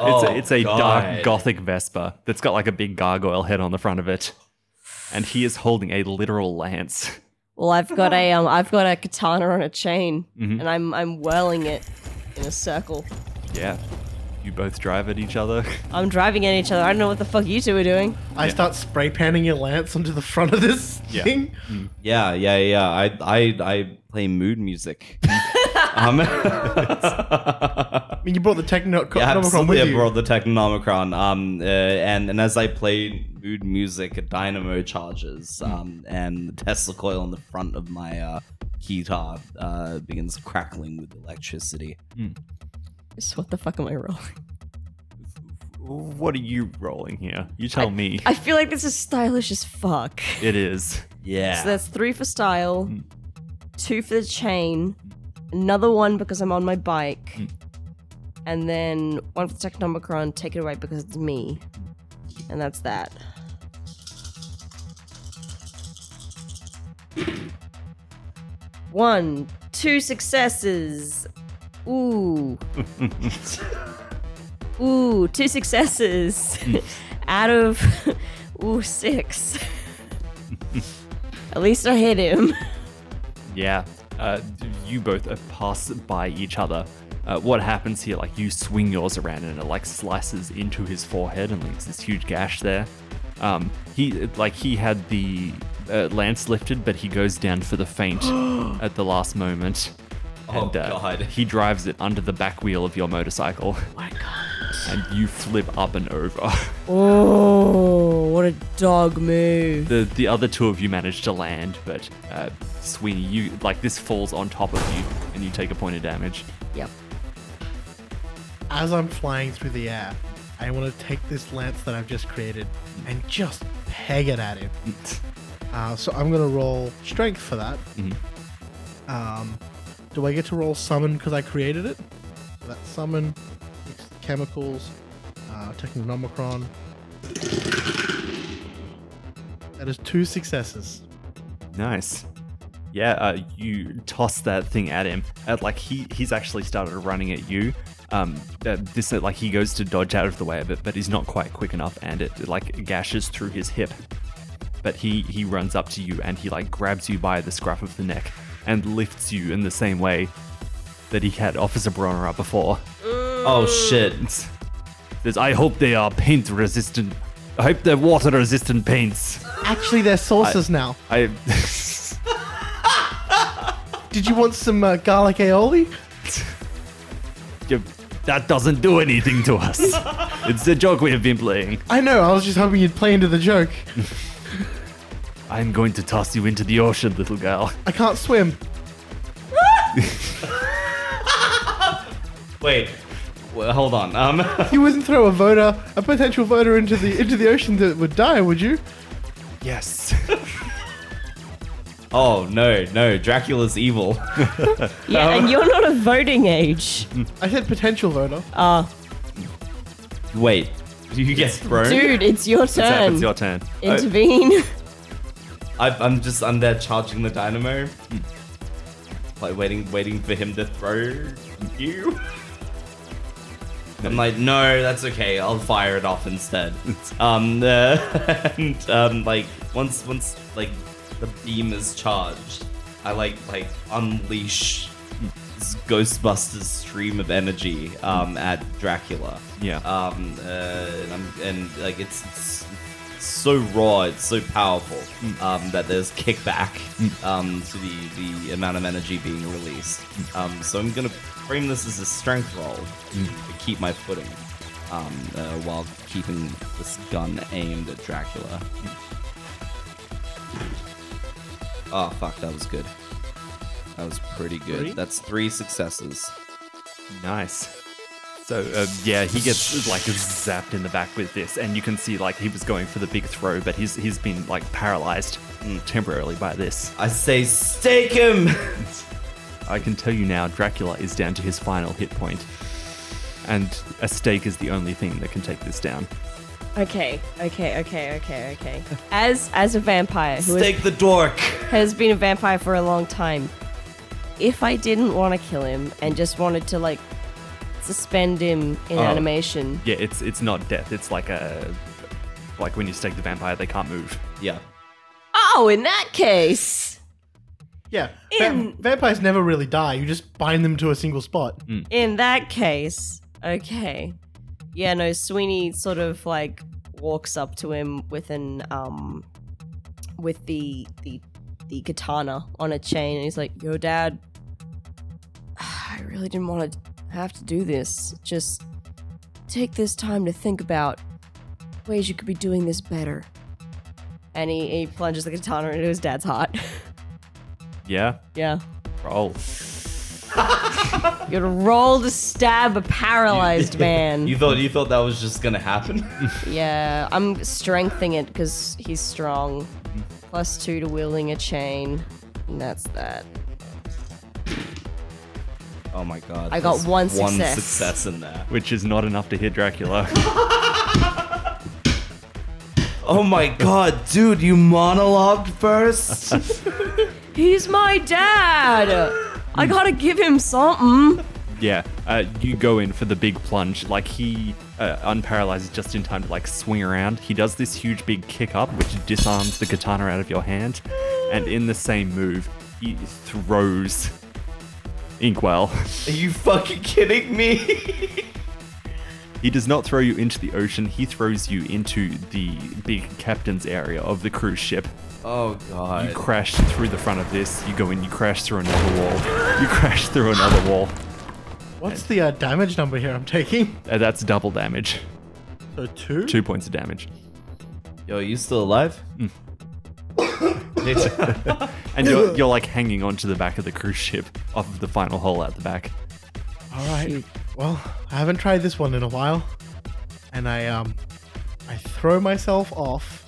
It's a, it's a dark
God.
gothic Vespa that's got like a big gargoyle head on the front of it. And he is holding a literal lance.
Well, I've got a um, I've got a katana on a chain,
Mhm.
and I'm I'm whirling it in a circle.
Yeah. You both drive at each other.
I'm driving at each other. I don't know what the fuck you two are doing.
I start spray panning your lance onto the front of this
Yeah.
thing.
Mm. Yeah, yeah, yeah. I I I play mood music. um,
mean, you brought the Technomicron
Yeah, absolutely.
with
I
you.
brought the Technomicron. Um, uh, and and as I played mood music, a dynamo charges. Um, and the Tesla coil on the front of my uh, guitar uh, begins crackling with electricity.
So what the fuck am I rolling?
What are you rolling here? You tell me.
I feel like this is stylish as fuck.
it is.
Yeah.
So that's three for style, two for the chain, another one because I'm on my bike, and then one for the Technomicron, take it away because it's me. And that's that. One, two successes. Ooh. Ooh, two successes out of ooh six. At least I hit him.
Yeah. Uh, d- you both uh, pass by each other. Uh, what happens here? Like you swing yours around and it like slices into his forehead and leaves this huge gash there. Um, he like he had the uh, lance lifted, but he goes down for the feint at the last moment.
Oh,
and, uh,
God. Oh
He drives it under the back wheel of your motorcycle. And you flip up and over.
Oh, what a dog move.
the the other two of you manage to land, but uh, Sweeney, you like this falls on top of you, and you take a point of damage.
Yep.
As I'm flying through the air, I want to take this lance that I've just created and just peg it at him. Uh, so I'm going to roll strength for that. Um, do I get to roll summon because I created it? So that's summon, it's chemicals, uh, Technomicron. That is two successes.
Nice. Yeah, uh, you toss that thing at him. Uh, like he he's actually started running at you. Um, uh, this uh, like he goes to dodge out of the way of it, but he's not quite quick enough, and it like gashes through his hip. But he he runs up to you and he like grabs you by the scruff of the neck and lifts you in the same way that he had Officer Bronner up before.
oh shit.
Says, I hope they are paint resistant. I hope they're water resistant paints.
Actually, they're sauces now.
I.
Did you want some uh, garlic aioli?
You- that doesn't do anything to us. it's the joke we have been playing.
I know, I was just hoping you'd play into the joke.
I'm going to toss you into the ocean, little girl.
I can't swim.
Wait. Well, hold on. Um.
You wouldn't throw a voter, a potential voter, into the into the ocean that would die, would you?
Yes.
oh no, no. Dracula's evil.
Yeah, and you're not of voting age. Ah,
I said potential voter.
Wait. Do you get thrown?
Dude, it's your
Zap,
turn.
it's your turn.
Intervene.
I, I'm just I'm there charging the dynamo, like waiting waiting for him to throw you. I'm like, no, that's okay. I'll fire it off instead. um, uh, and um, like once once like the beam is charged, I like like unleash this Ghostbusters stream of energy um, at Dracula.
Yeah.
Um, uh, and, I'm, and like it's, it's so raw, it's so powerful um, that there's kickback um, to the, the amount of energy being released. Um, so I'm gonna frame this as a strength roll to keep my footing um, uh, while keeping this gun aimed at Dracula. Oh fuck, that was good. That was pretty good. That's three successes.
Nice. So uh, yeah, he gets like zapped in the back with this, and you can see like he was going for the big throw, but he's he's been like paralyzed mm, temporarily by this.
I say, stake him!
I can tell you now, Dracula is down to his final hit point, and a stake is the only thing that can take this down.
okay, okay, okay, okay, okay. As as a vampire who has,
Stake the dork!
has been a vampire for a long time, if I didn't want to kill him and just wanted to like suspend him in animation,
Yeah, it's it's not death. It's like a like when you stake the vampire, they can't move.
Yeah.
oh, in that case,
Yeah, va-
In-
vampires never really die. You just bind them to a single spot.
in that case, okay. Yeah, no, Sweeney sort of like walks up to him with an um with the the the katana on a chain and he's like, Yo dad I really didn't want to have to do this. Just take this time to think about ways you could be doing this better. And he, he plunges the katana into his dad's heart.
Yeah.
yeah.
Roll.
You gotta roll to stab a paralyzed man.
You thought you thought that was just gonna happen?
Yeah, I'm strengthening it because he's strong. Plus two to wielding a chain. And that's that.
oh my god!
I got
there's
one
One
success.
success in there.
Which is not enough to hit Dracula.
Oh my god, dude! You monologued first.
He's my dad! I gotta give him something.
yeah. Uh, you go in for the big plunge. Like he uh, unparalyzes just in time to like swing around. He does this huge big kick up, which disarms the katana out of your hand. And in the same move, he throws Inkwell.
Are you fucking kidding me?
He does not throw you into the ocean, he throws you into the big captain's area of the cruise ship.
Oh
You
god.
crash through the front of this, you go in, you crash through another wall, you crash through another wall.
What's the uh, damage number here I'm taking?
Uh, that's double damage.
So two?
Two points of damage.
Yo, you still alive?
And you're, you're like hanging onto the back of the cruise ship off of the final hole at the back.
All right. Well, I haven't tried this one in a while, and I um, I throw myself off,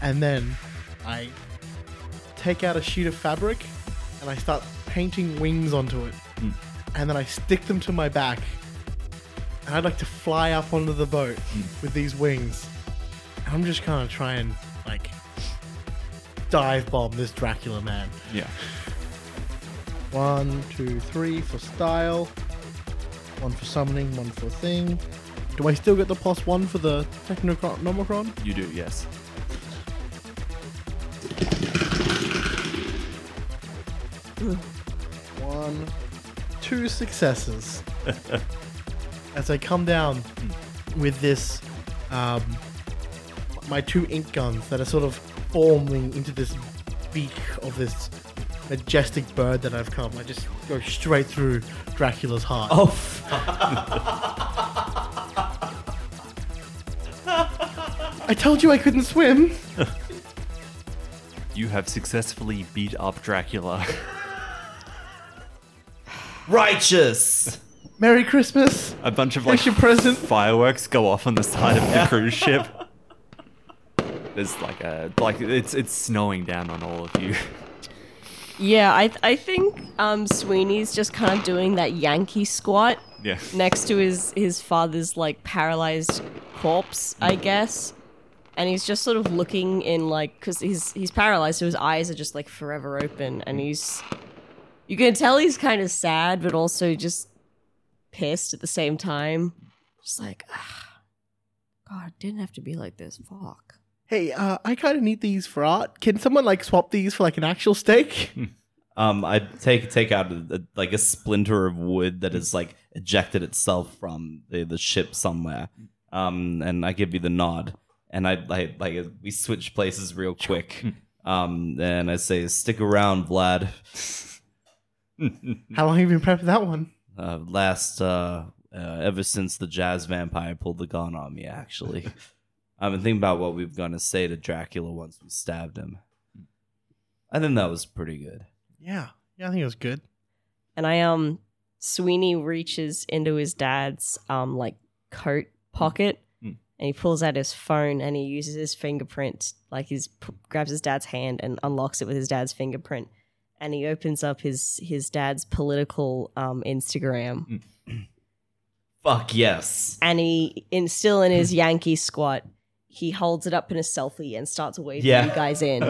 and then I take out a sheet of fabric, and I start painting wings onto it, and then I stick them to my back, and I'd like to fly up onto the boat with these wings. And I'm just gonna try and like dive bomb this Dracula man.
Yeah.
One, two, three for style. One for summoning, one for thing. Do I still get the plus one for the Technomicron?
You do, yes.
One, two successes. As I come down with this, um, my two ink guns that are sort of forming into this beak of this majestic bird that I've come. I just go straight through Dracula's heart.
Oh, f-
I told you I couldn't swim.
You have successfully beat up Dracula.
righteous.
Merry Christmas.
A bunch of like
Here's your present.
fireworks go off on the side of the cruise ship. There's like a like it's it's snowing down on all of you.
Yeah, I, I think um, Sweeney's just kind of doing that Yankee squat
Yeah.
next to his, his father's, like, paralyzed corpse, I guess. And he's just sort of looking in, like, because he's, he's paralyzed, so his eyes are just, like, forever open. And he's. You can tell he's kind of sad, but also just pissed at the same time. Just like, ah, God, it didn't have to be like this. Fuck.
hey, uh, I kind of need these for art. Can someone like swap these for like an actual steak?
Um, I take take out a, a- like a splinter of wood that is like ejected itself from the, the ship somewhere. Um, and I give you the nod, and I like like we switch places real quick. Um, and I say, stick around, Vlad.
How long have you been prepping that one?
Uh, last uh, uh, ever since the jazz vampire pulled the gun on me, actually. I've been thinking about what we've gonna say to Dracula once we stabbed him. I think that was pretty good.
Yeah, yeah, I think it was good.
And I um Sweeney reaches into his dad's um like coat pocket
Mm.
and he pulls out his phone and he uses his fingerprint like he's p- grabs his dad's hand and unlocks it with his dad's fingerprint and he opens up his his dad's political um Instagram
Mm.
Fuck yes.
and he in still in his Yankee squat he holds it up in a selfie and starts waving
Yeah.
you guys in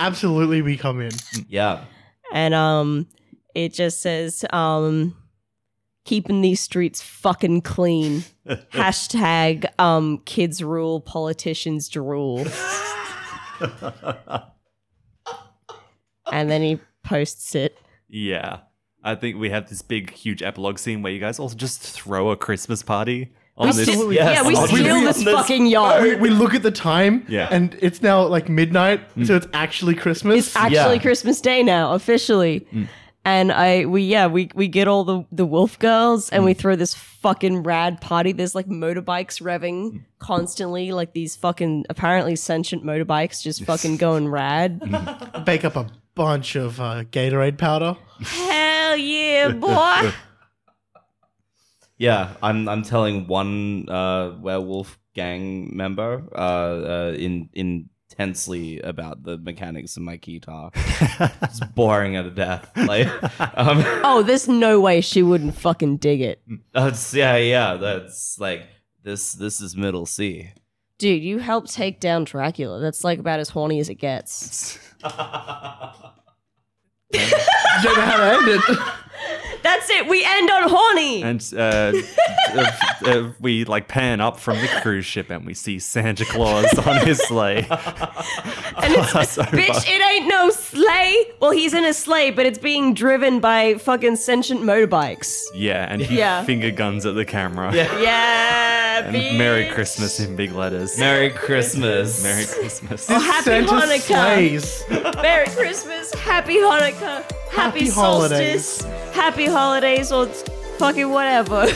Absolutely, we come in.
Yeah.
and um it just says um keeping these streets fucking clean hashtag um kids rule politicians drool and then he posts it
Yeah. I think we have this big, huge epilogue scene where you guys also just throw a Christmas party on
we
this.
steal-
yes,
yeah we
on
steal
this-
this fucking
We,
yard
we look at the time,
Yeah.
and it's Mm. now like midnight, so it's actually Christmas.
it's actually
Yeah.
christmas day now officially and I we yeah we we get all the the wolf girls and we throw this fucking rad party. There's like motorbikes revving constantly, like these fucking apparently sentient motorbikes just fucking going rad.
Bake up a bunch of uh, Gatorade powder.
Hell yeah, boy!
Yeah, I'm I'm telling one uh, werewolf gang member uh, uh, in intensely about the mechanics of my guitar. it's boring her to death. Like, um,
oh, there's no way she wouldn't fucking dig it,
that's, yeah, yeah, that's like this. This is middle C.
dude. You helped take down Dracula. That's like about as horny as it gets.
Don't know how to end it.
That's it. We end on horny.
And uh, if- if we like pan up from the cruise ship and we see Santa Claus on his sleigh.
And it's,
Pass over.
bitch, it ain't no sleigh. Well, he's in a sleigh, but it's being driven by fucking sentient motorbikes.
Yeah, and he
Yeah.
finger guns at the camera.
Yeah,
And
bitch.
Merry Christmas in big letters.
Merry Christmas.
Merry Christmas.
Oh, happy
Santa
Hanukkah.
slays.
Merry Christmas. Happy Hanukkah. Happy,
Happy holidays.
solstice. Happy holidays or fucking whatever.